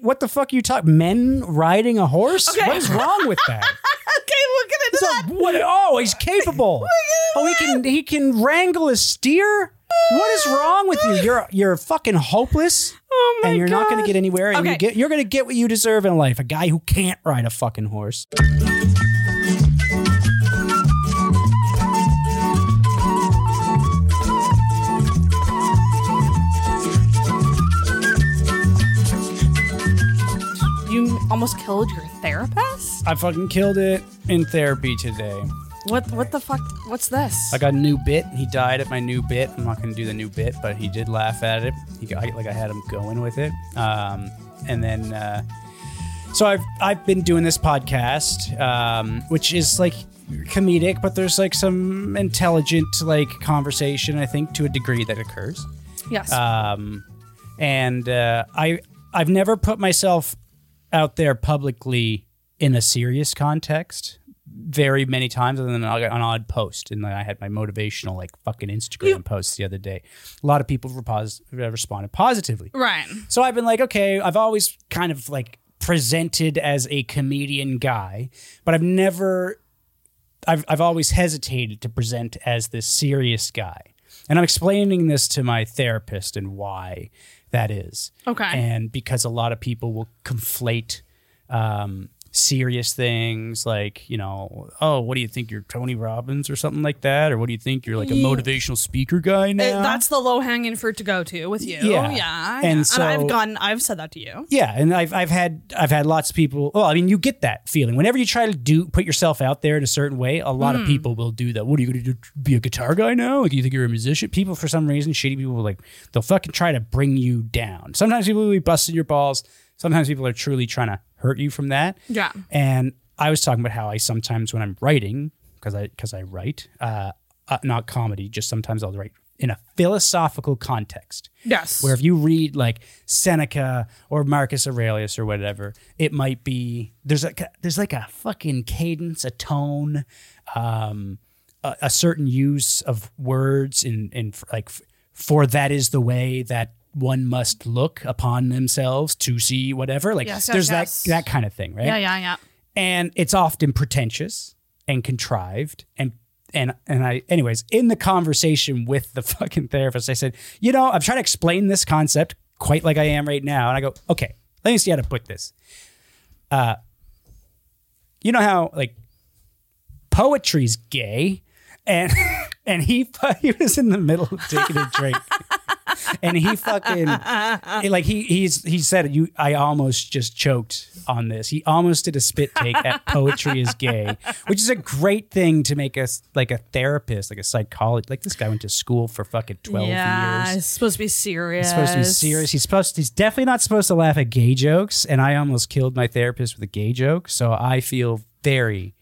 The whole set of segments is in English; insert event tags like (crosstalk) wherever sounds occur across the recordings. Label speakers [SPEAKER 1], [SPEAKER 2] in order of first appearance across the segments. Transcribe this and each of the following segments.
[SPEAKER 1] what the fuck you talk? Men riding a horse?
[SPEAKER 2] Okay.
[SPEAKER 1] What is wrong with
[SPEAKER 2] (laughs)
[SPEAKER 1] that?
[SPEAKER 2] okay, look at it.
[SPEAKER 1] So what? Oh, he's
[SPEAKER 2] (laughs)
[SPEAKER 1] capable. Oh, he can he can wrangle a steer. What is wrong with you? You're you're fucking hopeless,
[SPEAKER 2] Oh my
[SPEAKER 1] and you're not going to
[SPEAKER 2] God.
[SPEAKER 1] get anywhere. And
[SPEAKER 2] Okay.
[SPEAKER 1] you get you're going to get what you deserve in life. A guy who can't ride a fucking horse.
[SPEAKER 2] You almost killed your therapist.
[SPEAKER 1] I fucking killed it in therapy today.
[SPEAKER 2] What? What the fuck? What's this?
[SPEAKER 1] I got a new bit. He died at my new bit. I'm not going to do the new bit, but he did laugh at it. He got, like I had him going with it. Um, and then, uh, so I've I've been doing this podcast, um, which is like comedic, but there's like some intelligent like conversation. I think to a degree that occurs
[SPEAKER 2] yes.
[SPEAKER 1] um, and uh, I I've never put myself out there publicly in a serious context very many times other than an an odd post and then I had my motivational like fucking Instagram posts the other day a lot of people repos- responded positively
[SPEAKER 2] right.
[SPEAKER 1] so I've been like, okay, I've always kind of like presented as a comedian guy, but I've never, I've, I've always hesitated to present as this serious guy. And I'm explaining this to my therapist and why that is.
[SPEAKER 2] Okay.
[SPEAKER 1] And because a lot of people will conflate um, serious things like, you know, oh, what do you think? You're Tony Robbins or something like that? Or what do you think? You're like a motivational speaker guy now?
[SPEAKER 2] It- that's the low hanging fruit to go to with you.
[SPEAKER 1] Yeah.
[SPEAKER 2] Yeah.
[SPEAKER 1] And
[SPEAKER 2] yeah.
[SPEAKER 1] so-
[SPEAKER 2] I've gone. I've said that to you.
[SPEAKER 1] Yeah, and I've I've had I've had lots of people. Well, I mean, you get that feeling whenever you try to do put yourself out there in a certain way. A lot of people will do that. What are you going to do? Be a guitar guy now? Like, you think you're a musician? People for some reason, shitty people, will like they'll fucking try to bring you down. Sometimes people will be busting your balls. Sometimes people are truly trying to hurt you from that.
[SPEAKER 2] Yeah.
[SPEAKER 1] And I was talking about how I sometimes when I'm writing, because I because I write, uh, uh, not comedy, just sometimes I'll write in a philosophical context
[SPEAKER 2] Yes.
[SPEAKER 1] where if you read like Seneca or Marcus Aurelius or whatever, it might be there's like a, there's like a fucking cadence, a tone, um, a, a certain use of words in in f- like f- for that is the way that one must look upon themselves to see whatever. Like
[SPEAKER 2] Yes, yes,
[SPEAKER 1] there's
[SPEAKER 2] yes.
[SPEAKER 1] that that kind of thing, right?
[SPEAKER 2] yeah. Yeah. Yeah.
[SPEAKER 1] and it's often pretentious and contrived and and and I anyways in the conversation with the (laughs) fucking therapist I said you know I'm trying to explain this concept quite like I am right now and I go okay let me see how to put this uh you know how like poetry's gay and (laughs) and he fu- (laughs) he was in the middle of taking a drink and he fucking it- like he he's he said you I almost just choked on this. He almost did a spit take at poetry is gay, which is a great thing to make us like a therapist, like a psychologist. Like this guy went to school for fucking twelve
[SPEAKER 2] yeah.
[SPEAKER 1] years.
[SPEAKER 2] It's supposed to be serious.
[SPEAKER 1] He's supposed to be serious. He's supposed. He's definitely not supposed to laugh at gay jokes. And I almost killed my therapist with a gay joke. So I feel very.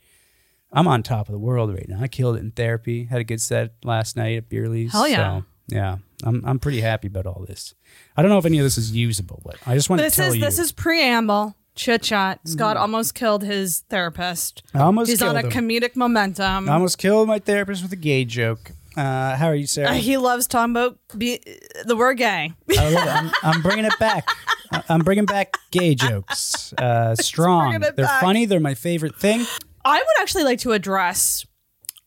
[SPEAKER 1] I'm on top of the world right now. I killed it in therapy. Had a good set last night at Beerley's.
[SPEAKER 2] Hell yeah.
[SPEAKER 1] So, yeah, I'm I'm pretty happy about all this. I don't know if any of this is usable, but I just want
[SPEAKER 2] This
[SPEAKER 1] to tell
[SPEAKER 2] is
[SPEAKER 1] you. Mm-hmm.
[SPEAKER 2] this is preamble chit chat. Scott almost killed his therapist.
[SPEAKER 1] I almost
[SPEAKER 2] He's
[SPEAKER 1] killed
[SPEAKER 2] on a
[SPEAKER 1] him.
[SPEAKER 2] comedic momentum.
[SPEAKER 1] I almost killed my therapist with a gay joke. Uh, how are you, Sarah?
[SPEAKER 2] Uh,
[SPEAKER 1] I
[SPEAKER 2] he loves talking about be- the word gay.
[SPEAKER 1] love it. I'm, I'm bringing it back. I- I'm bringing back gay jokes. Uh,
[SPEAKER 2] (laughs)
[SPEAKER 1] strong.
[SPEAKER 2] it
[SPEAKER 1] They're
[SPEAKER 2] back.
[SPEAKER 1] funny. They're my favorite thing.
[SPEAKER 2] I would actually like to address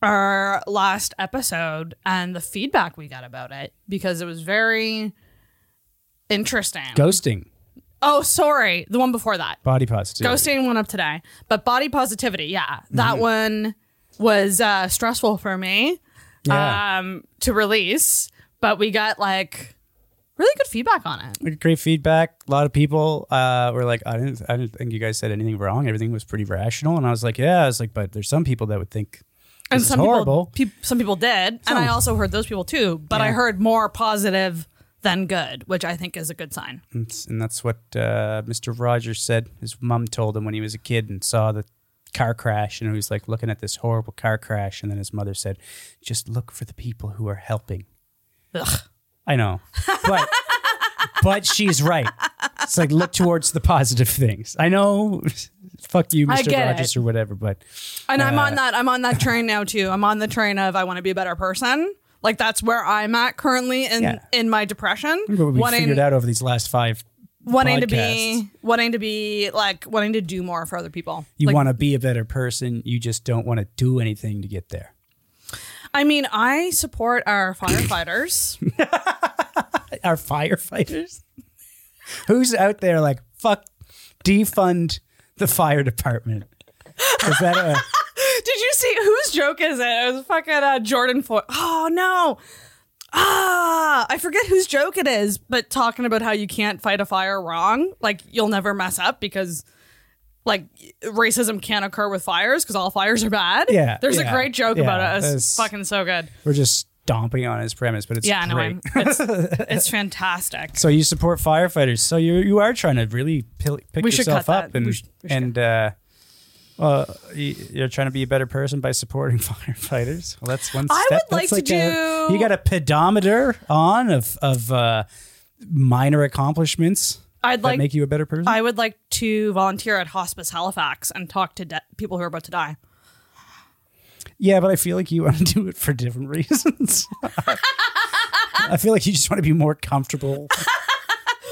[SPEAKER 2] our last episode and the feedback we got about it because it was very interesting.
[SPEAKER 1] Ghosting.
[SPEAKER 2] oh, sorry. The one before that.
[SPEAKER 1] Body positivity.
[SPEAKER 2] Ghosting went up today. But body positivity, yeah. That
[SPEAKER 1] Mm-hmm.
[SPEAKER 2] one was uh, stressful for me
[SPEAKER 1] Yeah.
[SPEAKER 2] um, to release, but we got like really good feedback on it.
[SPEAKER 1] great feedback. A lot of people uh, were like, I didn't, I didn't think you guys said anything wrong. Everything was pretty rational. And I was like, yeah, I was like, but there's some people that would think
[SPEAKER 2] and
[SPEAKER 1] is
[SPEAKER 2] some
[SPEAKER 1] horrible.
[SPEAKER 2] people peop some people did and i also heard those people too but i heard more positive than good which i think is a good sign
[SPEAKER 1] It's- and that's what uh, Mr. Rogers said. His mom told him when he was a kid and saw the car crash, and he was like looking at this horrible car crash. And then his mother said, "Just look for the people who are helping."
[SPEAKER 2] Ugh.
[SPEAKER 1] I know, but
[SPEAKER 2] (laughs)
[SPEAKER 1] but she's right. It's like look towards the positive things. I know, fuck you,
[SPEAKER 2] I
[SPEAKER 1] Mr.
[SPEAKER 2] get
[SPEAKER 1] Rogers or whatever, but
[SPEAKER 2] and i'm
[SPEAKER 1] Uh,
[SPEAKER 2] on that i'm on that train now too i'm on the train of i want to be a better person like that's where i'm at currently in
[SPEAKER 1] Yeah.
[SPEAKER 2] in my depression
[SPEAKER 1] what we
[SPEAKER 2] wanting
[SPEAKER 1] figured out over these last five
[SPEAKER 2] wanting to
[SPEAKER 1] podcast.
[SPEAKER 2] be wanting to be like wanting to do more for other people.
[SPEAKER 1] You
[SPEAKER 2] Like,
[SPEAKER 1] want to be a better person. You just don't want to do anything to get there.
[SPEAKER 2] I mean, I support our firefighters.
[SPEAKER 1] Our firefighters. (laughs) Who's out there like fuck defund the fire department? Is that a (laughs)
[SPEAKER 2] Did you see whose joke is it? It was fucking uh, Jordan Ford. Oh no. Ah, I forget whose joke it is, but talking about how you can't fight a fire wrong, like you'll never mess up because like racism can't occur with fires because all fires are bad.
[SPEAKER 1] Yeah,
[SPEAKER 2] There's
[SPEAKER 1] yeah,
[SPEAKER 2] a great joke
[SPEAKER 1] yeah,
[SPEAKER 2] about it. It's
[SPEAKER 1] that's-
[SPEAKER 2] fucking so good.
[SPEAKER 1] we're just stomping on his premise, but it's
[SPEAKER 2] Yeah, no,
[SPEAKER 1] great.
[SPEAKER 2] I'm,
[SPEAKER 1] (laughs)
[SPEAKER 2] it's, it's fantastic.
[SPEAKER 1] So you support firefighters. So you you are trying to really pil- pick
[SPEAKER 2] We should
[SPEAKER 1] yourself
[SPEAKER 2] cut that.
[SPEAKER 1] up and
[SPEAKER 2] We should- we should
[SPEAKER 1] and uh, well, y- you're trying to be a better person by supporting (laughs) firefighters. Well, that's one
[SPEAKER 2] I
[SPEAKER 1] step.
[SPEAKER 2] would like
[SPEAKER 1] That's
[SPEAKER 2] to
[SPEAKER 1] a-
[SPEAKER 2] do-
[SPEAKER 1] you got a pedometer on of of uh, minor accomplishments
[SPEAKER 2] I'd
[SPEAKER 1] that
[SPEAKER 2] like
[SPEAKER 1] make you a better person.
[SPEAKER 2] I would like to volunteer at Hospice Halifax and talk to de- people who are about to die.
[SPEAKER 1] yeah, but I feel like you (laughs) want to do it for different reasons. I feel like you just want to be more comfortable.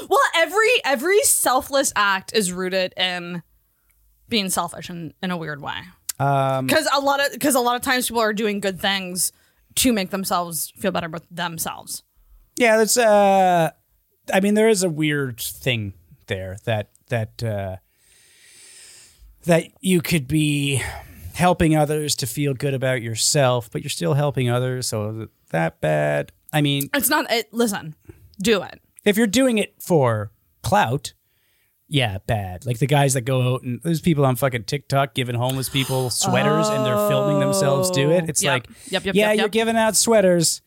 [SPEAKER 2] Well, every every selfless act is rooted in being selfish in, in a weird way.
[SPEAKER 1] Um,
[SPEAKER 2] Because a lot of because a lot of times people are doing good things to make themselves feel better about themselves.
[SPEAKER 1] Yeah, that's uh I mean there is a weird thing there that that uh that you could be helping others to feel good about yourself, but you're still helping others, so is it that bad? I mean,
[SPEAKER 2] It's not. It, listen, do it.
[SPEAKER 1] if you're doing it for clout, yeah, bad. Like the guys that go out and there's people on fucking TikTok giving homeless people sweaters and they're filming themselves do it. It's
[SPEAKER 2] Oh. Yep.
[SPEAKER 1] like,
[SPEAKER 2] Yep, yep,
[SPEAKER 1] yeah,
[SPEAKER 2] yep,
[SPEAKER 1] you're
[SPEAKER 2] yep.
[SPEAKER 1] giving out sweaters,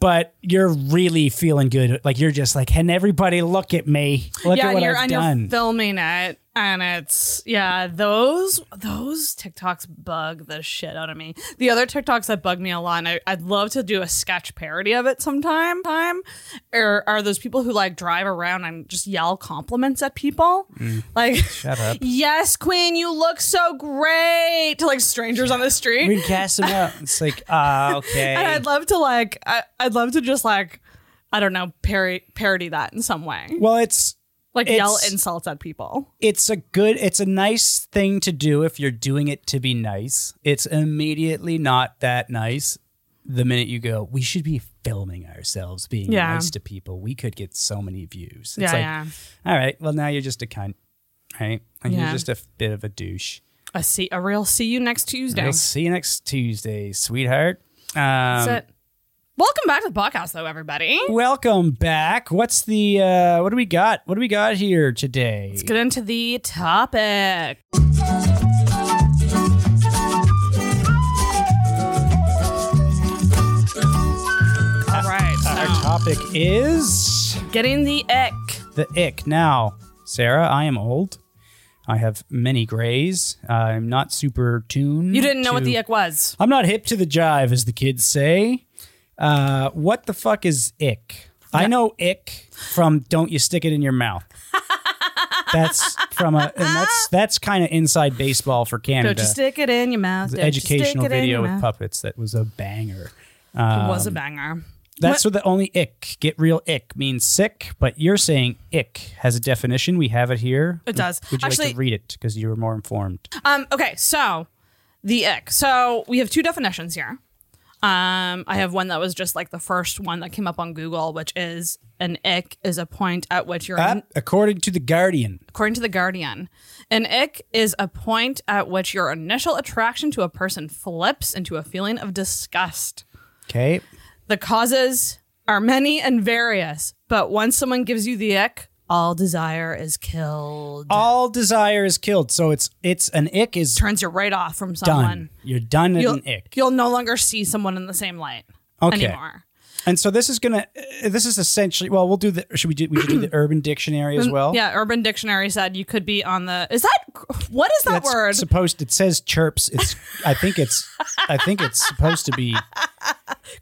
[SPEAKER 1] but you're really feeling good. Like you're just like, and everybody look at me, look
[SPEAKER 2] yeah,
[SPEAKER 1] at
[SPEAKER 2] and
[SPEAKER 1] what
[SPEAKER 2] you're
[SPEAKER 1] I've
[SPEAKER 2] and
[SPEAKER 1] done.
[SPEAKER 2] you're filming it, and it's yeah. Those those TikToks bug the shit out of me. The other TikToks that bug me a lot, and I, I'd love to do a sketch parody of it sometime. Time are, are those people who like drive around and just yell compliments at people,
[SPEAKER 1] Mm.
[SPEAKER 2] like.
[SPEAKER 1] Shut up.
[SPEAKER 2] Yes, Queen, you look so great to like strangers on the street.
[SPEAKER 1] We can cast them out. It's like, ah, okay.
[SPEAKER 2] (laughs) And I'd love to like, I, I'd love to just like, I don't know, parody parody that in some way,
[SPEAKER 1] well, it's
[SPEAKER 2] like yell
[SPEAKER 1] It's-
[SPEAKER 2] insults at people.
[SPEAKER 1] it's a good it's a nice thing to do if you're doing it to be nice it's immediately not that nice the minute you go we should be filming ourselves being
[SPEAKER 2] Yeah.
[SPEAKER 1] nice to people we could get so many views it's
[SPEAKER 2] Yeah,
[SPEAKER 1] like
[SPEAKER 2] yeah.
[SPEAKER 1] all right well now you're just a cunt right and
[SPEAKER 2] Yeah.
[SPEAKER 1] you're just a f- bit of a douche
[SPEAKER 2] a see a real see you next Tuesday.
[SPEAKER 1] we'll see you next tuesday sweetheart um,
[SPEAKER 2] That's it. Welcome back to the podcast, though, everybody.
[SPEAKER 1] welcome back what's the uh what do we got what do we got here today
[SPEAKER 2] Let's get into the topic. All
[SPEAKER 1] (laughs) our
[SPEAKER 2] right,
[SPEAKER 1] topic is
[SPEAKER 2] so getting the ick.
[SPEAKER 1] the ick. Now, Sarah, I am old. I have many grays. I'm not super tuned.
[SPEAKER 2] You didn't know what
[SPEAKER 1] to-
[SPEAKER 2] the ick was.
[SPEAKER 1] I'm not hip to the jive, as the kids say. Uh, what the fuck is ick? I know ick from "Don't you stick it in your
[SPEAKER 2] (laughs)
[SPEAKER 1] mouth." that's from a, and that's that's kind of inside baseball for Canada.
[SPEAKER 2] Don't you stick it in your mouth.
[SPEAKER 1] the
[SPEAKER 2] don't you stick
[SPEAKER 1] educational
[SPEAKER 2] it in
[SPEAKER 1] video um,
[SPEAKER 2] your
[SPEAKER 1] with
[SPEAKER 2] mouth.
[SPEAKER 1] puppets that was a banger.
[SPEAKER 2] it was a banger.
[SPEAKER 1] That's what the only ick. Get real ick means sick, but you're saying ick has a definition. We have it here.
[SPEAKER 2] It does.
[SPEAKER 1] Would you like
[SPEAKER 2] Actually-
[SPEAKER 1] to read it because you were more informed?
[SPEAKER 2] Um, okay, so the ick. So we have two definitions here. Um, I have one that was just like the first one that came up on Google, which is an ick is a point at which you're, an-
[SPEAKER 1] Uh, according to the Guardian,
[SPEAKER 2] according to The Guardian, an ick is a point at which your initial attraction to a person flips into a feeling of disgust.
[SPEAKER 1] okay,
[SPEAKER 2] The causes are many and various, but once someone gives you the ick, all desire is killed.
[SPEAKER 1] all desire is killed. So it's it's an ick is
[SPEAKER 2] Turns you right off from
[SPEAKER 1] done.
[SPEAKER 2] someone.
[SPEAKER 1] You're done at
[SPEAKER 2] You'll,
[SPEAKER 1] an ick.
[SPEAKER 2] you'll no longer see someone in the same light
[SPEAKER 1] Okay.
[SPEAKER 2] anymore.
[SPEAKER 1] And so this is gonna. Uh, this is essentially. Well, we'll do the. Should we do? We should
[SPEAKER 2] (clears throat)
[SPEAKER 1] do the Urban Dictionary as well.
[SPEAKER 2] Mm, Yeah, Urban Dictionary said you could be on the. Is that what is that
[SPEAKER 1] That's
[SPEAKER 2] word?
[SPEAKER 1] supposed. It says chirps. It's. I think it's. I think it's supposed to be,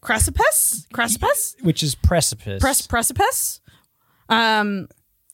[SPEAKER 2] Precipice, precipice,
[SPEAKER 1] which is precipice.
[SPEAKER 2] Press, precipice. Um,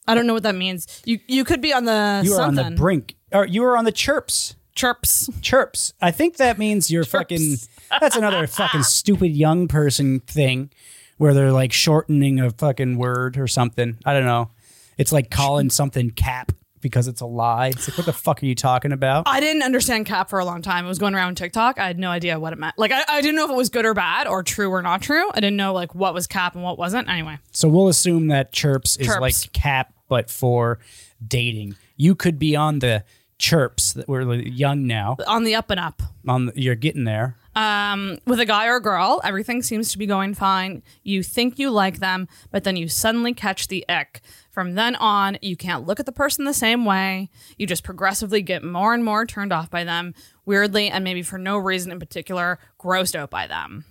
[SPEAKER 2] I don't know what that means. You you could be on the
[SPEAKER 1] you are on
[SPEAKER 2] something
[SPEAKER 1] the brink. Or you are on the chirps.
[SPEAKER 2] chirps.
[SPEAKER 1] chirps. I think that means you're
[SPEAKER 2] (laughs)
[SPEAKER 1] fucking. That's another fucking stupid young person thing, where they're like shortening a fucking word or something. I don't know. It's like calling something cap because it's a lie. It's like, what the fuck are you talking about?
[SPEAKER 2] I didn't understand cap for a long time. It was going around TikTok. I had no idea what it meant. Like I, I didn't know if it was good or bad or true or not true. I didn't know like what was cap and what wasn't. Anyway,
[SPEAKER 1] So we'll assume that chirps is
[SPEAKER 2] Chirps.
[SPEAKER 1] like cap, but for dating. You could be on the chirps that we're young now.
[SPEAKER 2] on the up and up.
[SPEAKER 1] On the, you're getting there.
[SPEAKER 2] Um, with a guy or girl, everything seems to be going fine. You think you like them, but then you suddenly catch the ick. From then on, you can't look at the person the same way. You just progressively get more and more turned off by them, weirdly, and maybe for no reason in particular, grossed out by them.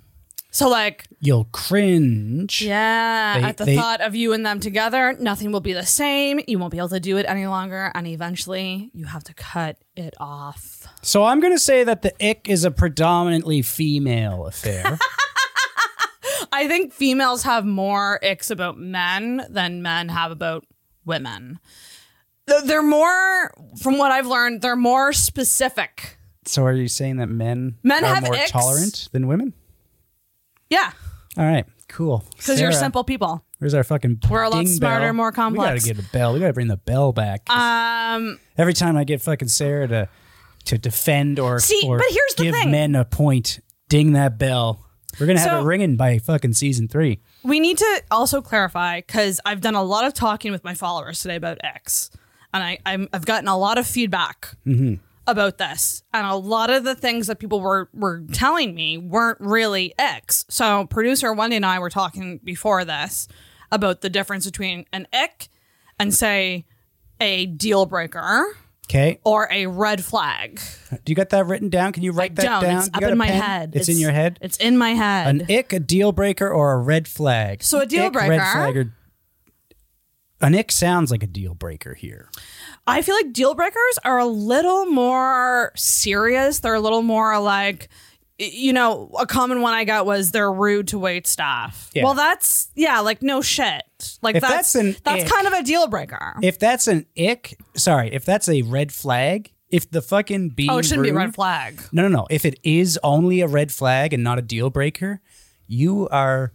[SPEAKER 2] So, like,
[SPEAKER 1] You'll cringe.
[SPEAKER 2] yeah,
[SPEAKER 1] They-
[SPEAKER 2] at the
[SPEAKER 1] they-
[SPEAKER 2] thought of you and them together, nothing will be the same. You won't be able to do it any longer, and eventually, you have to cut it off.
[SPEAKER 1] So I'm gonna say that the ick is a predominantly female affair.
[SPEAKER 2] I think females have more icks about men than men have about women. Th- They're more, from what I've learned, they're more specific.
[SPEAKER 1] so are you saying that men
[SPEAKER 2] Men
[SPEAKER 1] are
[SPEAKER 2] have
[SPEAKER 1] more
[SPEAKER 2] icks.
[SPEAKER 1] tolerant than women?
[SPEAKER 2] Yeah,
[SPEAKER 1] All right, cool.
[SPEAKER 2] because you're
[SPEAKER 1] Sarah,
[SPEAKER 2] simple people.
[SPEAKER 1] Where's our fucking?
[SPEAKER 2] We're a lot
[SPEAKER 1] ding
[SPEAKER 2] smarter,
[SPEAKER 1] bell?
[SPEAKER 2] more
[SPEAKER 1] We
[SPEAKER 2] complex.
[SPEAKER 1] gotta get a bell. We gotta bring the bell back.
[SPEAKER 2] Um,
[SPEAKER 1] Every time I get fucking Sarah to to defend or
[SPEAKER 2] See,
[SPEAKER 1] or
[SPEAKER 2] but here's the
[SPEAKER 1] give
[SPEAKER 2] thing.
[SPEAKER 1] men a point, ding that bell. We're gonna have
[SPEAKER 2] So-
[SPEAKER 1] it ringing by fucking season three.
[SPEAKER 2] we need to also clarify because I've done a lot of talking with my followers today about icks, and I, I'm, I've gotten a lot of feedback
[SPEAKER 1] Mm-hmm.
[SPEAKER 2] about this, and a lot of the things that people were were telling me weren't really icks. So producer Wendy and I were talking before this about the difference between an ick and say a deal breaker
[SPEAKER 1] Okay,
[SPEAKER 2] or a red flag.
[SPEAKER 1] do you got that written down? Can you write that
[SPEAKER 2] Don't.
[SPEAKER 1] down?
[SPEAKER 2] It's
[SPEAKER 1] You
[SPEAKER 2] up
[SPEAKER 1] got
[SPEAKER 2] in
[SPEAKER 1] a
[SPEAKER 2] my
[SPEAKER 1] pen?
[SPEAKER 2] head.
[SPEAKER 1] It's, in your head.
[SPEAKER 2] It's in my head.
[SPEAKER 1] An ick, a deal breaker, or a red flag.
[SPEAKER 2] So a deal
[SPEAKER 1] Ick,
[SPEAKER 2] breaker.
[SPEAKER 1] Red flag or, an ick sounds like a deal breaker here.
[SPEAKER 2] I feel like deal breakers are a little more serious. They're a little more like, you know, a common one I got was they're rude to wait staff.
[SPEAKER 1] Yeah.
[SPEAKER 2] Well, that's yeah, like no shit. Like
[SPEAKER 1] If
[SPEAKER 2] that's
[SPEAKER 1] that's an
[SPEAKER 2] that's
[SPEAKER 1] ick-
[SPEAKER 2] kind of a deal breaker.
[SPEAKER 1] If that's an ick, sorry, if that's a red flag, if the fucking being
[SPEAKER 2] oh, it shouldn't be a
[SPEAKER 1] rude-
[SPEAKER 2] red flag.
[SPEAKER 1] No, no, no. If it is only a red flag and not a deal breaker, you are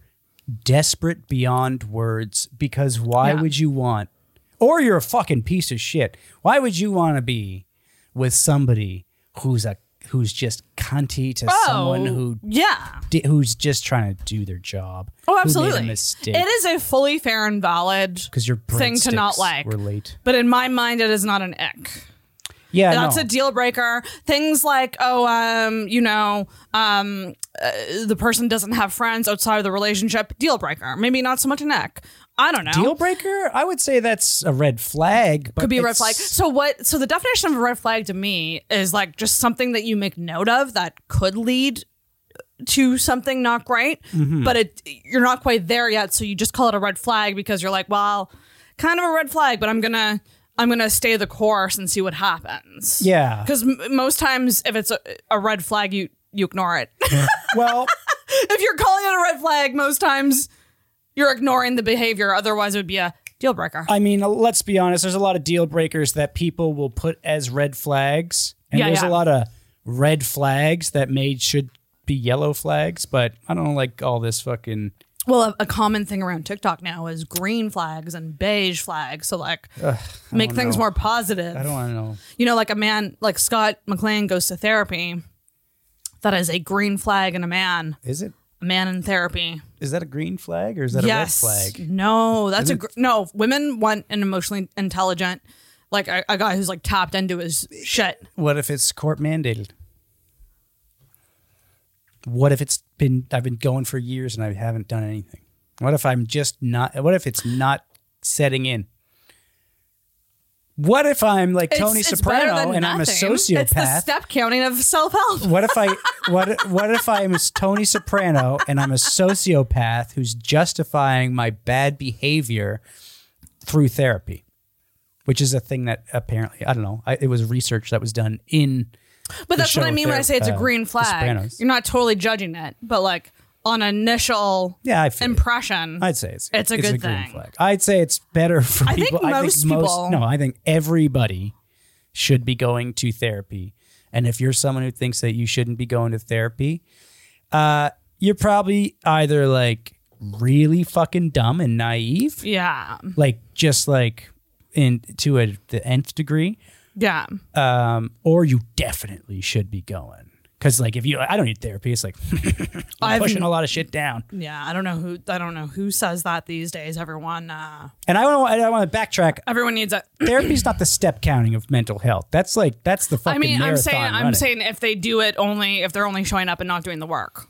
[SPEAKER 1] desperate beyond words because why
[SPEAKER 2] Yeah.
[SPEAKER 1] would you want, or you're a fucking piece of shit. Why would you want to be with somebody who's a who's just cunty to someone
[SPEAKER 2] oh,
[SPEAKER 1] who
[SPEAKER 2] yeah.
[SPEAKER 1] di- who's just trying to do their job?
[SPEAKER 2] Oh, absolutely.
[SPEAKER 1] Who made a mistake?
[SPEAKER 2] It is a fully fair and valid.
[SPEAKER 1] because your
[SPEAKER 2] thing to not
[SPEAKER 1] breadsticks
[SPEAKER 2] like.
[SPEAKER 1] We're late.
[SPEAKER 2] But in my mind, it is not an ick.
[SPEAKER 1] Yeah,
[SPEAKER 2] That's
[SPEAKER 1] no.
[SPEAKER 2] a deal breaker. Things like, oh, um, you know, um, uh, the person doesn't have friends outside of the relationship. Deal breaker. Maybe not so much an neck. I don't know.
[SPEAKER 1] deal breaker. I would say that's a red flag. But
[SPEAKER 2] could be a red
[SPEAKER 1] it's-
[SPEAKER 2] flag. So what? So the definition of a red flag to me is like just something that you make note of that could lead to something not great,
[SPEAKER 1] Mm-hmm.
[SPEAKER 2] but it you're not quite there yet. So you just call it a red flag because you're like, well, kind of a red flag, but I'm gonna I'm gonna stay the course and see what happens.
[SPEAKER 1] Yeah.
[SPEAKER 2] (laughs) because m- most times if it's a, a red flag, you you ignore it. (laughs)
[SPEAKER 1] Well,
[SPEAKER 2] if you're calling it a red flag, most times you're ignoring the behavior. Otherwise, it would be a deal breaker.
[SPEAKER 1] I mean, uh, let's be honest. There's a lot of deal breakers that people will put as red flags, and
[SPEAKER 2] Yeah,
[SPEAKER 1] there's
[SPEAKER 2] yeah.
[SPEAKER 1] a lot of red flags that made should be yellow flags. But I don't like all this fucking.
[SPEAKER 2] Well, a, a common thing around TikTok now is green flags and beige flags. So like, make things more positive.
[SPEAKER 1] I don't want to know.
[SPEAKER 2] you know, like a man like Scott McLean goes to therapy. That is a green flag in a man.
[SPEAKER 1] Is it?
[SPEAKER 2] A man in therapy.
[SPEAKER 1] Is that a green flag or is that
[SPEAKER 2] yes.
[SPEAKER 1] a red flag?
[SPEAKER 2] No, that's a gr- no. Women want an emotionally intelligent, like a, a guy who's like tapped into his shit.
[SPEAKER 1] What if it's court mandated? What if it's been I've been going for years and I haven't done anything? What if I'm just not what if it's not setting in? What if I'm like Tony
[SPEAKER 2] It's- it's better
[SPEAKER 1] Soprano
[SPEAKER 2] than
[SPEAKER 1] and I'm a
[SPEAKER 2] nothing.
[SPEAKER 1] sociopath?
[SPEAKER 2] It's the step counting of self
[SPEAKER 1] (laughs)
[SPEAKER 2] help.
[SPEAKER 1] what if I what what if I am Tony Soprano and I'm a sociopath who's justifying my bad behavior through therapy, which is a thing that apparently I don't know. I, it was research that was done in.
[SPEAKER 2] But that's what
[SPEAKER 1] show
[SPEAKER 2] I mean when I
[SPEAKER 1] Thera-
[SPEAKER 2] say it's a
[SPEAKER 1] uh,
[SPEAKER 2] green
[SPEAKER 1] The
[SPEAKER 2] flag.
[SPEAKER 1] Sopranos.
[SPEAKER 2] You're not totally judging it, but like on initial
[SPEAKER 1] Yeah, I feel
[SPEAKER 2] impression.
[SPEAKER 1] I'd say it's
[SPEAKER 2] It's a good thing.
[SPEAKER 1] I'd say it's better for
[SPEAKER 2] think
[SPEAKER 1] people.
[SPEAKER 2] most people-
[SPEAKER 1] No, I think everybody should be going to therapy. And if you're someone who thinks that you shouldn't be going to therapy, uh, you're probably either like really fucking dumb and naive,
[SPEAKER 2] yeah.
[SPEAKER 1] like just like in to a the nth degree,
[SPEAKER 2] Yeah.
[SPEAKER 1] um, or you definitely should be going. Because like if you, I don't need therapy. It's like (laughs) I'm
[SPEAKER 2] I've-
[SPEAKER 1] pushing a lot of shit down.
[SPEAKER 2] Yeah. I don't know who I don't know who says that these days. Everyone uh
[SPEAKER 1] And I don't. I want to backtrack.
[SPEAKER 2] everyone needs a
[SPEAKER 1] Therapy's not the step counting of mental health. That's like that's the fucking.
[SPEAKER 2] I mean, I'm
[SPEAKER 1] marathon
[SPEAKER 2] saying I'm
[SPEAKER 1] running.
[SPEAKER 2] saying if they do it only if they're only showing up and not doing the work.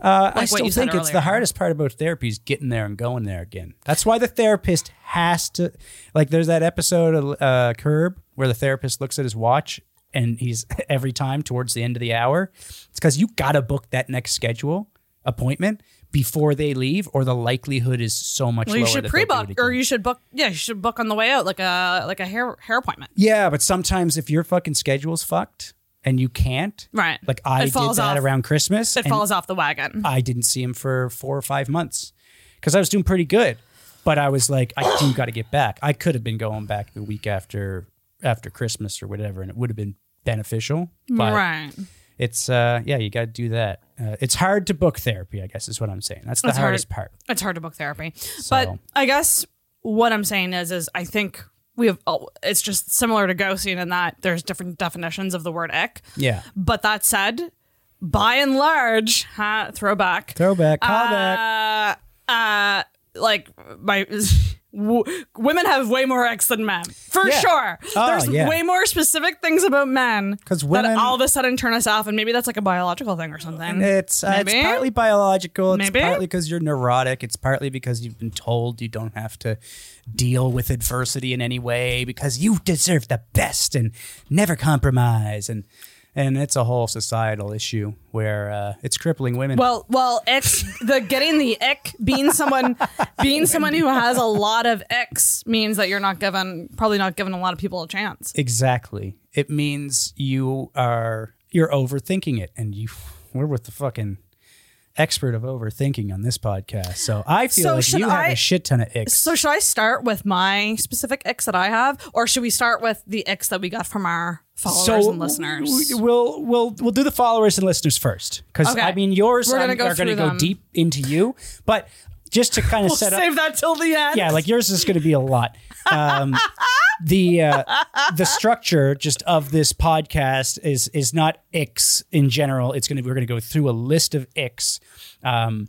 [SPEAKER 1] Uh, I
[SPEAKER 2] what
[SPEAKER 1] still
[SPEAKER 2] you said
[SPEAKER 1] think it's the
[SPEAKER 2] earlier.
[SPEAKER 1] hardest part about therapy is getting there and going there again. That's why the therapist has to, like, there's that episode of uh, Curb where the therapist looks at his watch and he's (laughs) every time towards the end of the hour. It's because you got to book that next schedule appointment before they leave, or the likelihood is so much
[SPEAKER 2] Well,
[SPEAKER 1] lower.
[SPEAKER 2] you should
[SPEAKER 1] that they'll do
[SPEAKER 2] pre-book
[SPEAKER 1] it again.
[SPEAKER 2] or you should book yeah, you should book on the way out like a like a hair hair appointment.
[SPEAKER 1] yeah, but sometimes if your fucking schedule's fucked and you can't,
[SPEAKER 2] Right.
[SPEAKER 1] like I
[SPEAKER 2] It
[SPEAKER 1] did
[SPEAKER 2] falls
[SPEAKER 1] that
[SPEAKER 2] off.
[SPEAKER 1] around Christmas.
[SPEAKER 2] It
[SPEAKER 1] and
[SPEAKER 2] falls off the wagon.
[SPEAKER 1] I didn't see him for four or five months because I was doing pretty good. But I was like, I do got to get back. I could have been going back the week after after Christmas or whatever, and it would have been beneficial. But
[SPEAKER 2] right.
[SPEAKER 1] it's uh, yeah, you got to do that. Uh, it's hard to book therapy, I guess is what I'm saying. That's the
[SPEAKER 2] It's hard.
[SPEAKER 1] hardest part.
[SPEAKER 2] It's hard to book therapy. But
[SPEAKER 1] So-
[SPEAKER 2] I guess what I'm saying is is I think we have oh, it's just similar to ghosting in that there's different definitions of the word ick.
[SPEAKER 1] Yeah,
[SPEAKER 2] But that said, by and large, huh, throwback.
[SPEAKER 1] throwback, callback.
[SPEAKER 2] Uh, uh, like my (laughs) w- women have way more X than men for
[SPEAKER 1] Yeah.
[SPEAKER 2] sure.
[SPEAKER 1] Oh,
[SPEAKER 2] There's
[SPEAKER 1] yeah.
[SPEAKER 2] way more specific things about men
[SPEAKER 1] 'Cause women-
[SPEAKER 2] that all of a sudden turn us off, and maybe that's like a biological thing or something.
[SPEAKER 1] It's uh, it's
[SPEAKER 2] Maybe?
[SPEAKER 1] partly biological. It's
[SPEAKER 2] Maybe?
[SPEAKER 1] partly because you're neurotic. It's partly because you've been told you don't have to deal with adversity in any way because you deserve the best and never compromise and and it's a whole societal issue where uh, it's crippling women.
[SPEAKER 2] Well, well, it's the getting the ick being
[SPEAKER 1] (laughs)
[SPEAKER 2] someone being someone who has a lot of X means that you're not given probably not given a lot of people a chance.
[SPEAKER 1] exactly. It means you are you're overthinking it, and you we're with the fucking expert of overthinking on this podcast. So I feel
[SPEAKER 2] So
[SPEAKER 1] like
[SPEAKER 2] should
[SPEAKER 1] you have
[SPEAKER 2] I-
[SPEAKER 1] a shit ton of icks.
[SPEAKER 2] So should I start with my specific X that I have, or should we start with the X that we got from our followers and listeners?
[SPEAKER 1] w- We'll we'll we'll do the followers and listeners first because
[SPEAKER 2] Okay.
[SPEAKER 1] I mean yours
[SPEAKER 2] We're gonna
[SPEAKER 1] um,
[SPEAKER 2] go
[SPEAKER 1] are going to
[SPEAKER 2] through
[SPEAKER 1] go
[SPEAKER 2] them.
[SPEAKER 1] deep into you, but just to
[SPEAKER 2] (laughs)
[SPEAKER 1] kind of set up,
[SPEAKER 2] Save that till the end.
[SPEAKER 1] yeah, like yours is going to be a lot. Um,
[SPEAKER 2] (laughs)
[SPEAKER 1] the uh, the structure just of this podcast is is not icks in general. It's going to we're going to go through a list of icks. Um,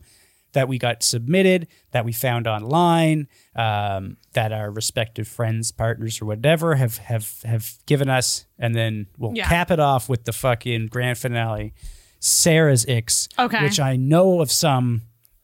[SPEAKER 1] that we got submitted, that we found online, um, that our respective friends, partners, or whatever have have have given us, and then we'll
[SPEAKER 2] Yeah.
[SPEAKER 1] cap it off with the fucking grand finale, Sarah's icks,
[SPEAKER 2] Okay.
[SPEAKER 1] which I know of some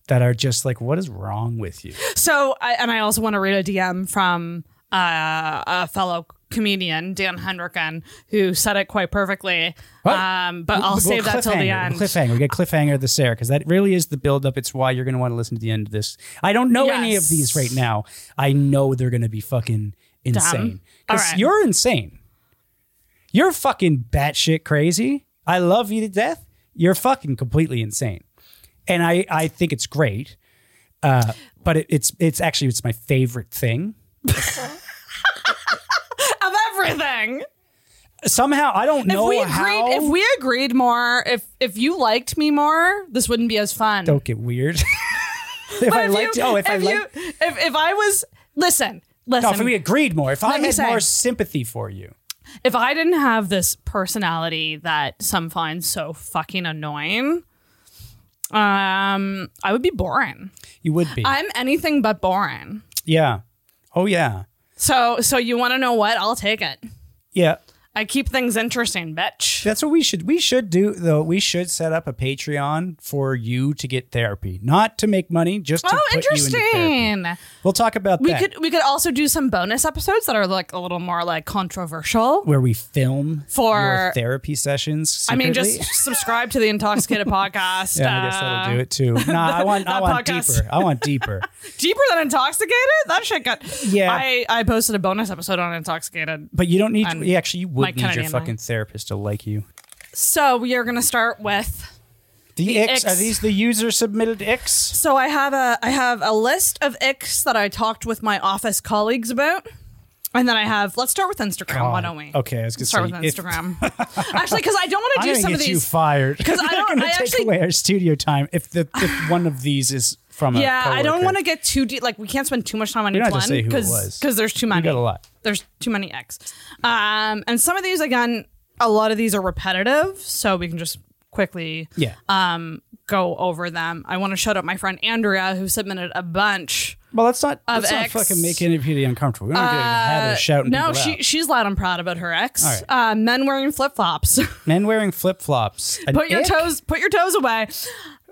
[SPEAKER 1] that are just like, what is wrong with you?
[SPEAKER 2] So, I, and I also want to read a DM from uh, a fellow comedian, Dan Hendricken, who said it quite perfectly.
[SPEAKER 1] What?
[SPEAKER 2] Um, but I'll
[SPEAKER 1] Well,
[SPEAKER 2] save that till the
[SPEAKER 1] cliffhanger,
[SPEAKER 2] end.
[SPEAKER 1] Cliffhanger. We get cliffhanger this Sarah because that really is the buildup. It's why you're going to want to listen to the end of this. I don't know any of
[SPEAKER 2] Yes.
[SPEAKER 1] these right now. I know they're going to be fucking insane
[SPEAKER 2] All
[SPEAKER 1] because
[SPEAKER 2] right.
[SPEAKER 1] you're insane. You're fucking batshit crazy. I love you to death. You're fucking completely insane, and I I think it's great. Uh, but it, it's it's actually it's my favorite thing.
[SPEAKER 2] Of everything.
[SPEAKER 1] Somehow I don't
[SPEAKER 2] If
[SPEAKER 1] know
[SPEAKER 2] we agreed,
[SPEAKER 1] how.
[SPEAKER 2] if we agreed more, if if you liked me more, this wouldn't be as fun.
[SPEAKER 1] don't get weird. (laughs) if I
[SPEAKER 2] if
[SPEAKER 1] liked,
[SPEAKER 2] you-
[SPEAKER 1] oh, if, I liked.
[SPEAKER 2] you- if, if I was listen, listen.
[SPEAKER 1] No, if we agreed more, if I
[SPEAKER 2] Let me
[SPEAKER 1] had
[SPEAKER 2] say.
[SPEAKER 1] more sympathy for you,
[SPEAKER 2] if I didn't have this personality that some find so fucking annoying, um, I would be boring.
[SPEAKER 1] you would be.
[SPEAKER 2] I'm anything but boring.
[SPEAKER 1] yeah. Oh yeah.
[SPEAKER 2] So, so you want to know what? I'll take it.
[SPEAKER 1] Yeah.
[SPEAKER 2] I keep things interesting, bitch.
[SPEAKER 1] That's what we should we should do though. We should set up a Patreon for you to get therapy, not to make money, just to
[SPEAKER 2] Oh,
[SPEAKER 1] put you into therapy.
[SPEAKER 2] interesting.
[SPEAKER 1] We'll talk about
[SPEAKER 2] We
[SPEAKER 1] that
[SPEAKER 2] could we could also do some bonus episodes that are like a little more like controversial.
[SPEAKER 1] where we film
[SPEAKER 2] For-
[SPEAKER 1] your therapy sessions.
[SPEAKER 2] I mean,
[SPEAKER 1] secretly.
[SPEAKER 2] just (laughs) subscribe to
[SPEAKER 1] (laughs)
[SPEAKER 2] the Intoxicated podcast.
[SPEAKER 1] yeah, I guess
[SPEAKER 2] uh,
[SPEAKER 1] that'll do it too.
[SPEAKER 2] (laughs)
[SPEAKER 1] Nah, I want I
[SPEAKER 2] that
[SPEAKER 1] want
[SPEAKER 2] podcast.
[SPEAKER 1] deeper. I want deeper.
[SPEAKER 2] deeper than intoxicated that shit got
[SPEAKER 1] Yeah.
[SPEAKER 2] i i posted a bonus episode on intoxicated
[SPEAKER 1] But you don't need.
[SPEAKER 2] I'm-
[SPEAKER 1] yeah, actually, you would need
[SPEAKER 2] Kennedy
[SPEAKER 1] your
[SPEAKER 2] and mine.
[SPEAKER 1] fucking therapist to like you.
[SPEAKER 2] so we are gonna start with
[SPEAKER 1] The, icks,
[SPEAKER 2] icks.
[SPEAKER 1] are these the user submitted icks?
[SPEAKER 2] so i have a i have a list of icks that i talked with my office colleagues about and then i have let's start with instagram why
[SPEAKER 1] God.
[SPEAKER 2] don't we
[SPEAKER 1] Oh, Okay, I was gonna
[SPEAKER 2] start
[SPEAKER 1] say,
[SPEAKER 2] with
[SPEAKER 1] if- (laughs)
[SPEAKER 2] instagram actually because i don't want
[SPEAKER 1] I'm
[SPEAKER 2] to do
[SPEAKER 1] gonna
[SPEAKER 2] some
[SPEAKER 1] get
[SPEAKER 2] of
[SPEAKER 1] you
[SPEAKER 2] these (laughs)
[SPEAKER 1] fired
[SPEAKER 2] 'Cause I
[SPEAKER 1] They're
[SPEAKER 2] don't-
[SPEAKER 1] gonna
[SPEAKER 2] I
[SPEAKER 1] take
[SPEAKER 2] actually-
[SPEAKER 1] (sighs) away our studio time if the if one of these is from a
[SPEAKER 2] yeah, I don't
[SPEAKER 1] coworker.
[SPEAKER 2] want to get too deep. Like, we can't spend too much time on
[SPEAKER 1] You
[SPEAKER 2] each
[SPEAKER 1] don't have to
[SPEAKER 2] one
[SPEAKER 1] say who it was.
[SPEAKER 2] because there's too many.
[SPEAKER 1] You got a lot.
[SPEAKER 2] There's too many X. Um, and some of these, again, a lot of these are repetitive, so we can just quickly
[SPEAKER 1] Yeah.
[SPEAKER 2] um go over them. I want to shout out my friend Andrea who submitted a bunch.
[SPEAKER 1] well, let's not
[SPEAKER 2] of
[SPEAKER 1] let's not
[SPEAKER 2] X.
[SPEAKER 1] fucking make anybody uncomfortable. We don't get a habit
[SPEAKER 2] Uh,
[SPEAKER 1] of shouting
[SPEAKER 2] no,
[SPEAKER 1] people
[SPEAKER 2] she
[SPEAKER 1] out.
[SPEAKER 2] she's loud and proud about her ex.
[SPEAKER 1] All
[SPEAKER 2] Uh, men wearing flip flops.
[SPEAKER 1] Men wearing flip flops.
[SPEAKER 2] (laughs) put your toes put your toes away.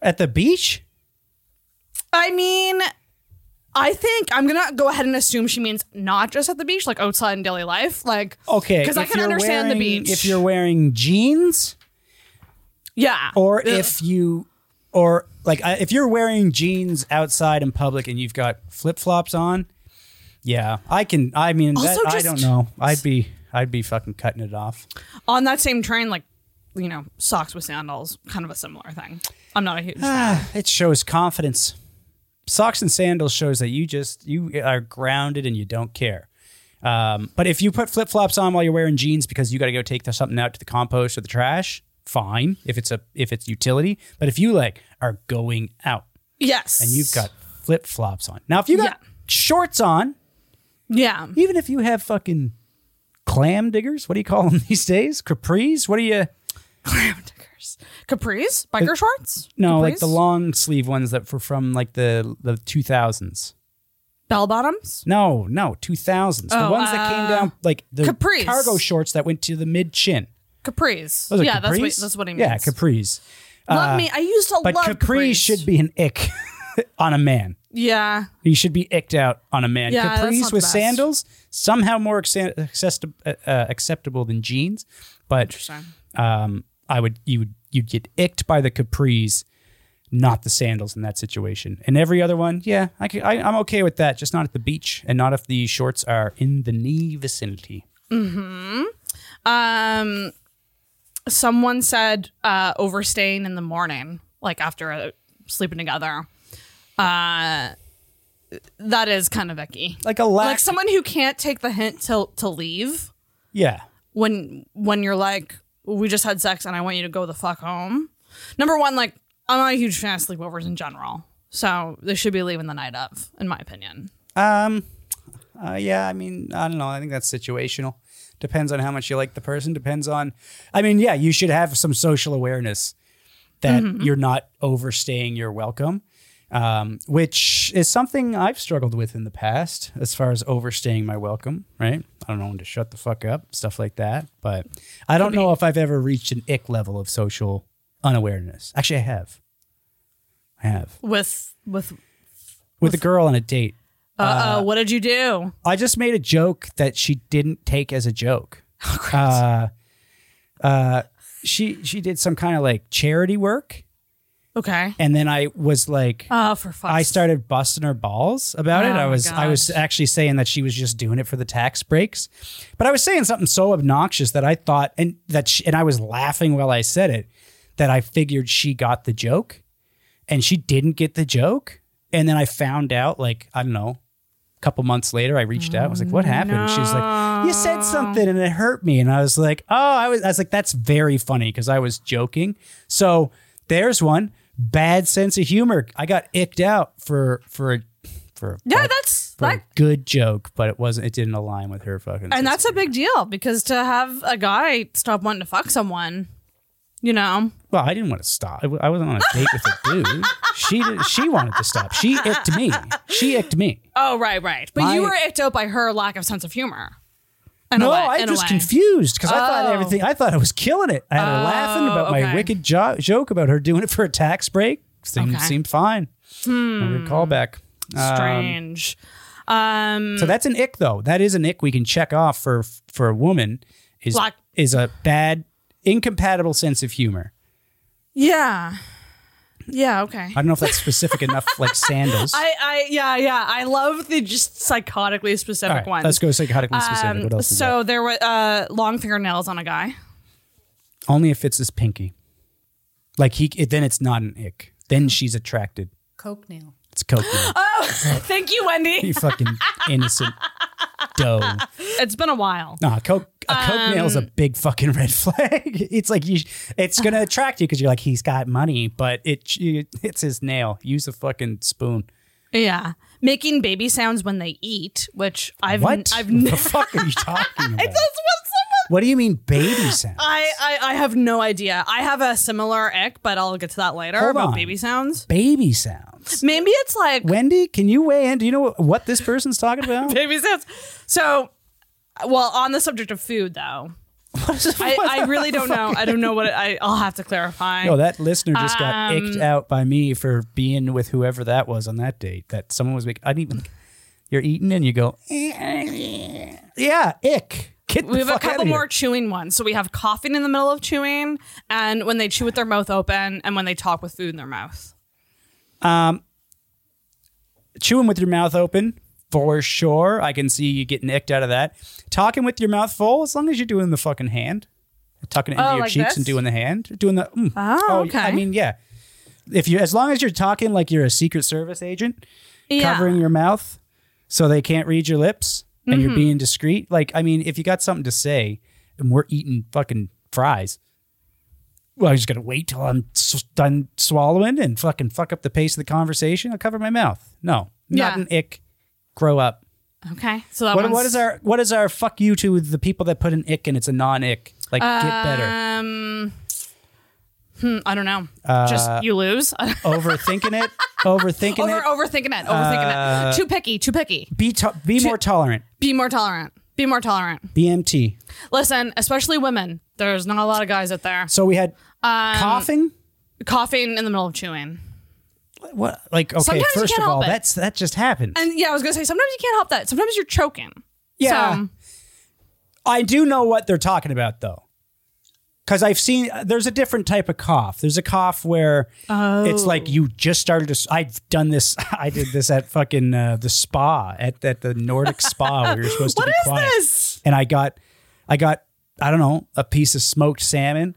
[SPEAKER 1] at the beach.
[SPEAKER 2] I mean, I think I'm gonna go ahead and assume she means not just at the beach, like outside in daily life, like
[SPEAKER 1] Okay,
[SPEAKER 2] because I
[SPEAKER 1] if
[SPEAKER 2] can
[SPEAKER 1] you're
[SPEAKER 2] understand the
[SPEAKER 1] wearing-
[SPEAKER 2] beach.
[SPEAKER 1] If you're wearing jeans,
[SPEAKER 2] yeah,
[SPEAKER 1] or
[SPEAKER 2] Ugh.
[SPEAKER 1] if you, or like I- if you're wearing jeans outside in public and you've got flip flops on, yeah, I can. I mean, that,
[SPEAKER 2] Also
[SPEAKER 1] I
[SPEAKER 2] just-
[SPEAKER 1] don't know. I'd be, I'd be fucking cutting it off.
[SPEAKER 2] on that same train, like you know, socks with sandals, kind of a similar thing. I'm not
[SPEAKER 1] (sighs)
[SPEAKER 2] a huge. fan.
[SPEAKER 1] Ah, it shows confidence. Socks and sandals shows that you just you are grounded and you don't care. Um, but if you put flip flops on while you're wearing jeans because you got to go take the, something out to the compost or the trash, fine. If it's a if it's utility, but if you like are going out
[SPEAKER 2] Yes,
[SPEAKER 1] and you've got flip flops on, now if you got
[SPEAKER 2] Yeah.
[SPEAKER 1] shorts on,
[SPEAKER 2] yeah. (laughs)
[SPEAKER 1] even if you have fucking clam diggers, what do you call them (laughs) these days? Capris? What do you?
[SPEAKER 2] Dickers. Capris, biker shorts.
[SPEAKER 1] Uh, No, like the
[SPEAKER 2] Capris?
[SPEAKER 1] long sleeve ones that were from like the the two thousands.
[SPEAKER 2] bell bottoms.
[SPEAKER 1] No, no, 2000s. the
[SPEAKER 2] Oh,
[SPEAKER 1] ones that
[SPEAKER 2] uh,
[SPEAKER 1] came down, like the
[SPEAKER 2] capris.
[SPEAKER 1] cargo shorts that went to the mid chin.
[SPEAKER 2] Capris.
[SPEAKER 1] Those are
[SPEAKER 2] yeah, that's what
[SPEAKER 1] capris?
[SPEAKER 2] that's what he means.
[SPEAKER 1] Yeah, capris.
[SPEAKER 2] Love me. I used to
[SPEAKER 1] Uh, But
[SPEAKER 2] love
[SPEAKER 1] capris should be an ick (laughs) on a man.
[SPEAKER 2] Yeah,
[SPEAKER 1] You should be icked out on a man.
[SPEAKER 2] Yeah, that's
[SPEAKER 1] capris
[SPEAKER 2] not the
[SPEAKER 1] with
[SPEAKER 2] best.
[SPEAKER 1] sandals, somehow more acce- accessi- uh, uh, acceptable than jeans. But
[SPEAKER 2] Interesting.
[SPEAKER 1] um, I would you would you'd get icked by the capris, not the sandals in that situation. And every other one, yeah, I, could, I I'm okay with that. Just not at the beach, and not if the shorts are in the knee vicinity.
[SPEAKER 2] Um, someone said uh, overstaying in the morning, like after uh, sleeping together. Uh, that is kind of icky.
[SPEAKER 1] like a lack.
[SPEAKER 2] Like someone who can't take the hint to to leave
[SPEAKER 1] yeah,
[SPEAKER 2] when when you're like, we just had sex and I want you to go the fuck home. Number one, like I'm not a huge fan of sleepovers in general, so they should be leaving the night of, in my opinion.
[SPEAKER 1] um, uh, yeah. I mean, I don't know. I think that's situational. Depends on how much you like the person. Depends on. I mean, yeah, you should have some social awareness that you're not overstaying your welcome, um, which is something I've struggled with in the past as far as overstaying my welcome. Right? I don't know when to shut the fuck up, stuff like that. But I don't know if I've ever reached an ick level of social unawareness. Actually, I have. I have
[SPEAKER 2] With with
[SPEAKER 1] with a girl on a date.
[SPEAKER 2] uh, uh what did you do?
[SPEAKER 1] I just made a joke that she didn't take as a joke. uh, uh, she she did some kind of like charity work,
[SPEAKER 2] Okay.
[SPEAKER 1] and then I was like,
[SPEAKER 2] Uh, for fuck's
[SPEAKER 1] I started busting her balls about it.
[SPEAKER 2] Oh,
[SPEAKER 1] I was I was actually saying that she was just doing it for the tax breaks, but I was saying something so obnoxious that I thought and that she, and I was laughing while I said it that I figured she got the joke, and she didn't get the joke. And then I found out like I don't know, a couple months later I reached out. I was like, "What happened?" And she was like, "You said something and it hurt me." And I was like, "Oh, I was I was like that's very funny because I was joking." So there's one bad sense of humor. I got icked out for for a for,
[SPEAKER 2] Yeah, that's
[SPEAKER 1] for
[SPEAKER 2] that,
[SPEAKER 1] a good joke, but it wasn't. It didn't align with her fucking.
[SPEAKER 2] and that's a big deal because to have a guy stop wanting to fuck someone, you know,
[SPEAKER 1] well, I didn't want to stop. I w- I wasn't on a date with a dude. She did, she wanted to stop. She icked me. She icked me.
[SPEAKER 2] oh right, right, but you
[SPEAKER 1] My-
[SPEAKER 2] were icked out by her lack of sense of humor. In a
[SPEAKER 1] No,
[SPEAKER 2] way-
[SPEAKER 1] I
[SPEAKER 2] in a
[SPEAKER 1] just
[SPEAKER 2] way.
[SPEAKER 1] confused because I thought
[SPEAKER 2] Oh.
[SPEAKER 1] everything. I thought I was killing it. I had her laughing about
[SPEAKER 2] okay.
[SPEAKER 1] my wicked jo- joke about her doing it for a tax break. Seemed
[SPEAKER 2] Okay.
[SPEAKER 1] seemed fine. Hmm. Callback. Um,
[SPEAKER 2] strange. Um,
[SPEAKER 1] So that's an ick, though. That is an ick we can check off for for a woman. Is
[SPEAKER 2] Like-
[SPEAKER 1] is a bad, incompatible sense of humor.
[SPEAKER 2] yeah, yeah, okay.
[SPEAKER 1] I don't know if that's
[SPEAKER 2] (laughs)
[SPEAKER 1] specific enough, like sandals.
[SPEAKER 2] I, I, yeah, yeah. I love the just psychotically
[SPEAKER 1] All
[SPEAKER 2] specific
[SPEAKER 1] right,
[SPEAKER 2] ones.
[SPEAKER 1] let's go psychotically specific.
[SPEAKER 2] Um,
[SPEAKER 1] what else? So
[SPEAKER 2] so there were uh, long fingernails on
[SPEAKER 1] (laughs)
[SPEAKER 2] a guy.
[SPEAKER 1] only if it's his pinky. Like he, it, then it's not an ick. Then she's attracted.
[SPEAKER 3] Coke nail.
[SPEAKER 1] It's coke. nail. (laughs)
[SPEAKER 2] Thank you, Wendy.
[SPEAKER 1] you fucking innocent dough.
[SPEAKER 2] It's been a while.
[SPEAKER 1] Nah, coke. A coke
[SPEAKER 2] Um,
[SPEAKER 1] nail's a big fucking red flag. (laughs) it's like you, it's gonna attract you because you're like he's got money, but it it's his nail. Use a fucking spoon.
[SPEAKER 2] Yeah. Making baby sounds when they eat, which I've
[SPEAKER 1] what?
[SPEAKER 2] I've
[SPEAKER 1] the
[SPEAKER 2] never
[SPEAKER 1] fuck are you talking about?
[SPEAKER 2] (laughs) That's what someone
[SPEAKER 1] What do you mean baby sound?
[SPEAKER 2] I, I I have no idea. I have a similar ick, but I'll get to that later
[SPEAKER 1] Hold
[SPEAKER 2] about
[SPEAKER 1] on.
[SPEAKER 2] baby sounds.
[SPEAKER 1] baby sounds.
[SPEAKER 2] Maybe it's like
[SPEAKER 1] Wendy, can you weigh in? Do you know what this person's talking about?
[SPEAKER 2] (laughs) baby sounds. So, well, on the subject of food
[SPEAKER 1] (laughs)
[SPEAKER 2] though, (laughs) I, I really don't know. I don't know what it, I, I'll have to clarify.
[SPEAKER 1] No, Oh, that listener just got icked
[SPEAKER 2] Um,
[SPEAKER 1] out by me for being with whoever that was on that date. That someone was making. I didn't even. You're eating and you go. Yeah, ick. Get the
[SPEAKER 2] we have a
[SPEAKER 1] fuck outta
[SPEAKER 2] couple
[SPEAKER 1] here.
[SPEAKER 2] more chewing ones. So we have coughing in the middle of chewing, and when they chew with their mouth open, and when they talk with food in their mouth.
[SPEAKER 1] Chewing with your mouth open for sure. I can see you getting icked out of that. Talking with your mouth full, as long as you're doing the fucking hand, tucking it into
[SPEAKER 2] Oh,
[SPEAKER 1] your
[SPEAKER 2] like
[SPEAKER 1] cheeks
[SPEAKER 2] this?
[SPEAKER 1] and doing the hand, doing the. mm.
[SPEAKER 2] Oh, okay.
[SPEAKER 1] I mean, yeah. If you, as long as you're talking like you're a Secret Service agent,
[SPEAKER 2] Yeah.
[SPEAKER 1] covering your mouth so they can't read your lips and
[SPEAKER 2] Mm-hmm.
[SPEAKER 1] you're being discreet. Like, I mean, if you got something to say and we're eating fucking fries, well, I just gotta wait till I'm s- done swallowing and fucking fuck up the pace of the conversation. I'll cover my mouth. No, not
[SPEAKER 2] Yeah.
[SPEAKER 1] an ick. Grow up.
[SPEAKER 2] okay. So that
[SPEAKER 1] What,
[SPEAKER 2] one's,
[SPEAKER 1] what is our what is our fuck you to the people that put an ick and it's a non ick? Like
[SPEAKER 2] Uh,
[SPEAKER 1] get better.
[SPEAKER 2] Um, hmm, I don't know.
[SPEAKER 1] Uh,
[SPEAKER 2] Just you lose.
[SPEAKER 1] Overthinking it. Overthinking
[SPEAKER 2] (laughs) Over
[SPEAKER 1] it. Uh,
[SPEAKER 2] overthinking it. Overthinking it. Too picky. Too picky.
[SPEAKER 1] Be to- be more tolerant.
[SPEAKER 2] Be more tolerant. Be more tolerant.
[SPEAKER 1] BMT.
[SPEAKER 2] Listen, especially women. There's not a lot of guys out there
[SPEAKER 1] So we had
[SPEAKER 2] Um,
[SPEAKER 1] coughing.
[SPEAKER 2] coughing in the middle of chewing.
[SPEAKER 1] What? Like, okay,
[SPEAKER 2] Sometimes you
[SPEAKER 1] first of
[SPEAKER 2] can't
[SPEAKER 1] all,
[SPEAKER 2] help it.
[SPEAKER 1] that's that just happened.
[SPEAKER 2] And yeah, I was gonna say sometimes you can't help that. Sometimes you're choking.
[SPEAKER 1] Yeah.
[SPEAKER 2] So,
[SPEAKER 1] I do know what they're talking about though. Cause I've seen there's a different type of cough. There's a cough where
[SPEAKER 2] Oh.
[SPEAKER 1] it's like you just started to. s- I've done this. (laughs) I did this at fucking uh, the spa at at the Nordic spa. We were supposed to
[SPEAKER 2] (laughs) What
[SPEAKER 1] be
[SPEAKER 2] is
[SPEAKER 1] quiet,
[SPEAKER 2] this?
[SPEAKER 1] and I got, I got, I don't know, a piece of smoked salmon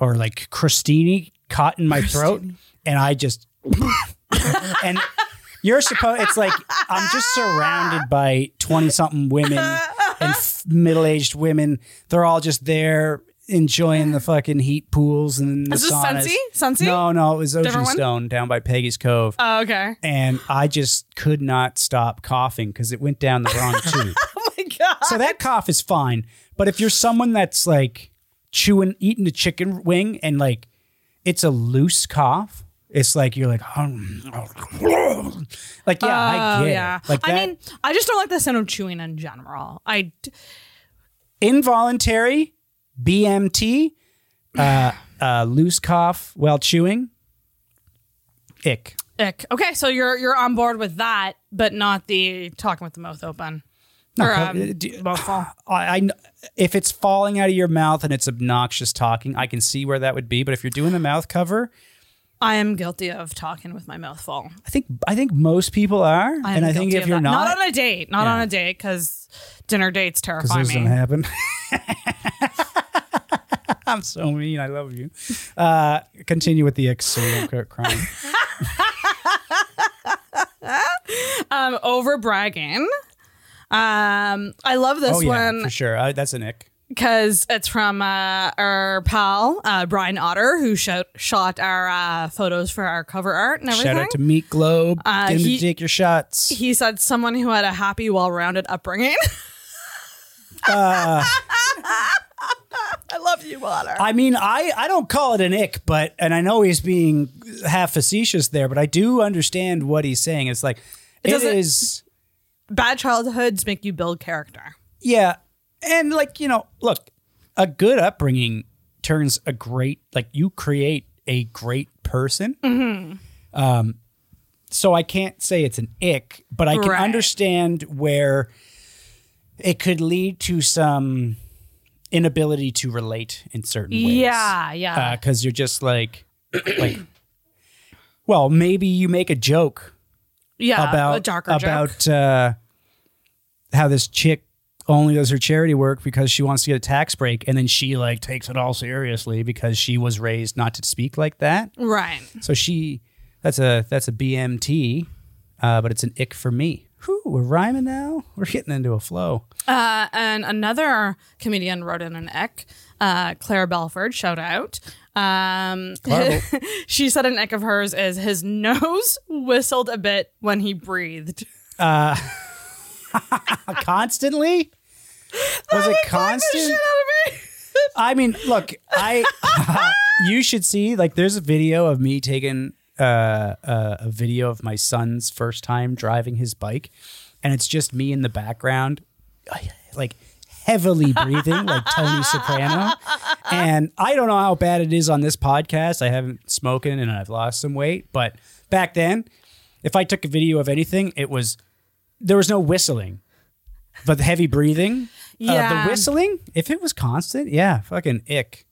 [SPEAKER 1] or like crostini caught in my throat, and I just (coughs) and you're supposed it's like i'm just surrounded by 20 something women and f- middle-aged women they're all just there enjoying the fucking heat pools and the
[SPEAKER 2] Is this
[SPEAKER 1] saunas.
[SPEAKER 2] Sunsea? Sunsea?
[SPEAKER 1] no no it was ocean
[SPEAKER 2] Different one?
[SPEAKER 1] stone down by peggy's cove
[SPEAKER 2] Oh, okay. (laughs)
[SPEAKER 1] and i just could not stop coughing because it went down the wrong tube
[SPEAKER 2] Oh my god.
[SPEAKER 1] so that cough is fine. But if you're someone that's like chewing, eating a chicken wing, and like it's a loose cough, it's like you're like, "Um, (sniffs) like yeah, I
[SPEAKER 2] Oh,
[SPEAKER 1] get it.
[SPEAKER 2] yeah.
[SPEAKER 1] like that
[SPEAKER 2] I mean, I just don't like the sound of chewing in general. I d-
[SPEAKER 1] involuntary BMT, uh, uh, loose cough while chewing. Ick.
[SPEAKER 2] ick. Okay, so you're you're on board with that, but not the talking with the mouth open. or,
[SPEAKER 1] co-
[SPEAKER 2] um,
[SPEAKER 1] uh, do-
[SPEAKER 2] mouth
[SPEAKER 1] (sighs)
[SPEAKER 2] full.
[SPEAKER 1] I, I kn- if it's falling out of your mouth and it's obnoxious talking, I can see where that would be. But if you're doing the mouth cover,
[SPEAKER 2] I am guilty of talking with my mouth full.
[SPEAKER 1] I think I think most people are,
[SPEAKER 2] I am
[SPEAKER 1] and I think
[SPEAKER 2] guilty
[SPEAKER 1] if
[SPEAKER 2] of
[SPEAKER 1] you're
[SPEAKER 2] that.
[SPEAKER 1] not,
[SPEAKER 2] on a date, not
[SPEAKER 1] Yeah.
[SPEAKER 2] on a date, because dinner dates
[SPEAKER 1] Because
[SPEAKER 2] terrify
[SPEAKER 1] this doesn't
[SPEAKER 2] me.
[SPEAKER 1] happen. (laughs) I'm so mean. I love you. Uh, continue with the ex serial killer
[SPEAKER 2] (laughs)
[SPEAKER 1] crime.
[SPEAKER 2] Um, over bragging. Um, I love this
[SPEAKER 1] Oh yeah,
[SPEAKER 2] one
[SPEAKER 1] for sure. Uh, that's an ick.
[SPEAKER 2] because it's from uh, our pal uh, Brian Otter, who shot shot our uh, photos for our cover art and everything.
[SPEAKER 1] Shout out to Meat Globe.
[SPEAKER 2] Uh,
[SPEAKER 1] Get him
[SPEAKER 2] he-
[SPEAKER 1] to take your shots.
[SPEAKER 2] he said someone who had a happy, well-rounded upbringing. (laughs)
[SPEAKER 1] Uh.
[SPEAKER 2] I love you, Otter.
[SPEAKER 1] I mean, I, I don't call it an ick, but and I know he's being half facetious there, but I do understand what he's saying. It's like it
[SPEAKER 2] doesn't-
[SPEAKER 1] is
[SPEAKER 2] Bad childhoods make you build character.
[SPEAKER 1] Yeah. And like, you know, look, a good upbringing turns a great, like you create a great person. Um,
[SPEAKER 2] Mm-hmm.
[SPEAKER 1] so I can't say it's an ick, but I can
[SPEAKER 2] Right.
[SPEAKER 1] understand where it could lead to some inability to relate in certain ways. Uh,
[SPEAKER 2] Yeah, yeah.
[SPEAKER 1] Because you're just like, like, (clears throat) well, maybe you make a joke
[SPEAKER 2] yeah,
[SPEAKER 1] about
[SPEAKER 2] a darker
[SPEAKER 1] about
[SPEAKER 2] joke.
[SPEAKER 1] Uh, how this chick only does her charity work because she wants to get a tax break, and then she like takes it all seriously because she was raised not to speak like that.
[SPEAKER 2] Right.
[SPEAKER 1] So she that's a that's a BMT, uh, but it's an ick for me. whew, we're rhyming now. We're getting into a flow.
[SPEAKER 2] Uh, and another comedian wrote in an ek, uh, Claire Belford, shout out. Um,
[SPEAKER 1] Claire
[SPEAKER 2] (laughs) she said an ek of hers is his nose (laughs) whistled a bit when
[SPEAKER 1] (laughs)
[SPEAKER 2] he breathed.
[SPEAKER 1] Uh, Constantly? (laughs) Was it
[SPEAKER 2] Shit
[SPEAKER 1] constant?
[SPEAKER 2] out of me.
[SPEAKER 1] I mean, look, I (laughs) you should see like there's a video of me taking uh, uh, a video of my son's first time driving his bike, and it's just me in the background, (sighs) like
[SPEAKER 2] (laughs)
[SPEAKER 1] heavily breathing like Tony Soprano. And I don't know how bad it is on this podcast. I haven't smoking and I've lost some weight, but back then, if I took a video of anything, it was there was no whistling, but the heavy breathing. Uh,
[SPEAKER 2] Yeah.
[SPEAKER 1] the whistling, if it was constant, yeah, fucking ick.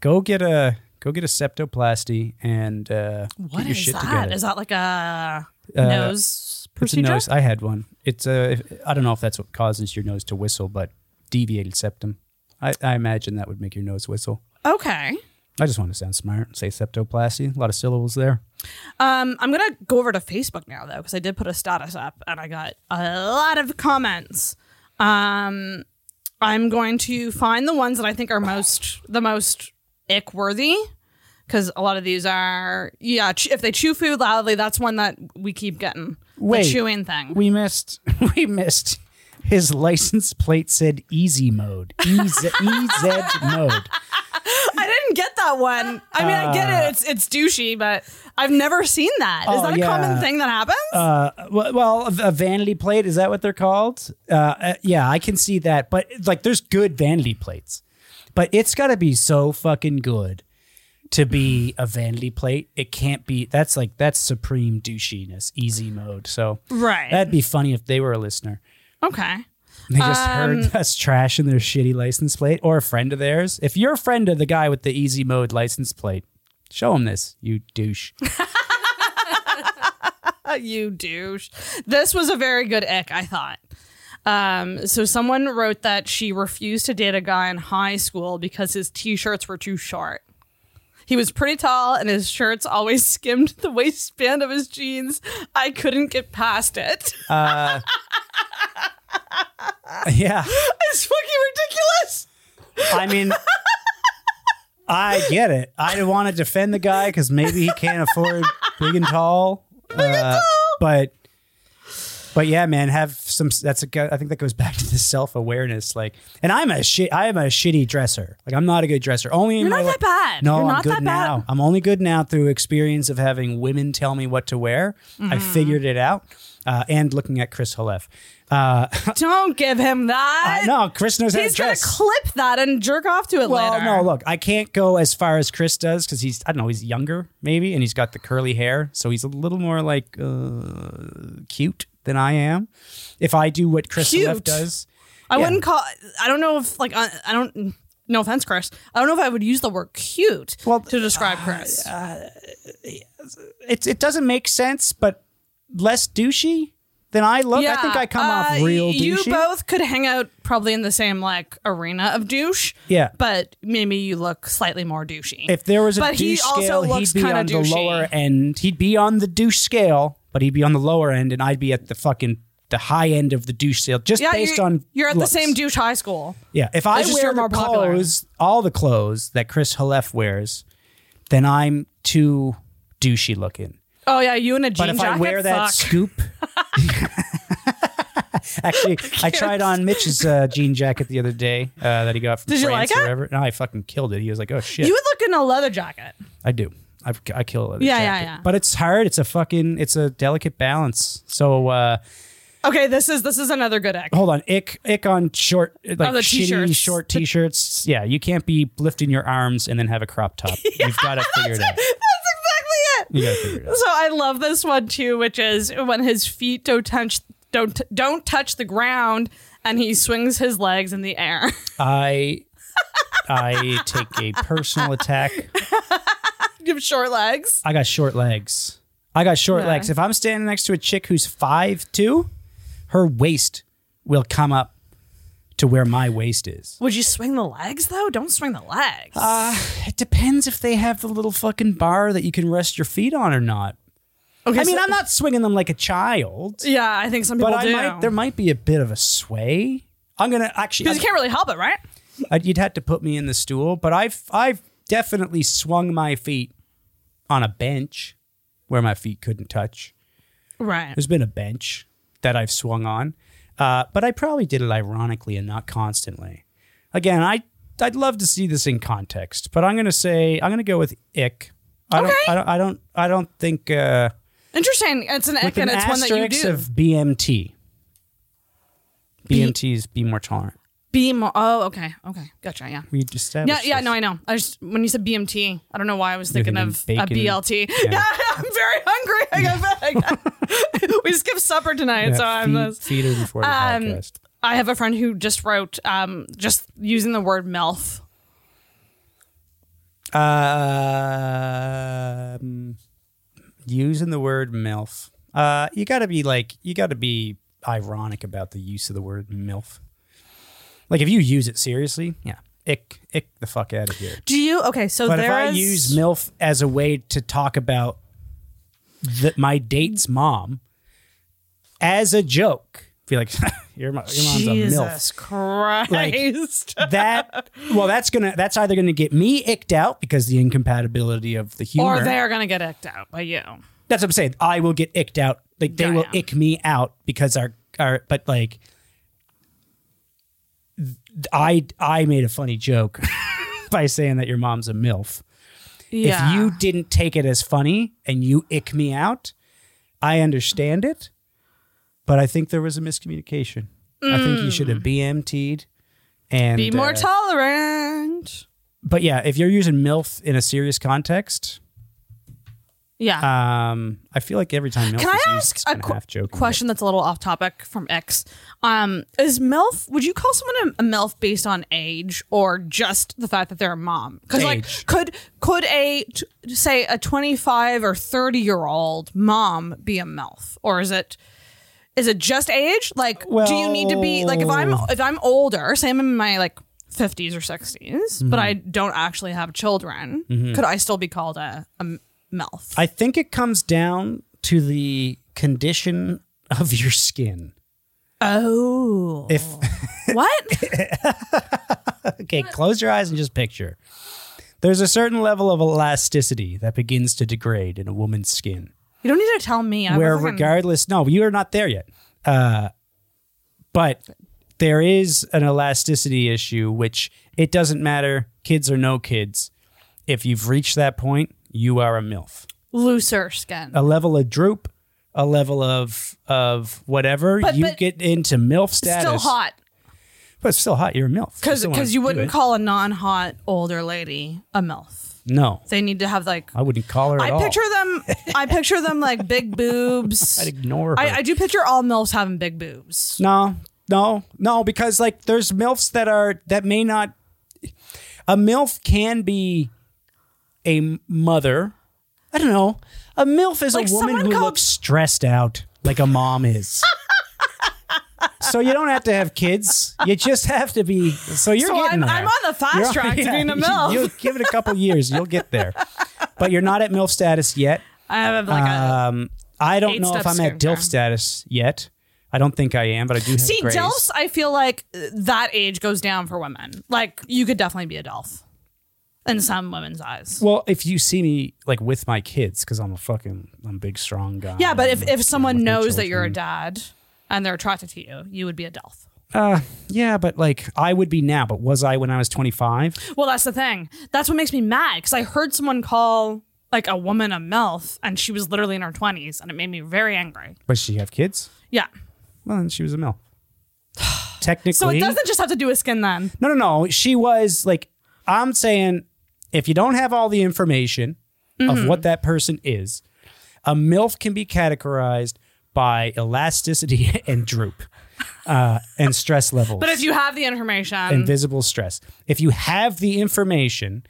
[SPEAKER 1] Go get a go get a septoplasty and uh,
[SPEAKER 2] What
[SPEAKER 1] get your
[SPEAKER 2] is
[SPEAKER 1] shit
[SPEAKER 2] that? Is
[SPEAKER 1] together. Uh,
[SPEAKER 2] that like a nose
[SPEAKER 1] it's
[SPEAKER 2] procedure?
[SPEAKER 1] a nose. I had one. It's a. If, I don't know if that's what causes your nose to whistle, but deviated septum. I, I imagine that would make your nose whistle.
[SPEAKER 2] Okay.
[SPEAKER 1] I just want to sound smart and say septoplasty. A lot of syllables there.
[SPEAKER 2] Um, I'm gonna go over to Facebook now though, because I did put a status up and I got a lot of comments. Um, I'm going to find the ones that I think are most the most ick worthy, because a lot of these are yeah. ch- If they chew food loudly, that's one that we keep getting
[SPEAKER 1] Wait.
[SPEAKER 2] the chewing thing.
[SPEAKER 1] We missed. (laughs) We missed. His license plate said easy (laughs) mode. EZ, EZ mode.
[SPEAKER 2] I didn't get that one. I mean, I get it. It's it's douchey, but I've never seen that. Is
[SPEAKER 1] Uh. Oh,
[SPEAKER 2] that a
[SPEAKER 1] yeah.
[SPEAKER 2] common thing that happens?
[SPEAKER 1] Uh, well, well, a vanity plate is that what they're called? Uh, uh, yeah, I can see that. But like, there's good vanity plates, but it's got to be so fucking good to be a vanity plate. It can't be. That's like that's supreme douchiness, easy mode. So
[SPEAKER 2] right.
[SPEAKER 1] that'd be funny if they were a listener.
[SPEAKER 2] okay.
[SPEAKER 1] They just heard us trashing their shitty license plate or a friend of theirs. If you're a friend of the guy with the easy mode license plate, show him this, you douche. (laughs)
[SPEAKER 2] (laughs) you douche. This was a very good ick, I thought. Um, so someone wrote that she refused to date a guy in high school because his t-shirts were too short. He was pretty tall and his shirts always (laughs) skimmed the waistband of his jeans. I couldn't get past it. (laughs)
[SPEAKER 1] yeah.
[SPEAKER 2] it's fucking ridiculous.
[SPEAKER 1] I mean, I get it. I want to defend the guy because maybe he can't afford big and tall. Uh, but but yeah, man, have some. That's a. go- I think that goes back to the self awareness. Like, and I'm a shit. I am a shitty dresser. Like, I'm not a good dresser. Only in
[SPEAKER 2] You're
[SPEAKER 1] my
[SPEAKER 2] not
[SPEAKER 1] li-
[SPEAKER 2] that bad.
[SPEAKER 1] No,
[SPEAKER 2] You're
[SPEAKER 1] I'm
[SPEAKER 2] not
[SPEAKER 1] good
[SPEAKER 2] that bad.
[SPEAKER 1] now. I'm only good now through experience of having women tell me what to wear. I
[SPEAKER 2] Mm-hmm.
[SPEAKER 1] figured it out, uh, and looking at Chris Halef. Uh, (laughs)
[SPEAKER 2] Don't give him that.
[SPEAKER 1] no, Chris knows how
[SPEAKER 2] He's
[SPEAKER 1] to
[SPEAKER 2] gonna
[SPEAKER 1] dress.
[SPEAKER 2] clip that and jerk off to it
[SPEAKER 1] Well,
[SPEAKER 2] later.
[SPEAKER 1] no, look, I can't go as far as Chris does because he's, I don't know, he's younger maybe, and he's got the curly hair. So he's a little more like uh, cute than I am. If I do what Chris
[SPEAKER 2] Cute?
[SPEAKER 1] Left does,
[SPEAKER 2] I
[SPEAKER 1] Yeah.
[SPEAKER 2] wouldn't call. I don't know if like I, I don't. No offense, Chris. I don't know if I would use the word cute
[SPEAKER 1] Well, uh,
[SPEAKER 2] to describe Chris.
[SPEAKER 1] it, it doesn't make sense, but less douchey than I look. I think I come
[SPEAKER 2] uh,
[SPEAKER 1] off real douchey.
[SPEAKER 2] You both could hang out probably in the same like arena of douche.
[SPEAKER 1] Yeah.
[SPEAKER 2] but maybe you look slightly more douchey.
[SPEAKER 1] if there was a
[SPEAKER 2] But he
[SPEAKER 1] douche
[SPEAKER 2] also
[SPEAKER 1] scale, he'd
[SPEAKER 2] looks
[SPEAKER 1] be
[SPEAKER 2] kinda
[SPEAKER 1] on the
[SPEAKER 2] douchey.
[SPEAKER 1] lower end. He'd be on the douche scale, but he'd be on the lower end, and I'd be at the fucking the high end of the douche scale, just
[SPEAKER 2] yeah,
[SPEAKER 1] based
[SPEAKER 2] you're,
[SPEAKER 1] on
[SPEAKER 2] you're at
[SPEAKER 1] looks.
[SPEAKER 2] the same douche high school.
[SPEAKER 1] Yeah, if I
[SPEAKER 2] It's just
[SPEAKER 1] wear
[SPEAKER 2] you're
[SPEAKER 1] more
[SPEAKER 2] more popular.
[SPEAKER 1] clothes, all the clothes that Chris Halef wears, then I'm too douchey looking.
[SPEAKER 2] Oh yeah, you in a jean
[SPEAKER 1] But if
[SPEAKER 2] jacket.
[SPEAKER 1] I wear that
[SPEAKER 2] fuck.
[SPEAKER 1] scoop,
[SPEAKER 2] (laughs)
[SPEAKER 1] actually, I tried on Mitch's uh, jean jacket the other day uh, that he got from
[SPEAKER 2] Did you
[SPEAKER 1] France
[SPEAKER 2] like
[SPEAKER 1] or
[SPEAKER 2] it?
[SPEAKER 1] whatever. No, I fucking killed it. He was like, "Oh shit,
[SPEAKER 2] you would look in a leather jacket.
[SPEAKER 1] I do." I've, I kill it.
[SPEAKER 2] Yeah, yeah, yeah.
[SPEAKER 1] But it's hard. It's a fucking. It's a delicate balance. So uh,
[SPEAKER 2] Okay, this is this is another good act. (laughs)
[SPEAKER 1] hold on, ick, ick on short, like
[SPEAKER 2] the
[SPEAKER 1] shitty
[SPEAKER 2] t-shirts.
[SPEAKER 1] short t-shirts. Yeah, you can't be lifting your arms and then have a crop top. You've got to figure it out.
[SPEAKER 2] That's exactly
[SPEAKER 1] You
[SPEAKER 2] it.
[SPEAKER 1] got to figure it out.
[SPEAKER 2] So I love this one too, which is when his feet don't touch don't don't touch the ground and he swings his legs in the air. (laughs)
[SPEAKER 1] I I take a personal attack.
[SPEAKER 2] you have short legs.
[SPEAKER 1] I got short legs. I got short
[SPEAKER 2] Yeah.
[SPEAKER 1] legs. If I'm standing next to a chick who's five two, her waist will come up to where my waist is.
[SPEAKER 2] Would you swing the legs though? Don't swing the legs.
[SPEAKER 1] Uh, it depends if they have the little fucking bar that you can rest your feet on or not.
[SPEAKER 2] Okay,
[SPEAKER 1] I mean,
[SPEAKER 2] so-
[SPEAKER 1] I'm not swinging them like a child,
[SPEAKER 2] Yeah, I think some people
[SPEAKER 1] but I
[SPEAKER 2] do.
[SPEAKER 1] might. There might be a bit of a sway. I'm gonna actually.
[SPEAKER 2] because you can't really help it, right?
[SPEAKER 1] I, you'd have to put me in the stool, but I've I've definitely swung my feet on a bench where my feet couldn't touch.
[SPEAKER 2] Right.
[SPEAKER 1] There's been a bench that I've swung on, uh, but I probably did it ironically and not constantly. Again, I I'd love to see this in context, but I'm gonna say I'm gonna go with ick. I don't,
[SPEAKER 2] Okay.
[SPEAKER 1] I don't I don't I don't think uh,
[SPEAKER 2] Interesting. It's an
[SPEAKER 1] with
[SPEAKER 2] ick
[SPEAKER 1] an
[SPEAKER 2] and it's one that you
[SPEAKER 1] asterisk
[SPEAKER 2] do.
[SPEAKER 1] of BMT. BMT is be more tolerant.
[SPEAKER 2] Be more. Oh, okay. Okay. Gotcha. Yeah.
[SPEAKER 1] We just
[SPEAKER 2] Yeah, yeah, no, I know. I just when you said BMT, I don't know why I was
[SPEAKER 1] You're
[SPEAKER 2] thinking,
[SPEAKER 1] thinking
[SPEAKER 2] of uh,
[SPEAKER 1] bacon.
[SPEAKER 2] a BLT.
[SPEAKER 1] Yeah.
[SPEAKER 2] (laughs) Yeah. I'm very hungry. I (laughs)
[SPEAKER 1] (laughs)
[SPEAKER 2] got back. we skipped supper tonight, so I'm.
[SPEAKER 1] feed,
[SPEAKER 2] This.
[SPEAKER 1] feed her before the
[SPEAKER 2] uh, Um,
[SPEAKER 1] podcast.
[SPEAKER 2] I have a friend who just wrote, um, just using the word MILF.
[SPEAKER 1] Um, using the word MILF. Uh, you got to be like, you got to be ironic about the use of the word MILF. Like, if you use it seriously, yeah, ick, ick the fuck out of here.
[SPEAKER 2] Do you? Okay, so
[SPEAKER 1] But
[SPEAKER 2] there
[SPEAKER 1] if I
[SPEAKER 2] is-
[SPEAKER 1] use MILF as a way to talk about the, my date's mom as a joke, be like, (laughs) your, mo- your mom's a MILF
[SPEAKER 2] Jesus Christ.
[SPEAKER 1] that well that's gonna that's either gonna get me icked out because the incompatibility of the humor
[SPEAKER 2] (laughs) or they're gonna get icked out by you.
[SPEAKER 1] that's what i'm saying i will get icked out like they will
[SPEAKER 2] Damn.
[SPEAKER 1] ick me out because our our but like th- i i made a funny joke (laughs) by saying that your mom's a milf
[SPEAKER 2] Yeah.
[SPEAKER 1] if you didn't take it as funny and you ick me out i understand it but i think there was a miscommunication i think you should have bmt'd and
[SPEAKER 2] Mm. be more
[SPEAKER 1] uh,
[SPEAKER 2] tolerant.
[SPEAKER 1] but yeah, if you're using MILF in a serious context,
[SPEAKER 2] Yeah.
[SPEAKER 1] um, I feel like every time MILF
[SPEAKER 2] Can
[SPEAKER 1] is
[SPEAKER 2] I
[SPEAKER 1] used, it's
[SPEAKER 2] ask a
[SPEAKER 1] kind of
[SPEAKER 2] qu-
[SPEAKER 1] half joking.
[SPEAKER 2] question that's a little off topic from X? Um, is MILF, would you call someone a, a MILF based on age or just the fact that they're a mom? Because, like,
[SPEAKER 1] Age.
[SPEAKER 2] could could a, t- say, a 25 or 30 year old mom be a MILF? Or is it. Is it just age? Like, do you need to be like if I'm
[SPEAKER 1] Well-
[SPEAKER 2] if I'm older, say I'm in my like fifties or 60s but
[SPEAKER 1] Mm-hmm.
[SPEAKER 2] I don't actually have children, could I still be called a, a MILF?
[SPEAKER 1] I think it comes down to the condition of your skin.
[SPEAKER 2] oh,
[SPEAKER 1] If
[SPEAKER 2] (laughs) what?
[SPEAKER 1] okay, close your eyes and just picture. There's a certain level of elasticity that begins to degrade in a woman's skin,
[SPEAKER 2] You don't need to tell me. I
[SPEAKER 1] where
[SPEAKER 2] was fucking-
[SPEAKER 1] regardless, no, you are not there yet. Uh, but there is an elasticity issue, which it doesn't matter, kids or no kids. If you've reached that point, you are a MILF.
[SPEAKER 2] looser skin.
[SPEAKER 1] a level of droop, a level of of whatever
[SPEAKER 2] But-
[SPEAKER 1] you
[SPEAKER 2] but-
[SPEAKER 1] get into MILF
[SPEAKER 2] It's
[SPEAKER 1] status.
[SPEAKER 2] still hot
[SPEAKER 1] but it's still hot. You're a MILF
[SPEAKER 2] because
[SPEAKER 1] still wanna
[SPEAKER 2] you
[SPEAKER 1] do
[SPEAKER 2] wouldn't
[SPEAKER 1] it.
[SPEAKER 2] call a non-hot older lady a milf.
[SPEAKER 1] No,
[SPEAKER 2] They need to have like
[SPEAKER 1] I wouldn't call her. At
[SPEAKER 2] I
[SPEAKER 1] all.
[SPEAKER 2] picture
[SPEAKER 1] (laughs)
[SPEAKER 2] them. I picture them like big boobs.
[SPEAKER 1] I'd ignore her.
[SPEAKER 2] I, I do picture all milfs having big boobs.
[SPEAKER 1] no, no, no, because like there's MILFs that are that may not. A MILF can be a mother. I don't know. A MILF is
[SPEAKER 2] Like
[SPEAKER 1] a woman
[SPEAKER 2] someone
[SPEAKER 1] who
[SPEAKER 2] called-
[SPEAKER 1] looks stressed out, like a mom
[SPEAKER 2] (laughs)
[SPEAKER 1] is. so you don't have to have kids. You just have to be. So you're
[SPEAKER 2] So
[SPEAKER 1] getting
[SPEAKER 2] I'm,
[SPEAKER 1] there.
[SPEAKER 2] I'm on the fast
[SPEAKER 1] You're-
[SPEAKER 2] track to
[SPEAKER 1] (laughs) yeah,
[SPEAKER 2] being a milf.
[SPEAKER 1] You'll give it a couple years, you'll get there. But you're not at MILF status yet.
[SPEAKER 2] I have like a
[SPEAKER 1] Um, I don't
[SPEAKER 2] Eight
[SPEAKER 1] know if
[SPEAKER 2] steps
[SPEAKER 1] I'm at
[SPEAKER 2] sooner.
[SPEAKER 1] DILF status yet. I don't think I am, but I do have
[SPEAKER 2] see
[SPEAKER 1] grays.
[SPEAKER 2] delfs. I feel like uh, that age goes down for women. Like you could definitely be a delf in some women's eyes.
[SPEAKER 1] Well, if you see me like with my kids, because I'm a fucking, I'm a big, strong guy.
[SPEAKER 2] Yeah, but if,
[SPEAKER 1] I'm,
[SPEAKER 2] if someone
[SPEAKER 1] with my
[SPEAKER 2] knows that you're a
[SPEAKER 1] children.
[SPEAKER 2] dad and they're attracted to you, you would be a delf.
[SPEAKER 1] uh, yeah, but like I would be now, but was I when I was 25?
[SPEAKER 2] Well, that's the thing. That's what makes me mad because I heard someone call like a woman a MILF and she was literally in her 20s and it made me very angry.
[SPEAKER 1] But she have kids?
[SPEAKER 2] Yeah.
[SPEAKER 1] Well, then she was a
[SPEAKER 2] (sighs)
[SPEAKER 1] male. Technically,
[SPEAKER 2] So it doesn't just have to do with skin then.
[SPEAKER 1] No, no, no. She was like, I'm saying, if you don't have all the information
[SPEAKER 2] Mm-hmm.
[SPEAKER 1] of what that person is, a MILF can be categorized by elasticity (laughs) and droop uh, and stress levels
[SPEAKER 2] (laughs) But mm. if you have the information,
[SPEAKER 1] and visible stress. If you have the information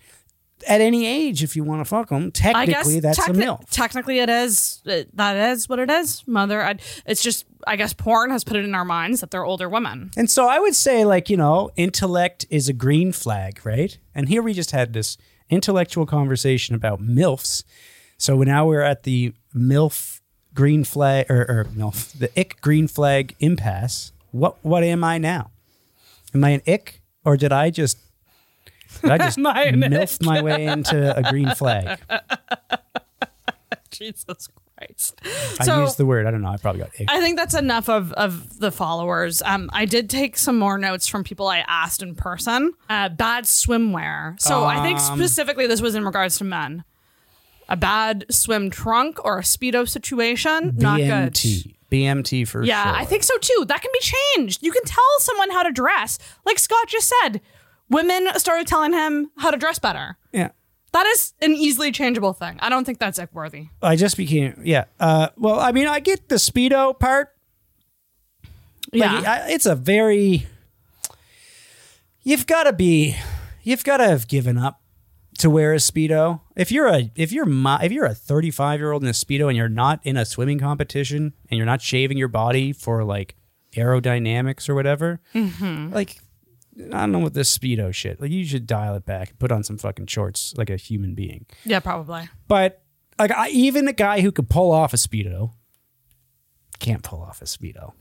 [SPEAKER 1] at any age, if you want to fuck them,
[SPEAKER 2] I guess
[SPEAKER 1] technically that's
[SPEAKER 2] techni-
[SPEAKER 1] a MILF.
[SPEAKER 2] technically it is. it- that is what it is, mother. i it's just, I guess porn has put it in our minds that they're
[SPEAKER 1] (laughs)
[SPEAKER 2] older women. (laughs)
[SPEAKER 1] And so I would say, like, you know, intellect is a green flag, right? And here we just had this intellectual conversation about MILFs. So now we're at the MILF green flag or, or no f- the ick green flag impasse. What what am I now? Am I an ick or did I just did I
[SPEAKER 2] (laughs)
[SPEAKER 1] just
[SPEAKER 2] Am I an
[SPEAKER 1] milf my way into a green flag?
[SPEAKER 2] Jesus Christ.
[SPEAKER 1] I
[SPEAKER 2] (laughs) So-
[SPEAKER 1] used the word. I don't know. I probably got ick.
[SPEAKER 2] I think that's enough of, of the followers. Um, I did take some more notes from people I asked in person. Uh, bad swimwear. So I think
[SPEAKER 1] Um,
[SPEAKER 2] specifically this was in regards to men. A bad swim trunk or a speedo situation, not good.
[SPEAKER 1] BMT. BMT for
[SPEAKER 2] Oh Yeah,
[SPEAKER 1] sure.
[SPEAKER 2] I think so too. That can be changed. You can tell someone how to dress. Like Scott just said, women started telling him how to dress better.
[SPEAKER 1] Yeah.
[SPEAKER 2] That is an easily changeable thing. I don't think that's ick worthy.
[SPEAKER 1] I just became yeah. Uh, well, I mean, I get the speedo part.
[SPEAKER 2] Yeah.
[SPEAKER 1] Like, I, it's a very. You've got to be, you've got to have given up to wear a speedo. If you're a if you're my, if you're a 35 year old in a speedo and you're not in a swimming competition and you're not shaving your body for like aerodynamics or whatever, like I don't know what this speedo shit. Like you should dial it back and put on some fucking shorts like a human being.
[SPEAKER 2] yeah, probably.
[SPEAKER 1] But like I, even a guy who could pull off a speedo can't pull off a speedo.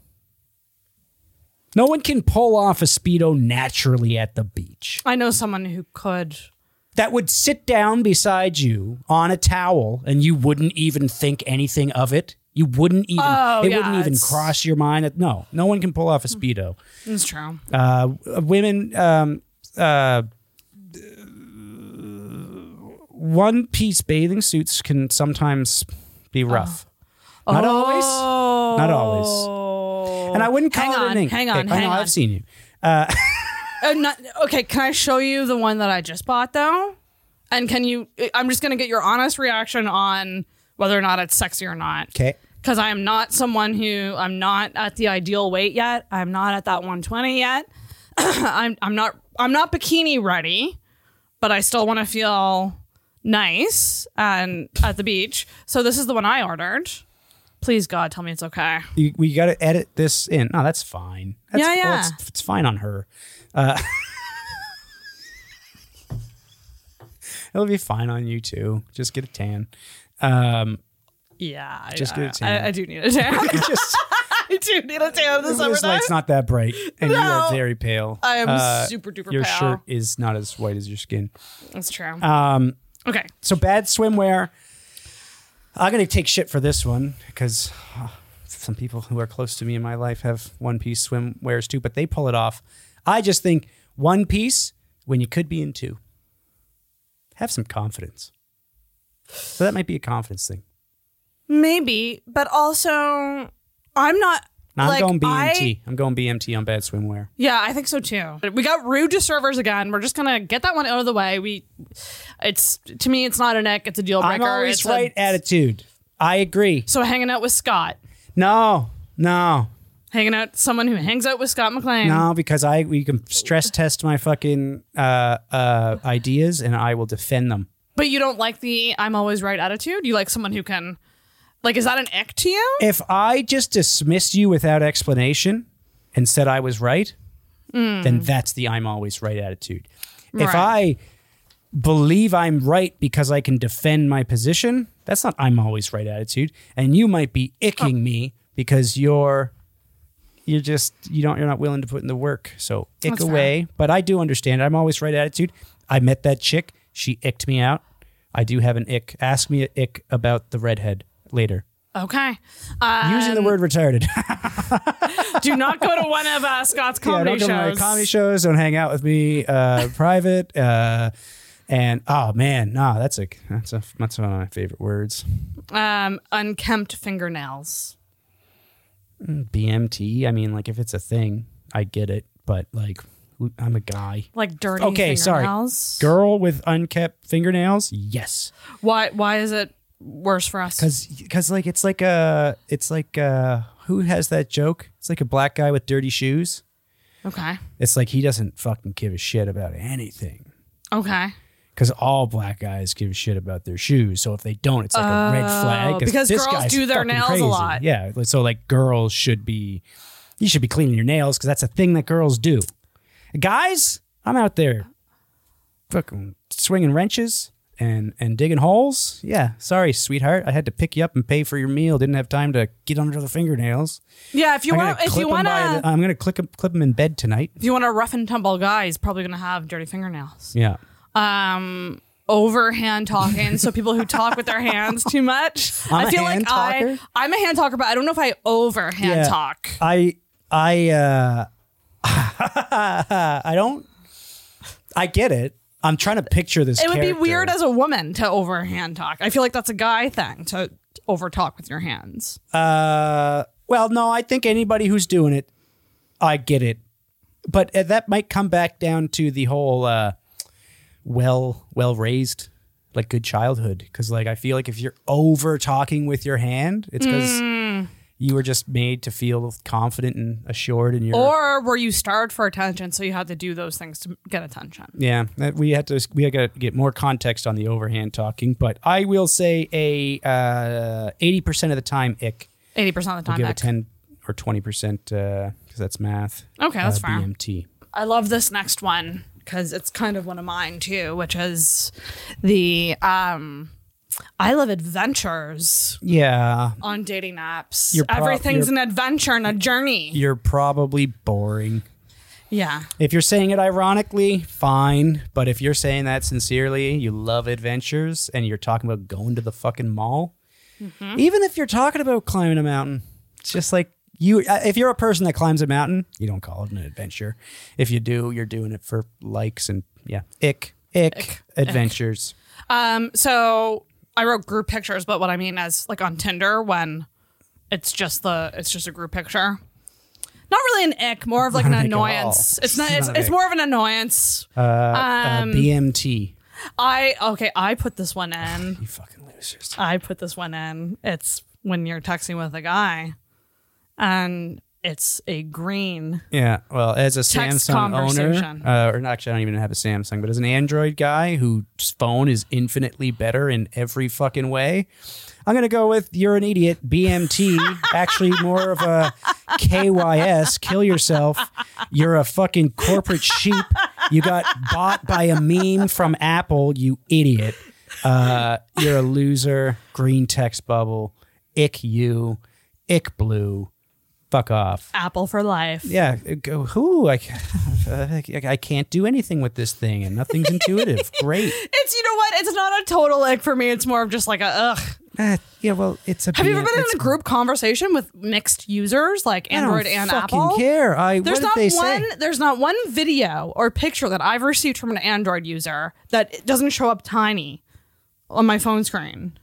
[SPEAKER 1] No one can pull off a speedo naturally at the beach.
[SPEAKER 2] I know someone who could.
[SPEAKER 1] That would sit down beside you on a towel and you wouldn't even think anything of it. You wouldn't even
[SPEAKER 2] Oh,
[SPEAKER 1] it
[SPEAKER 2] yeah,
[SPEAKER 1] wouldn't even
[SPEAKER 2] it's-
[SPEAKER 1] cross your mind that no, no one can pull off a speedo.
[SPEAKER 2] It's true.
[SPEAKER 1] Uh, women um uh one piece bathing suits can sometimes
[SPEAKER 2] Oh.
[SPEAKER 1] be rough. Not always. Not
[SPEAKER 2] always.
[SPEAKER 1] And I wouldn't call
[SPEAKER 2] hang
[SPEAKER 1] it
[SPEAKER 2] on,
[SPEAKER 1] an ink.
[SPEAKER 2] Hang on,
[SPEAKER 1] pick. I
[SPEAKER 2] hang
[SPEAKER 1] know,
[SPEAKER 2] on.
[SPEAKER 1] I've seen you.
[SPEAKER 2] Uh, not- okay, can I show you the one that I just bought though? And can you? I'm just gonna get your honest reaction on whether or not it's sexy or not.
[SPEAKER 1] Okay.
[SPEAKER 2] Because I am not someone who I'm not at the ideal weight yet. I'm not at that 120 yet. (clears throat) I'm I'm not I'm not bikini ready, but I still want to feel nice and at the beach. So this is the one I ordered. Please God, tell me it's okay.
[SPEAKER 1] You, we got to edit this in. No, that's fine. That's,
[SPEAKER 2] Yeah,
[SPEAKER 1] well,
[SPEAKER 2] yeah.
[SPEAKER 1] it's, it's fine on her. Uh, (laughs) it'll be fine on you too. Just get a tan. Um,
[SPEAKER 2] Yeah,
[SPEAKER 1] Just
[SPEAKER 2] yeah.
[SPEAKER 1] get a tan.
[SPEAKER 2] I, I do need a tan. (laughs)
[SPEAKER 1] it's just
[SPEAKER 2] I do need a tan this
[SPEAKER 1] this
[SPEAKER 2] summertime.
[SPEAKER 1] light's not that bright, and you
[SPEAKER 2] No.
[SPEAKER 1] are very pale.
[SPEAKER 2] I am
[SPEAKER 1] Uh,
[SPEAKER 2] super duper
[SPEAKER 1] Your
[SPEAKER 2] pale.
[SPEAKER 1] shirt is not as white as your skin.
[SPEAKER 2] That's true.
[SPEAKER 1] Um,
[SPEAKER 2] okay.
[SPEAKER 1] so bad swimwear. I'm gonna take shit for this one because some people who are close to me in my life have one piece swimwears too, but they pull it off. I just think one piece when you could be in two. Have some confidence. So that might be a confidence thing.
[SPEAKER 2] Maybe, but also I'm not
[SPEAKER 1] No, I'm
[SPEAKER 2] like,
[SPEAKER 1] going
[SPEAKER 2] I-
[SPEAKER 1] BMT. I, am going BMT on bad swimwear.
[SPEAKER 2] Yeah, I think so too. We got rude to servers again. We're just gonna get that one out of the way. We, it's to me, it's not a neck. It's a deal
[SPEAKER 1] I'm
[SPEAKER 2] breaker.
[SPEAKER 1] always
[SPEAKER 2] it's a-
[SPEAKER 1] right attitude. I agree.
[SPEAKER 2] so hanging out with Scott,
[SPEAKER 1] No, no,
[SPEAKER 2] hanging out someone who hangs out with Scott McLean.
[SPEAKER 1] No, because I we can stress test my fucking uh, uh, ideas, and I will defend them.
[SPEAKER 2] But you don't like the I'm always right attitude. You like someone who can, like, is that an ick to you?
[SPEAKER 1] If I just dismissed you without explanation and said I was right, then that's the I'm always right attitude. If I
[SPEAKER 2] Hmm. Right.
[SPEAKER 1] believe I'm right because I can defend my position, that's not I'm always right attitude. And you might be icking me because you're you're just you don't you're not willing to put in the work. So ick
[SPEAKER 2] That's fair.
[SPEAKER 1] away. But I do understand. I'm always right attitude. I met that chick. She icked me out. I do have an ick. Ask me an ick about the redhead later.
[SPEAKER 2] Okay. Uh,
[SPEAKER 1] Using the word retarded. (laughs)
[SPEAKER 2] do not go to one of uh, Scott's
[SPEAKER 1] yeah,
[SPEAKER 2] comedy
[SPEAKER 1] don't come to my
[SPEAKER 2] shows.
[SPEAKER 1] comedy shows. Don't hang out with me
[SPEAKER 2] (laughs)
[SPEAKER 1] uh, private. Uh, and oh man, nah, that's a that's a that's one of my favorite words.
[SPEAKER 2] um, unkempt fingernails.
[SPEAKER 1] BMT. I mean, like if it's a thing, I get it. But like, who- I'm a guy.
[SPEAKER 2] Like dirty
[SPEAKER 1] Okay, sorry.
[SPEAKER 2] fingernails.
[SPEAKER 1] Girl with unkept fingernails. Yes,
[SPEAKER 2] Why? Why is it worse for us?
[SPEAKER 1] because like it's like a it's like a, who has that joke? It's like a black guy with dirty shoes.
[SPEAKER 2] Okay.
[SPEAKER 1] It's like he doesn't fucking give a shit about anything.
[SPEAKER 2] Okay.
[SPEAKER 1] because all black guys give a shit about their shoes. So if they don't, it's like a red flag.
[SPEAKER 2] Oh, because
[SPEAKER 1] this
[SPEAKER 2] girls
[SPEAKER 1] guy's
[SPEAKER 2] do their
[SPEAKER 1] fucking
[SPEAKER 2] nails a
[SPEAKER 1] crazy.
[SPEAKER 2] lot.
[SPEAKER 1] Yeah, like- so like girls should be, you should be cleaning your nails because that's a thing that girls do. Guys, I'm out there fucking swinging wrenches and and digging holes. Yeah, sorry, sweetheart. I had to pick you up and pay for your meal. Didn't have time to get under the fingernails.
[SPEAKER 2] Yeah, if you
[SPEAKER 1] I'm
[SPEAKER 2] want,
[SPEAKER 1] gonna
[SPEAKER 2] if
[SPEAKER 1] clip
[SPEAKER 2] you
[SPEAKER 1] 'em
[SPEAKER 2] want
[SPEAKER 1] by the- uh,
[SPEAKER 2] to,
[SPEAKER 1] I'm gonna click 'em- clip him in bed tonight.
[SPEAKER 2] if you want a rough and tumble guy, he's probably gonna have dirty fingernails.
[SPEAKER 1] Yeah.
[SPEAKER 2] Um, overhand talking. so people who talk with their hands too much.
[SPEAKER 1] (laughs) I'm
[SPEAKER 2] I
[SPEAKER 1] a
[SPEAKER 2] feel like
[SPEAKER 1] hand
[SPEAKER 2] I,
[SPEAKER 1] talker?
[SPEAKER 2] I'm a hand talker, but I don't know if I overhand
[SPEAKER 1] Yeah.
[SPEAKER 2] talk.
[SPEAKER 1] I I uh (laughs) I don't I get it. I'm trying to picture this.
[SPEAKER 2] It would be
[SPEAKER 1] character.
[SPEAKER 2] weird as a woman to overhand talk. I feel like that's a guy thing to over talk with your hands.
[SPEAKER 1] Uh, well, no, I think anybody who's doing it, I get it, but uh, that might come back down to the whole uh, well, well raised, like good childhood. Because like I feel like if you're over talking with your hand, it's because
[SPEAKER 2] Mm.
[SPEAKER 1] you were just made to feel confident and assured in your.
[SPEAKER 2] Or were you starved for attention, so you had to do those things to get attention?
[SPEAKER 1] yeah, that- we had to we had to get more context on the overhand talking, but I will say a eighty percent of the time, ick.
[SPEAKER 2] Eighty percent of the
[SPEAKER 1] I'll
[SPEAKER 2] time.
[SPEAKER 1] give it
[SPEAKER 2] Nick.
[SPEAKER 1] ten or twenty percent because that's math. Uh,
[SPEAKER 2] Okay, that's fair.
[SPEAKER 1] BMT.
[SPEAKER 2] I love this next one because it's kind of one of mine too, which is the um, I love adventures
[SPEAKER 1] Yeah,
[SPEAKER 2] on dating apps.
[SPEAKER 1] You're prob-
[SPEAKER 2] Everything's
[SPEAKER 1] you're-
[SPEAKER 2] an adventure and a journey.
[SPEAKER 1] you're probably boring.
[SPEAKER 2] yeah.
[SPEAKER 1] If you're saying it ironically, fine. But if you're saying that sincerely, you love adventures and you're talking about going to the fucking mall, even if you're talking about climbing a mountain, it's just like you. uh, If you're a person that climbs a mountain, you don't call it an adventure. If you do, you're doing it for likes and yeah, ick, ick, adventures.
[SPEAKER 2] Um, so I wrote group pictures, but what I mean is like on Tinder when it's just the it's just a group picture. Not really an ick, more of like an
[SPEAKER 1] Not an ick at all.
[SPEAKER 2] annoyance. It's not.
[SPEAKER 1] It's
[SPEAKER 2] It's,
[SPEAKER 1] not an
[SPEAKER 2] it's
[SPEAKER 1] ick.
[SPEAKER 2] more of an annoyance.
[SPEAKER 1] Uh, BMT.
[SPEAKER 2] I okay. I put this one in.
[SPEAKER 1] You fucking losers.
[SPEAKER 2] I put this one in. It's when you're texting with a guy, and it's a green.
[SPEAKER 1] Yeah, well, as a
[SPEAKER 2] Text
[SPEAKER 1] Samsung owner,
[SPEAKER 2] conversation.
[SPEAKER 1] uh, or actually, I don't even have a Samsung, but as an Android guy whose phone is infinitely better in every fucking way, I'm gonna go with you're an idiot.
[SPEAKER 2] (laughs)
[SPEAKER 1] BMT, actually more of a KYS, kill yourself. You're a fucking corporate sheep. You got bought by a meme from Apple. You idiot. Uh, you're a loser. Green text bubble. Ick you. Ick blue. Fuck off.
[SPEAKER 2] Apple for life.
[SPEAKER 1] Yeah, it go, who I, ca- (laughs) I I can't do anything with this thing, and nothing's (laughs) intuitive. Great.
[SPEAKER 2] It's you know what? It's not a total ick for me. It's more of just like a ugh.
[SPEAKER 1] Ah, yeah, well, it's a.
[SPEAKER 2] Have you ever
[SPEAKER 1] BM
[SPEAKER 2] been in
[SPEAKER 1] it's-
[SPEAKER 2] a group conversation with mixed users like
[SPEAKER 1] I don't
[SPEAKER 2] Android and
[SPEAKER 1] fucking
[SPEAKER 2] Apple?
[SPEAKER 1] care. I
[SPEAKER 2] There's
[SPEAKER 1] what
[SPEAKER 2] not
[SPEAKER 1] did they
[SPEAKER 2] one.
[SPEAKER 1] say?
[SPEAKER 2] There's not one video or picture that I've received from an Android user that it doesn't show up tiny on my phone screen.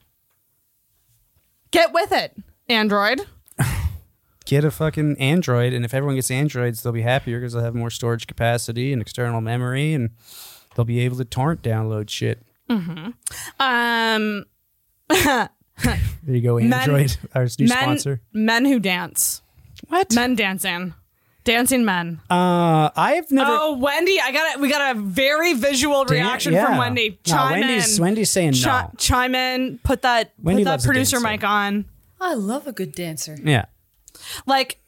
[SPEAKER 2] Get with it, Android.
[SPEAKER 1] Get a fucking Android, and if everyone gets Androids, they'll be happier because they'll have more storage capacity and external memory, and they'll be able to torrent download shit.
[SPEAKER 2] Mm-hmm. Um,
[SPEAKER 1] (laughs) There you go, Android, our new
[SPEAKER 2] men,
[SPEAKER 1] sponsor.
[SPEAKER 2] men who dance,
[SPEAKER 1] What?
[SPEAKER 2] men dancing, dancing men.
[SPEAKER 1] Uh, I've never.
[SPEAKER 2] oh, Wendy, I got it. We got a very visual
[SPEAKER 1] Dan-
[SPEAKER 2] reaction
[SPEAKER 1] yeah.
[SPEAKER 2] from Wendy.
[SPEAKER 1] No,
[SPEAKER 2] Chime
[SPEAKER 1] Wendy's,
[SPEAKER 2] in.
[SPEAKER 1] Wendy's saying
[SPEAKER 2] Chi-
[SPEAKER 1] no.
[SPEAKER 2] Chime in. Put that.
[SPEAKER 1] Wendy
[SPEAKER 2] put that
[SPEAKER 1] loves a
[SPEAKER 2] producer
[SPEAKER 1] dancer.
[SPEAKER 2] mic on.
[SPEAKER 3] I love a good dancer.
[SPEAKER 1] Yeah.
[SPEAKER 2] like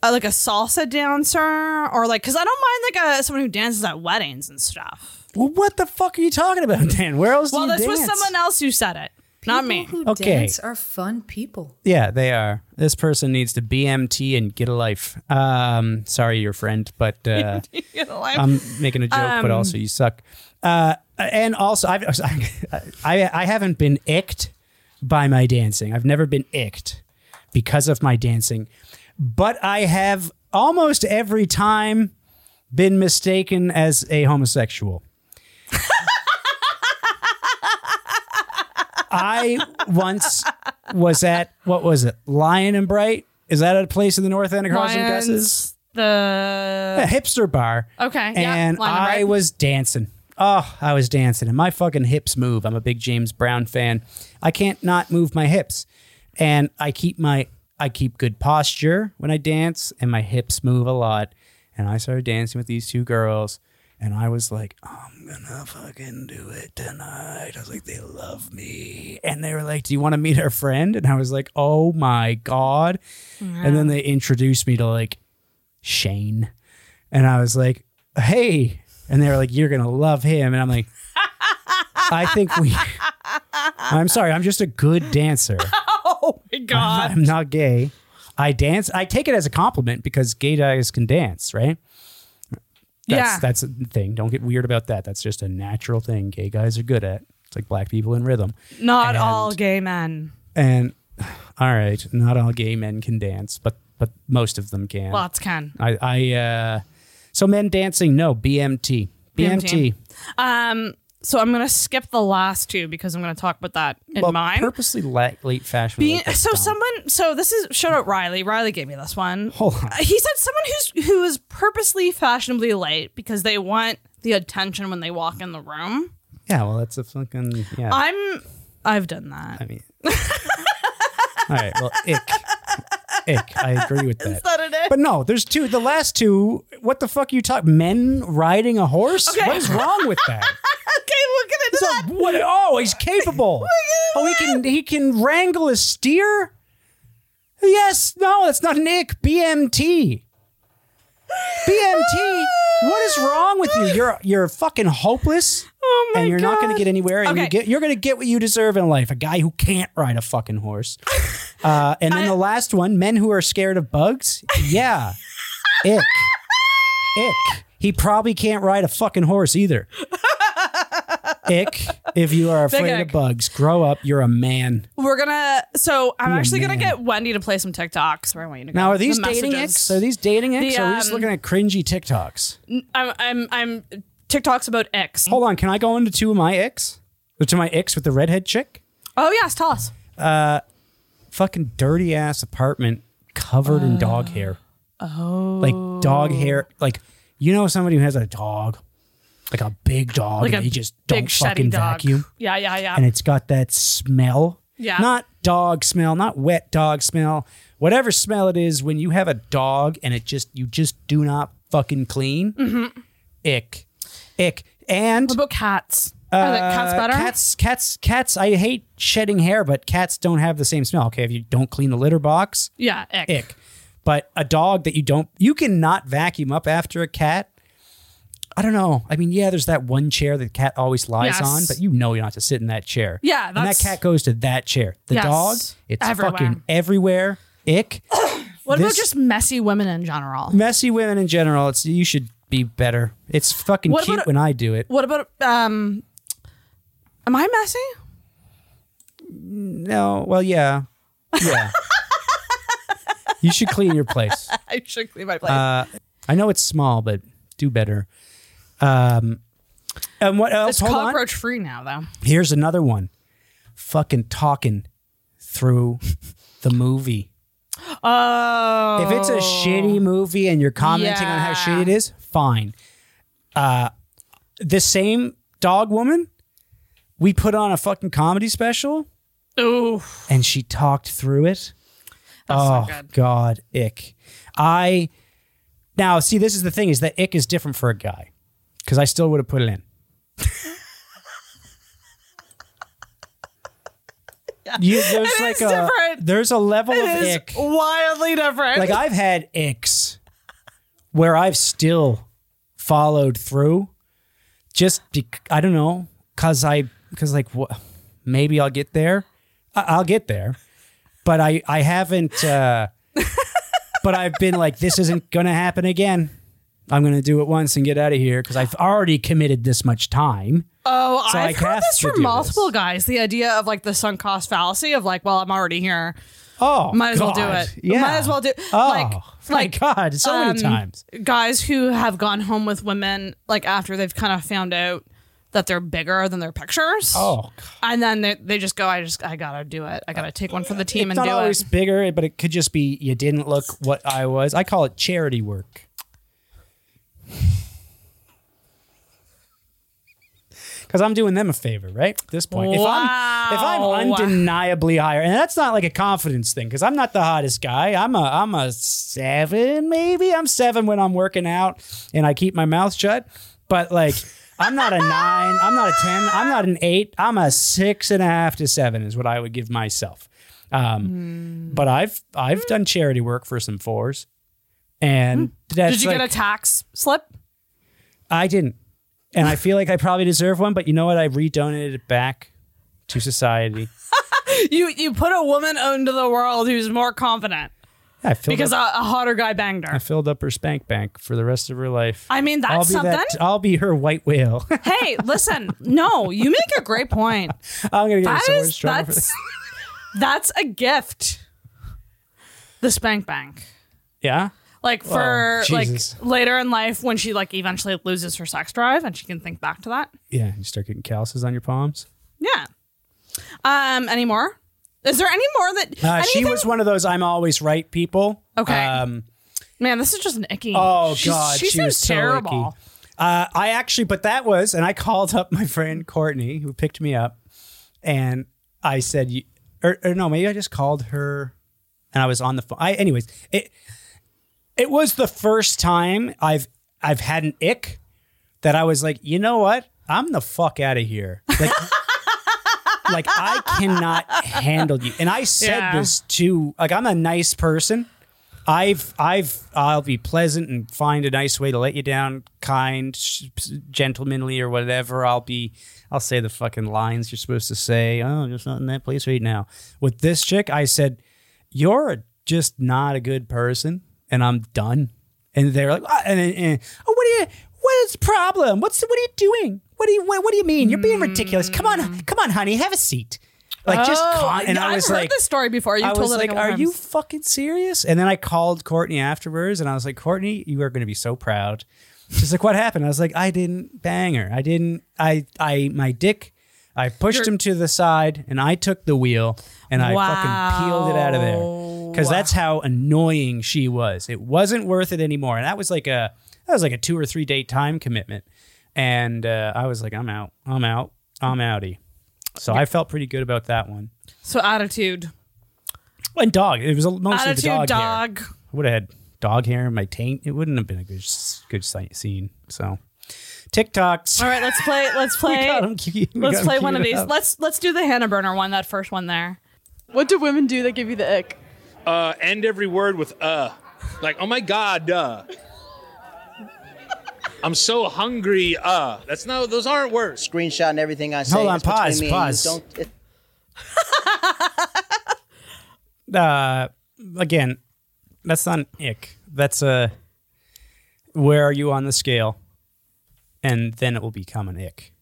[SPEAKER 2] uh, like a salsa dancer or like because I don't mind like a someone who dances at weddings and stuff.
[SPEAKER 1] Well, what the fuck are you talking about, (laughs) Dan? Where else
[SPEAKER 2] Well,
[SPEAKER 1] do you
[SPEAKER 2] this was
[SPEAKER 1] dance?
[SPEAKER 2] someone else who said it, not me.
[SPEAKER 3] People who
[SPEAKER 1] Okay.
[SPEAKER 3] dance are fun people.
[SPEAKER 1] Yeah, they are. This person needs to BMT and get a life. Um, sorry, your friend, but
[SPEAKER 2] (laughs)
[SPEAKER 1] uh,
[SPEAKER 2] You know, like-
[SPEAKER 1] I'm making a joke. but also, you suck. Uh, and also, I've, (laughs) I I haven't been icked by my dancing. I've never been icked because of my dancing, but I have almost every time been mistaken as a homosexual. (laughs) I once was at what was it? Lion and Bright? Is that a place in the North End across from
[SPEAKER 2] Lions,
[SPEAKER 1] Gus's? a
[SPEAKER 2] the
[SPEAKER 1] hipster bar.
[SPEAKER 2] Okay, yeah,
[SPEAKER 1] And
[SPEAKER 2] line of
[SPEAKER 1] I
[SPEAKER 2] right.
[SPEAKER 1] was dancing. Oh, I was dancing, and my fucking hips move. I'm a big James Brown fan. I can't not move my hips, and I keep my I keep good posture when I dance, and my hips move a lot. And I started dancing with these two girls, and I was like, I'm gonna fucking do it tonight. I was like, they love me, and they were like, Do you want to meet our friend? And I was like, Oh my god! And then they introduced me to like Shane. And I was like, hey. And they were like, you're going to love him. And I'm like, I think we. I'm sorry. I'm just a good dancer.
[SPEAKER 2] Oh
[SPEAKER 1] (laughs)
[SPEAKER 2] my god.
[SPEAKER 1] I'm not gay. I dance. I take it as a compliment because gay guys can dance, right? That's,
[SPEAKER 2] Yeah.
[SPEAKER 1] That's a thing. Don't get weird about that. That's just a natural thing gay guys are good at. It's like black people in rhythm.
[SPEAKER 2] Not
[SPEAKER 1] And-
[SPEAKER 2] all gay men.
[SPEAKER 1] And (sighs) all right, not all gay men can dance, but but most of them can.
[SPEAKER 2] Lots can.
[SPEAKER 1] I, I uh, so men dancing, no BMT. BMT.
[SPEAKER 2] BMT. Um so I'm gonna skip the last two because I'm gonna talk about that in
[SPEAKER 1] Well,
[SPEAKER 2] mine.
[SPEAKER 1] purposely late, late fashion.
[SPEAKER 2] Being,
[SPEAKER 1] like that's
[SPEAKER 2] so
[SPEAKER 1] dumb.
[SPEAKER 2] someone so this is shout out Riley. Riley gave me this one.
[SPEAKER 1] Hold on.
[SPEAKER 2] Uh, He said someone who's who is purposely fashionably late because they want the attention when they walk in the room.
[SPEAKER 1] Yeah, well, that's a fucking yeah. I,
[SPEAKER 2] I'm I've done that.
[SPEAKER 1] mean, all right. Well, ick, ick. I agree with that.
[SPEAKER 2] that it is?
[SPEAKER 1] But no, there's two. The last two. What the fuck you talk? Men riding a horse?
[SPEAKER 2] Okay.
[SPEAKER 1] What is wrong with that?
[SPEAKER 2] (laughs) Okay, look at it.
[SPEAKER 1] So what? Oh, he's capable. Oh, he can he can wrangle a steer. Yes, no, that's not Nick. BMT. BMT. What is wrong with you? You're you're fucking hopeless.
[SPEAKER 2] Oh my
[SPEAKER 1] and you're not going to
[SPEAKER 2] God.
[SPEAKER 1] get anywhere, and you
[SPEAKER 2] Okay.
[SPEAKER 1] get you're going to get what you deserve in life—a guy who can't ride a fucking
[SPEAKER 2] (laughs)
[SPEAKER 1] horse. Uh, and then the last one: men who are scared of bugs. Yeah, ick, ick. He probably can't ride a fucking horse
[SPEAKER 2] (laughs)
[SPEAKER 1] either. Ick. If you are afraid of
[SPEAKER 2] ick.
[SPEAKER 1] bugs, grow up. You're a man.
[SPEAKER 2] We're gonna. So I'm
[SPEAKER 1] Be a
[SPEAKER 2] actually gonna
[SPEAKER 1] man.
[SPEAKER 2] get Wendy to play some TikToks. Where I want you to go.
[SPEAKER 1] Now, are these
[SPEAKER 2] The
[SPEAKER 1] dating
[SPEAKER 2] messages.
[SPEAKER 1] icks? Are these dating icks?
[SPEAKER 2] The,
[SPEAKER 1] or are we just
[SPEAKER 2] um,
[SPEAKER 1] looking at cringy TikToks?
[SPEAKER 2] I'm I'm I'm TikToks about X.
[SPEAKER 1] Hold on. Can I go into two of my icks? Or To my icks with the redhead chick?
[SPEAKER 2] Oh yes, tell us.
[SPEAKER 1] fucking dirty ass apartment covered in dog hair. Oh. Like dog hair. Like, you know, somebody who has a dog, like a big dog,
[SPEAKER 2] Like
[SPEAKER 1] and
[SPEAKER 2] a
[SPEAKER 1] they just
[SPEAKER 2] big
[SPEAKER 1] don't
[SPEAKER 2] shitty
[SPEAKER 1] fucking
[SPEAKER 2] dog.
[SPEAKER 1] vacuum.
[SPEAKER 2] Yeah, yeah, yeah.
[SPEAKER 1] And it's got that smell.
[SPEAKER 2] Yeah.
[SPEAKER 1] Not dog smell, not wet dog smell. Whatever smell it is when you have a dog and it just, you just do not fucking clean.
[SPEAKER 2] Mm-hmm.
[SPEAKER 1] Ick. Ick. And
[SPEAKER 2] what about cats? Are the cats
[SPEAKER 1] uh,
[SPEAKER 2] better?
[SPEAKER 1] Cats, cats, cats. I hate shedding hair, but cats don't have the same smell. Okay, if you don't clean the litter box,
[SPEAKER 2] Yeah, ick.
[SPEAKER 1] ick. But a dog that you don't, you cannot vacuum up after a cat. I don't know. I mean, yeah, there's that one chair that the cat always lies
[SPEAKER 2] Yes.
[SPEAKER 1] on, but you know you're not to sit in that chair.
[SPEAKER 2] Yeah,
[SPEAKER 1] and that
[SPEAKER 2] that's-
[SPEAKER 1] cat goes to that chair. The
[SPEAKER 2] Yes,
[SPEAKER 1] dog, it's
[SPEAKER 2] everywhere.
[SPEAKER 1] fucking everywhere. Ick.
[SPEAKER 2] What about
[SPEAKER 1] This-
[SPEAKER 2] just messy women in general?
[SPEAKER 1] Messy women in general. It's you should be better. It's fucking
[SPEAKER 2] What about
[SPEAKER 1] cute
[SPEAKER 2] a-
[SPEAKER 1] when I do it.
[SPEAKER 2] What about um? Am I messy?
[SPEAKER 1] No, well, yeah,
[SPEAKER 2] (laughs)
[SPEAKER 1] yeah. you should clean your place.
[SPEAKER 2] I should clean my place.
[SPEAKER 1] Uh, I know it's small, but do better. Um, and what else?
[SPEAKER 2] it's
[SPEAKER 1] Hold on.
[SPEAKER 2] cockroach free now, though.
[SPEAKER 1] Here's another one. Fucking talking through the movie.
[SPEAKER 2] Oh,
[SPEAKER 1] If it's a shitty movie and you're commenting on how
[SPEAKER 2] Yeah.
[SPEAKER 1] shitty it is, fine. Uh, the same dog woman, we put on a fucking comedy special
[SPEAKER 2] ooh,
[SPEAKER 1] and she talked through it.
[SPEAKER 2] that's
[SPEAKER 1] oh
[SPEAKER 2] not good.
[SPEAKER 1] god ick i now see this is the thing is that ick is different for a guy because i still would have put it
[SPEAKER 2] (laughs)
[SPEAKER 1] in You- there's
[SPEAKER 2] It
[SPEAKER 1] like
[SPEAKER 2] is
[SPEAKER 1] a
[SPEAKER 2] different.
[SPEAKER 1] there's a level
[SPEAKER 2] It
[SPEAKER 1] of
[SPEAKER 2] is
[SPEAKER 1] ick
[SPEAKER 2] wildly different.
[SPEAKER 1] like i've had icks where i've still followed through just bec- i don't know because i because like wha- maybe i'll get there I- i'll get there but i i haven't uh (laughs) but i've been like this isn't gonna happen again i'm gonna do it once and get out of here because i've already committed this much time
[SPEAKER 2] Oh,
[SPEAKER 1] So
[SPEAKER 2] I've
[SPEAKER 1] I
[SPEAKER 2] heard
[SPEAKER 1] have
[SPEAKER 2] this
[SPEAKER 1] to
[SPEAKER 2] from
[SPEAKER 1] do
[SPEAKER 2] multiple
[SPEAKER 1] this.
[SPEAKER 2] guys. The idea of like the sunk cost fallacy of like, well, I'm already here,
[SPEAKER 1] oh
[SPEAKER 2] might as well do
[SPEAKER 1] God.
[SPEAKER 2] it.
[SPEAKER 1] yeah
[SPEAKER 2] might as well do.
[SPEAKER 1] oh
[SPEAKER 2] like,
[SPEAKER 1] my
[SPEAKER 2] like
[SPEAKER 1] god so
[SPEAKER 2] um,
[SPEAKER 1] many times
[SPEAKER 2] guys who have gone home with women like after they've kind of found out that they're bigger than their pictures.
[SPEAKER 1] oh God.
[SPEAKER 2] and then they, they just go, I just I gotta do it. I gotta take one for the team
[SPEAKER 1] it's
[SPEAKER 2] and
[SPEAKER 1] not
[SPEAKER 2] do
[SPEAKER 1] always
[SPEAKER 2] it.
[SPEAKER 1] bigger, but it could just be you didn't look what I was. I call it charity work. Because I'm doing them a favor, right? At this point, if I'm if
[SPEAKER 2] Wow.
[SPEAKER 1] I'm undeniably higher, and that's not like a confidence thing, because I'm not the hottest guy. I'm a I'm a seven, maybe I'm seven when I'm working out and I keep my mouth shut. But like, I'm
[SPEAKER 2] (laughs)
[SPEAKER 1] not a nine. I'm not a ten. I'm not an eight. I'm a six and a half to seven is what I would give myself. Um, But I've I've done charity work for some fours, and that's
[SPEAKER 2] Hmm. Did you
[SPEAKER 1] like,
[SPEAKER 2] get a tax slip?
[SPEAKER 1] I didn't. and I feel like I probably deserve one. But you know what? I redonated it back to society.
[SPEAKER 2] You you put a woman onto the world who's more confident
[SPEAKER 1] Yeah, I filled
[SPEAKER 2] because a,
[SPEAKER 1] up,
[SPEAKER 2] a hotter guy banged
[SPEAKER 1] (laughs)
[SPEAKER 2] her.
[SPEAKER 1] I filled up her spank bank for the rest of her life.
[SPEAKER 2] I mean, that's
[SPEAKER 1] I'll be
[SPEAKER 2] something.
[SPEAKER 1] That, I'll be her white whale. (laughs)
[SPEAKER 2] hey, listen, no, you make a great point.
[SPEAKER 1] I'm gonna get
[SPEAKER 2] That
[SPEAKER 1] so much
[SPEAKER 2] is
[SPEAKER 1] trouble for
[SPEAKER 2] that's
[SPEAKER 1] this.
[SPEAKER 2] (laughs) that's a gift. The spank bank.
[SPEAKER 1] Yeah.
[SPEAKER 2] Like for
[SPEAKER 1] Wow,
[SPEAKER 2] like
[SPEAKER 1] Jesus.
[SPEAKER 2] later in life when she like eventually loses her sex drive and she can think back to that.
[SPEAKER 1] Yeah, you start getting calluses on your palms.
[SPEAKER 2] Yeah. Um, any more? Is there any more that
[SPEAKER 1] Uh,
[SPEAKER 2] anything-
[SPEAKER 1] she was one of those "I'm always right" people.
[SPEAKER 2] Okay.
[SPEAKER 1] Um,
[SPEAKER 2] man, this is just an icky.
[SPEAKER 1] oh
[SPEAKER 2] She's-
[SPEAKER 1] God,
[SPEAKER 2] she,
[SPEAKER 1] she,
[SPEAKER 2] seems
[SPEAKER 1] was so
[SPEAKER 2] terrible.
[SPEAKER 1] icky. Uh, I actually, but that was, and I called up (laughs) my friend Courtney, who picked me up, and I said, you- or, or no, maybe I just called her, and I was on the phone. I, anyways, it it was the first time I've I've had an ick that I was like, you know what, I'm the fuck out of here. Like, (laughs) like I cannot handle you. And I said
[SPEAKER 2] Yeah.
[SPEAKER 1] this to like I'm a nice person. I've I've I'll be pleasant and find a nice way to let you down, kind, sh- gentlemanly or whatever. I'll be I'll say the fucking lines you're supposed to say. Oh, I'm just not in that place right now. With this chick, I said, "You're just not a good person," and I'm done. And they're like, "Ah," and, then- and, "Oh, what are you? What is the problem? What's the, what are you doing? What do you what, what do you mean? You're being ridiculous. Come on, come on, honey, have a seat." Like just
[SPEAKER 2] Mm. Oh,
[SPEAKER 1] con- and
[SPEAKER 2] yeah,
[SPEAKER 1] I
[SPEAKER 2] I've
[SPEAKER 1] was
[SPEAKER 2] heard
[SPEAKER 1] like,
[SPEAKER 2] this story before. You
[SPEAKER 1] I
[SPEAKER 2] told
[SPEAKER 1] was
[SPEAKER 2] it
[SPEAKER 1] like,
[SPEAKER 2] a couple
[SPEAKER 1] "Are
[SPEAKER 2] times.
[SPEAKER 1] you fucking serious?" And then I called Courtney afterwards, and I was like, "Courtney, you are going to be so proud." She's like, "What happened?" I was like, "I didn't bang her. I didn't. I. I. My dick. I pushed him to the side, and I took the wheel, and I fucking peeled it out of there because that's how annoying she was. It wasn't worth it anymore, and that was like a that was like a two or three day time commitment, and uh, I was like, "I'm out. I'm out. I'm outie." So I felt pretty good about that one.
[SPEAKER 2] So attitude,
[SPEAKER 1] And dog. It was mostly the
[SPEAKER 2] attitude,
[SPEAKER 1] dog. Hair.
[SPEAKER 2] dog.
[SPEAKER 1] I would have had dog hair in my taint. It wouldn't have been a good good sight- scene. So TikToks.
[SPEAKER 2] All right, let's play. Let's
[SPEAKER 1] (laughs)
[SPEAKER 2] play.
[SPEAKER 1] Got 'em cute. We
[SPEAKER 2] Let's
[SPEAKER 1] got 'em
[SPEAKER 2] play one of
[SPEAKER 1] queued
[SPEAKER 2] these.
[SPEAKER 1] up.
[SPEAKER 2] Let's let's do the Hannah Burner one. That first one there.
[SPEAKER 4] What do women do that give you the ick?
[SPEAKER 5] uh, end every word with uh. Like, oh my god, duh. I'm so hungry, uh. That's not, those aren't words.
[SPEAKER 6] Screenshotting everything I say.
[SPEAKER 1] on,
[SPEAKER 6] It's between
[SPEAKER 1] pause,
[SPEAKER 6] me and you.
[SPEAKER 1] pause.
[SPEAKER 6] Don't- it-
[SPEAKER 1] Uh, again, that's not an ick. That's a where are you on the scale, and then it will become an ick.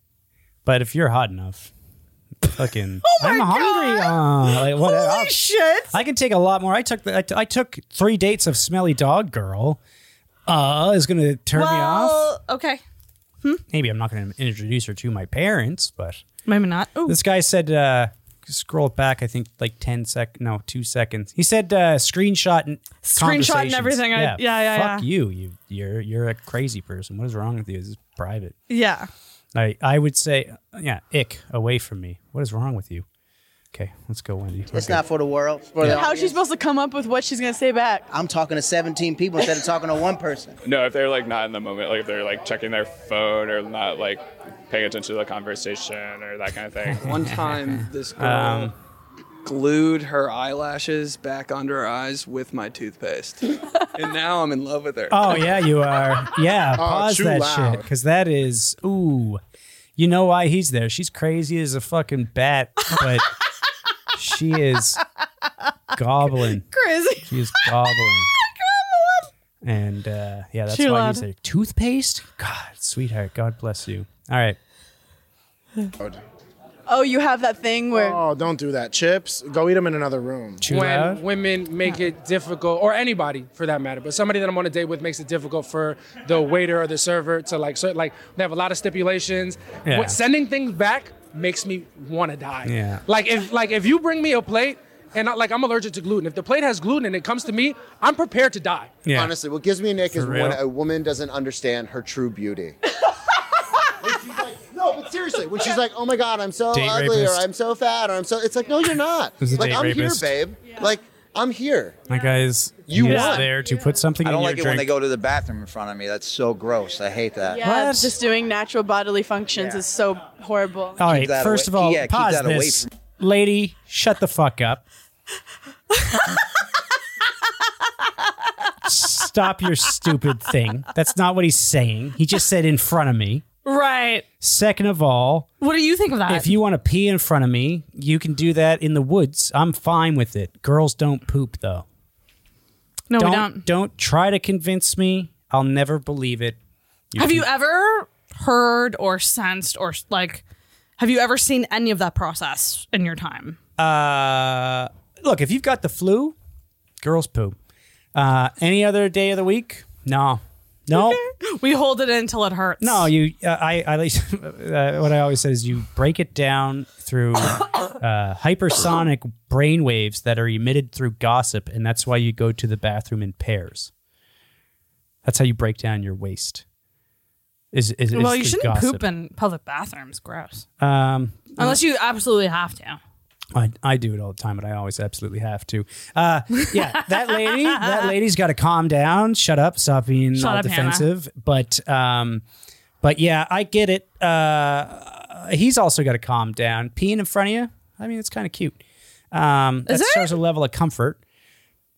[SPEAKER 1] But if you're hot enough,
[SPEAKER 2] (laughs)
[SPEAKER 1] fucking,
[SPEAKER 2] Oh
[SPEAKER 1] I'm hungry. Uh, like, whatever. I'll-
[SPEAKER 2] Shit.
[SPEAKER 1] I can take a lot more. I took the, I, t- I took three dates of smelly dog girl. Uh, is gonna turn me off.
[SPEAKER 2] Well, Oh, okay.
[SPEAKER 1] Maybe I'm not gonna introduce her to my parents, but
[SPEAKER 2] Maybe not. Ooh.
[SPEAKER 1] this guy said, uh, scroll back. I think like ten sec, no, two seconds. He said, uh, screenshot and
[SPEAKER 2] Screenshot and
[SPEAKER 1] conversations.
[SPEAKER 2] everything. I-
[SPEAKER 1] Yeah,
[SPEAKER 2] yeah, yeah,
[SPEAKER 1] Fuck
[SPEAKER 2] yeah.
[SPEAKER 1] you. You, you're you're a crazy person. What is wrong with you? This is private.
[SPEAKER 2] Yeah.
[SPEAKER 1] I I would say, yeah, ick away from me. What is wrong with you? Okay, let's go, Wendy. We're
[SPEAKER 6] it's
[SPEAKER 1] good.
[SPEAKER 6] not for the world. it's For the
[SPEAKER 4] How's she
[SPEAKER 6] audience.
[SPEAKER 4] supposed to come up with what she's gonna say back?
[SPEAKER 6] I'm talking to 17 people instead of talking to one person.
[SPEAKER 7] No, if they're like not in the moment, like if they're like checking their phone or not like paying attention to the conversation or that kind of thing.
[SPEAKER 8] One
[SPEAKER 1] (laughs)
[SPEAKER 8] time, this girl
[SPEAKER 1] Um,
[SPEAKER 8] glued her eyelashes back under her eyes with my toothpaste, and now I'm in love with her.
[SPEAKER 1] Oh yeah, you are.
[SPEAKER 9] (laughs)
[SPEAKER 1] Yeah, pause
[SPEAKER 9] Oh, too
[SPEAKER 1] that
[SPEAKER 9] loud.
[SPEAKER 1] shit because that is ooh. You know why he's there? She's crazy as a fucking bat, but she is gobbling.
[SPEAKER 2] Crazy.
[SPEAKER 1] She is
[SPEAKER 2] (laughs)
[SPEAKER 1] gobbling. And uh, yeah, that's
[SPEAKER 2] Too
[SPEAKER 1] why
[SPEAKER 2] loud.
[SPEAKER 1] you said toothpaste. God, sweetheart, God bless you. All right,
[SPEAKER 4] Oh, you have that thing where
[SPEAKER 9] Oh, don't do that. Chips, go eat them in another room.
[SPEAKER 1] too
[SPEAKER 10] when
[SPEAKER 1] loud.
[SPEAKER 10] women make it difficult, or anybody for that matter, but somebody that I'm on a date with makes it difficult for the waiter or the server to like, so, like they have a lot of stipulations.
[SPEAKER 1] Yeah.
[SPEAKER 10] What, sending things back makes me want to die.
[SPEAKER 1] Yeah.
[SPEAKER 10] Like if like if you bring me a plate. And I, like I'm allergic to gluten. If the plate has gluten and it comes to me, I'm prepared to die.
[SPEAKER 1] Yeah.
[SPEAKER 9] Honestly, what gives me an ick is
[SPEAKER 1] For real?
[SPEAKER 9] when a woman doesn't understand her true
[SPEAKER 6] (laughs)
[SPEAKER 9] beauty. When she's like, no, but seriously, when she's like, "Oh my God, I'm so
[SPEAKER 1] Date
[SPEAKER 9] ugly,"
[SPEAKER 1] rapist.
[SPEAKER 9] or "I'm so fat," or "I'm so," it's like, "No, you're not.
[SPEAKER 1] This is a
[SPEAKER 9] like
[SPEAKER 1] date
[SPEAKER 9] I'm
[SPEAKER 1] rapist.
[SPEAKER 9] here, babe. Like I'm here."
[SPEAKER 1] my guys,
[SPEAKER 9] You
[SPEAKER 1] he is
[SPEAKER 9] won.
[SPEAKER 1] there to put something
[SPEAKER 6] I
[SPEAKER 1] in
[SPEAKER 6] don't
[SPEAKER 1] your
[SPEAKER 6] like it when
[SPEAKER 1] drink.
[SPEAKER 6] they go to the bathroom in front of me. That's so gross. I hate that.
[SPEAKER 4] yeah,
[SPEAKER 1] What?
[SPEAKER 4] just doing natural bodily functions
[SPEAKER 6] Yeah.
[SPEAKER 4] is so horrible.
[SPEAKER 1] all right,
[SPEAKER 6] that
[SPEAKER 1] first
[SPEAKER 6] away-
[SPEAKER 1] of all,
[SPEAKER 6] yeah, keep
[SPEAKER 1] pause
[SPEAKER 6] that away
[SPEAKER 1] this, lady. Shut the fuck up. Stop your stupid thing. That's not what he's saying. He just said in front of me.
[SPEAKER 2] Right.
[SPEAKER 1] Second of all,
[SPEAKER 2] What do you think of that?
[SPEAKER 1] if you want to pee in front of me, you can do that in the woods. I'm fine with it. Girls don't poop though.
[SPEAKER 2] no,
[SPEAKER 1] don't,
[SPEAKER 2] we don't.
[SPEAKER 1] don't try to convince me. I'll never believe it.
[SPEAKER 2] Have you
[SPEAKER 1] can-
[SPEAKER 2] ever heard or sensed or like, have you ever seen any of that process in your time?
[SPEAKER 1] Uh, look, if you've got the flu, girls poop. Uh, any other day of the week? No, no,
[SPEAKER 2] We hold it in until it hurts.
[SPEAKER 1] no. You, uh, I, I (laughs) like uh, what I always said is you break it down through uh, hypersonic brain waves that are emitted through gossip, and that's why you go to the bathroom in pairs. That's how you break down your waste. Is is, is
[SPEAKER 2] well, you
[SPEAKER 1] through
[SPEAKER 2] shouldn't
[SPEAKER 1] gossip.
[SPEAKER 2] poop in public bathrooms. Gross.
[SPEAKER 1] Um,
[SPEAKER 2] Unless you absolutely have to.
[SPEAKER 1] I, I do it all the time, but I always absolutely have to. Uh, yeah, that
[SPEAKER 2] (laughs)
[SPEAKER 1] lady, that lady's got to calm down, shut up, stop being
[SPEAKER 2] Shut
[SPEAKER 1] all
[SPEAKER 2] up, Hannah.
[SPEAKER 1] defensive. But um, but yeah, I get it. Uh, he's also got to calm down. Peeing in front of you, I mean, it's kind of cute. Um, that
[SPEAKER 2] Is it?
[SPEAKER 1] shows a level of comfort,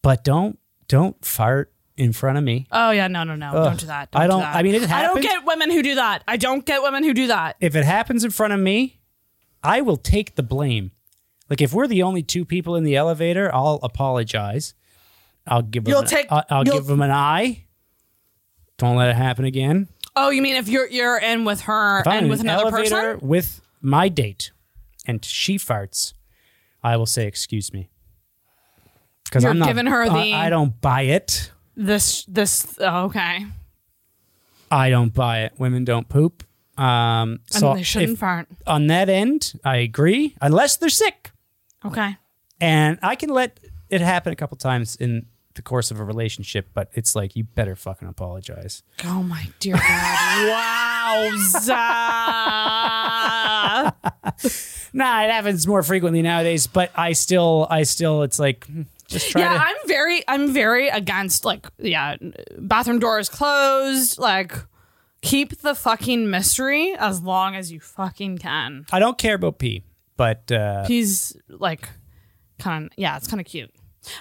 [SPEAKER 1] but don't don't fart in front of me.
[SPEAKER 2] Oh yeah, no, no, no. don't do that.
[SPEAKER 1] I
[SPEAKER 2] do
[SPEAKER 1] don't-
[SPEAKER 2] that.
[SPEAKER 1] I mean, it
[SPEAKER 2] I don't
[SPEAKER 1] happens.
[SPEAKER 2] get women who do that. I don't get women who do that.
[SPEAKER 1] If it happens in front of me, I will take the blame. Like if we're the only two people in the elevator, I'll apologize. I'll give
[SPEAKER 2] You'll
[SPEAKER 1] them,
[SPEAKER 2] take-
[SPEAKER 1] I'll, I'll
[SPEAKER 2] you'll-
[SPEAKER 1] give them an eye. Don't let it happen again.
[SPEAKER 2] Oh, you mean if you're you're in with her
[SPEAKER 1] If I'm
[SPEAKER 2] and
[SPEAKER 1] in
[SPEAKER 2] with
[SPEAKER 1] an
[SPEAKER 2] another
[SPEAKER 1] elevator
[SPEAKER 2] person?
[SPEAKER 1] with my date, and she farts, I will say, "Excuse me," because
[SPEAKER 2] You're
[SPEAKER 1] I'm not
[SPEAKER 2] giving her
[SPEAKER 1] I-
[SPEAKER 2] the-
[SPEAKER 1] I don't buy it.
[SPEAKER 2] This this oh, okay.
[SPEAKER 1] I don't buy it. Women don't poop. Um, so
[SPEAKER 2] and they shouldn't
[SPEAKER 1] if-
[SPEAKER 2] fart.
[SPEAKER 1] on that end, I agree, unless they're sick.
[SPEAKER 2] Okay.
[SPEAKER 1] and I can let it happen a couple times in the course of a relationship, but it's like you better fucking apologize.
[SPEAKER 2] Oh my dear (laughs) God. Wowza.
[SPEAKER 1] Nah, it happens more frequently nowadays, but I still, I still, it's like hmm, just try
[SPEAKER 2] yeah,
[SPEAKER 1] to.
[SPEAKER 2] I'm very I'm very against like yeah, bathroom doors closed, like keep the fucking mystery as long as you fucking can.
[SPEAKER 1] I don't care about pee, but uh,
[SPEAKER 2] He's like kind of yeah, it's kind of cute.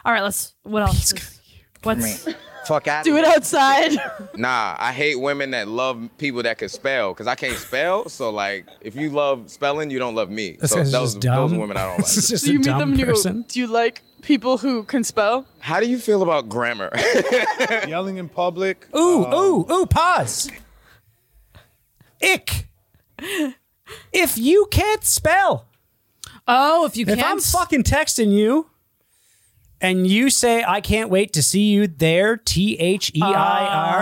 [SPEAKER 2] All right, let's what else? is- What's
[SPEAKER 6] Fuck out.
[SPEAKER 4] Do it outside. (laughs)
[SPEAKER 11] Nah, I hate women that love people that can spell because I can't spell. So like, if you love spelling, you don't love me.
[SPEAKER 1] this
[SPEAKER 11] so
[SPEAKER 1] guy's
[SPEAKER 11] those,
[SPEAKER 1] just dumb.
[SPEAKER 11] those women
[SPEAKER 1] (laughs)
[SPEAKER 11] I don't
[SPEAKER 1] This is
[SPEAKER 11] like.
[SPEAKER 1] just
[SPEAKER 4] Do you
[SPEAKER 1] a
[SPEAKER 4] meet
[SPEAKER 1] dumb
[SPEAKER 4] them? and You go,
[SPEAKER 1] person.
[SPEAKER 4] do you like people who can spell?
[SPEAKER 11] How do you feel about grammar? (laughs)
[SPEAKER 5] Yelling in public.
[SPEAKER 1] Ooh,
[SPEAKER 4] "Oh."
[SPEAKER 1] ooh, ooh! Pause. Ick. If you can't spell,
[SPEAKER 2] Oh, if you
[SPEAKER 1] if
[SPEAKER 2] can't
[SPEAKER 1] I'm fucking texting you. And you say I can't wait to see you there, T H E I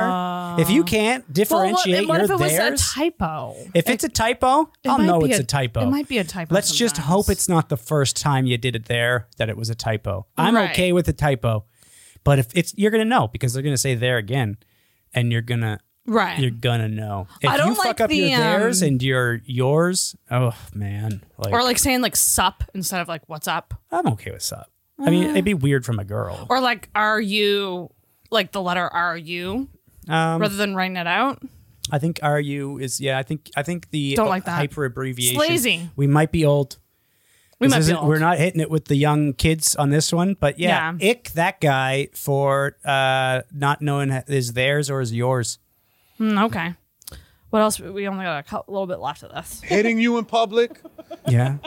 [SPEAKER 1] R. If you can't
[SPEAKER 2] Ah. Well, what,
[SPEAKER 1] differentiate
[SPEAKER 2] and what
[SPEAKER 1] your
[SPEAKER 2] if it was
[SPEAKER 1] theirs,
[SPEAKER 2] a typo?
[SPEAKER 1] if it's a typo,
[SPEAKER 2] It
[SPEAKER 1] I'll
[SPEAKER 2] might
[SPEAKER 1] know
[SPEAKER 2] be
[SPEAKER 1] it's a, typo.
[SPEAKER 2] It might be a typo.
[SPEAKER 1] Let's just
[SPEAKER 2] sometimes.
[SPEAKER 1] hope it's not the first time you did it there that it was a typo. I'm
[SPEAKER 2] Right.
[SPEAKER 1] okay with a typo, but if it's you're gonna know because they're gonna say there again, and you're gonna
[SPEAKER 2] right.
[SPEAKER 1] you're gonna know. If
[SPEAKER 2] I don't
[SPEAKER 1] you fuck
[SPEAKER 2] like
[SPEAKER 1] up your
[SPEAKER 2] the, um,
[SPEAKER 1] theirs and your yours, oh man, like,
[SPEAKER 2] or like saying like sup instead of like what's up
[SPEAKER 1] I'm okay with sup. I
[SPEAKER 2] Uh.
[SPEAKER 1] mean, it'd be weird from a girl.
[SPEAKER 2] or like are you like the letter are you
[SPEAKER 1] Um,
[SPEAKER 2] rather than writing it out
[SPEAKER 1] I think RU is yeah. I think I think the
[SPEAKER 2] Don't like that.
[SPEAKER 1] hyper abbreviation.
[SPEAKER 2] It's lazy.
[SPEAKER 1] We might be old.
[SPEAKER 2] we
[SPEAKER 1] This
[SPEAKER 2] might be
[SPEAKER 1] isn't-
[SPEAKER 2] old.
[SPEAKER 1] We're not hitting it with the young kids on this one, but yeah,
[SPEAKER 2] Yeah.
[SPEAKER 1] ick that guy for uh, not knowing is theirs or is yours.
[SPEAKER 2] Mm, okay what else we only got a cou- little bit left of this
[SPEAKER 5] Hitting you in public.
[SPEAKER 2] (laughs)
[SPEAKER 1] Yeah,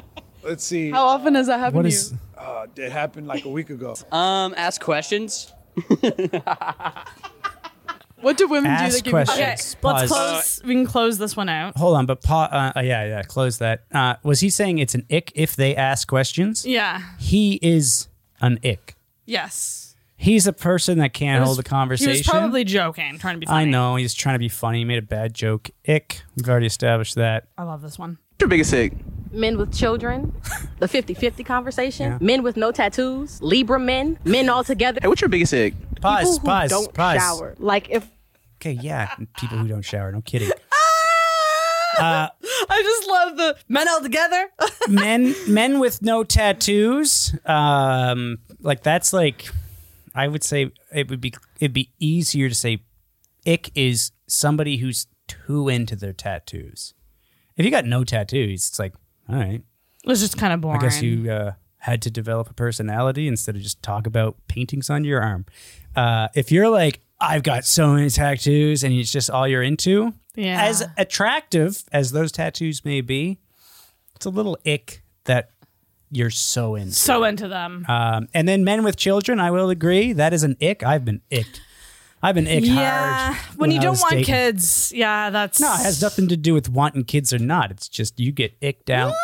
[SPEAKER 5] Let's see.
[SPEAKER 4] How often has that happened
[SPEAKER 1] what
[SPEAKER 4] to
[SPEAKER 1] is?
[SPEAKER 4] you?
[SPEAKER 5] Uh, it happened like a week ago.
[SPEAKER 12] Um, ask questions.
[SPEAKER 4] What do women do
[SPEAKER 1] Ask
[SPEAKER 4] that give
[SPEAKER 1] questions.
[SPEAKER 4] you
[SPEAKER 2] okay
[SPEAKER 1] Let's
[SPEAKER 2] let's
[SPEAKER 1] pause.
[SPEAKER 2] close we can close this one out
[SPEAKER 1] Hold on, but pa- uh, uh, yeah, yeah, close that. Uh, was he saying it's an ick if they ask questions?
[SPEAKER 2] yeah
[SPEAKER 1] He is an ick.
[SPEAKER 2] yes
[SPEAKER 1] He's a person that can't hold a
[SPEAKER 2] he
[SPEAKER 1] conversation.
[SPEAKER 2] was probably joking trying to be
[SPEAKER 1] I
[SPEAKER 2] funny
[SPEAKER 1] know he's trying to be funny. He made a bad joke. Ick. We've already established that.
[SPEAKER 2] i love this one
[SPEAKER 8] Your biggest hick.
[SPEAKER 13] men with children, (laughs) the 50 50 conversation, men with no tattoos, Libra men, men all together.
[SPEAKER 8] Hey, what's your biggest hick?
[SPEAKER 1] Pause.
[SPEAKER 13] who
[SPEAKER 1] pause.
[SPEAKER 13] don't
[SPEAKER 1] pause.
[SPEAKER 13] shower.
[SPEAKER 12] Like if
[SPEAKER 1] Okay, yeah, people who don't shower. No kidding.
[SPEAKER 2] i just love the men all together
[SPEAKER 1] men men with no tattoos um like that's like i would say it would be it'd be easier to say ick is somebody who's too into their tattoos if you got no tattoos it's like all right
[SPEAKER 2] it was just kind of boring
[SPEAKER 1] i guess you uh had to develop a personality instead of just talk about paintings on your arm uh if you're like i've got so many tattoos and it's just all you're into
[SPEAKER 2] Yeah.
[SPEAKER 1] As attractive as those tattoos may be, it's a little ick that you're so into.
[SPEAKER 2] so into them.
[SPEAKER 1] Um, and then men with children, I will agree, that is an ick. I've been icked. I've been icked
[SPEAKER 2] yeah.
[SPEAKER 1] hard.
[SPEAKER 2] When, you
[SPEAKER 1] I
[SPEAKER 2] don't
[SPEAKER 1] was
[SPEAKER 2] want
[SPEAKER 1] dating.
[SPEAKER 2] kids, yeah, that's
[SPEAKER 1] No, it has nothing to do with wanting kids or not. It's just you get icked out.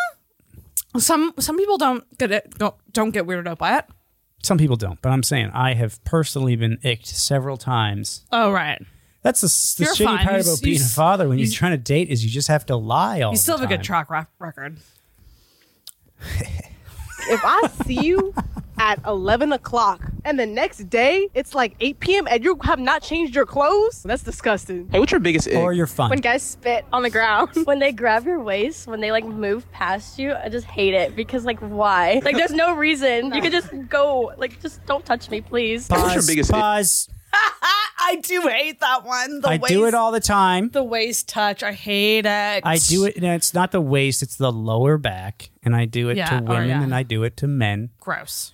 [SPEAKER 2] some some people don't get it don't, don't get weirded out by it.
[SPEAKER 1] Some people don't, but I'm saying I have personally been icked several times.
[SPEAKER 2] Oh right.
[SPEAKER 1] That's the, s- the
[SPEAKER 2] You're
[SPEAKER 1] shitty
[SPEAKER 2] fine. You
[SPEAKER 1] part
[SPEAKER 2] s-
[SPEAKER 1] about
[SPEAKER 2] you
[SPEAKER 1] being a
[SPEAKER 2] s-
[SPEAKER 1] father when
[SPEAKER 2] you
[SPEAKER 1] you're
[SPEAKER 2] s-
[SPEAKER 1] trying to date is you just have to lie all
[SPEAKER 2] You still
[SPEAKER 1] the
[SPEAKER 2] have a good
[SPEAKER 1] time.
[SPEAKER 2] track ra- record.
[SPEAKER 13] if I see you at 11 o'clock and the next day it's like 8 p.m. and you have not changed your clothes, that's disgusting.
[SPEAKER 14] Hey, what's your biggest ick?
[SPEAKER 1] Or you're fun.
[SPEAKER 15] When guys spit on the
[SPEAKER 13] (laughs)
[SPEAKER 15] ground. when they grab your waist, when they like move past you, I just hate it because like why? Like there's no reason. You could just go. Like just don't touch me, please.
[SPEAKER 1] Pause, pause.
[SPEAKER 2] I do hate that one. The
[SPEAKER 1] I
[SPEAKER 2] waist,
[SPEAKER 1] do it all the time.
[SPEAKER 2] The waist touch, I hate it.
[SPEAKER 1] I do it. No, it's not the waist; it's the lower back, and I do it
[SPEAKER 2] Yeah,
[SPEAKER 1] to
[SPEAKER 2] or
[SPEAKER 1] women
[SPEAKER 2] yeah.
[SPEAKER 1] and I do it to men.
[SPEAKER 2] Gross.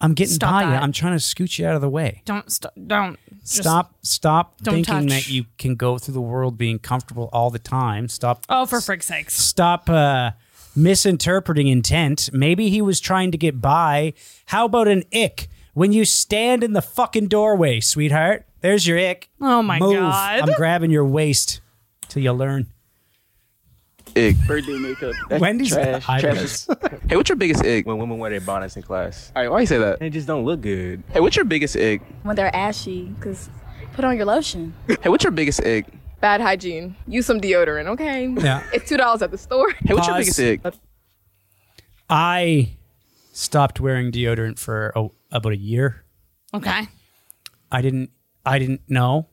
[SPEAKER 1] I'm getting
[SPEAKER 2] Stop
[SPEAKER 1] by you.
[SPEAKER 2] that.
[SPEAKER 1] I'm trying to scoot you out of the way.
[SPEAKER 2] Don't stop. Don't just-
[SPEAKER 1] stop! Stop
[SPEAKER 2] Don't
[SPEAKER 1] thinking
[SPEAKER 2] touch.
[SPEAKER 1] that you can go through the world being comfortable all the time. Stop.
[SPEAKER 2] Oh, for frick's sakes!
[SPEAKER 1] Stop uh, misinterpreting intent. Maybe he was trying to get by. How about an ick when you stand in the fucking doorway, sweetheart? There's your ick.
[SPEAKER 2] Oh my
[SPEAKER 1] Move.
[SPEAKER 2] God.
[SPEAKER 1] I'm grabbing your waist till you learn.
[SPEAKER 14] Ick. Birthday makeup. That's
[SPEAKER 1] Wendy's
[SPEAKER 14] trash.
[SPEAKER 1] eyebrows.
[SPEAKER 14] trash. hey, what's your biggest ick?
[SPEAKER 11] When women wear their bonnets in class,
[SPEAKER 14] All right, why you say that?
[SPEAKER 11] they just don't look good.
[SPEAKER 14] Hey, what's your biggest ick?
[SPEAKER 16] when they're ashy because put on your lotion
[SPEAKER 14] Hey, what's your biggest ick?
[SPEAKER 17] Bad hygiene. Use some deodorant, okay?
[SPEAKER 1] Yeah.
[SPEAKER 17] It's two dollars at the store.
[SPEAKER 14] (laughs) Hey, what's your
[SPEAKER 1] Pause.
[SPEAKER 14] biggest ick?
[SPEAKER 1] I stopped wearing deodorant for oh, about a year.
[SPEAKER 2] Okay.
[SPEAKER 1] I didn't. I didn't know.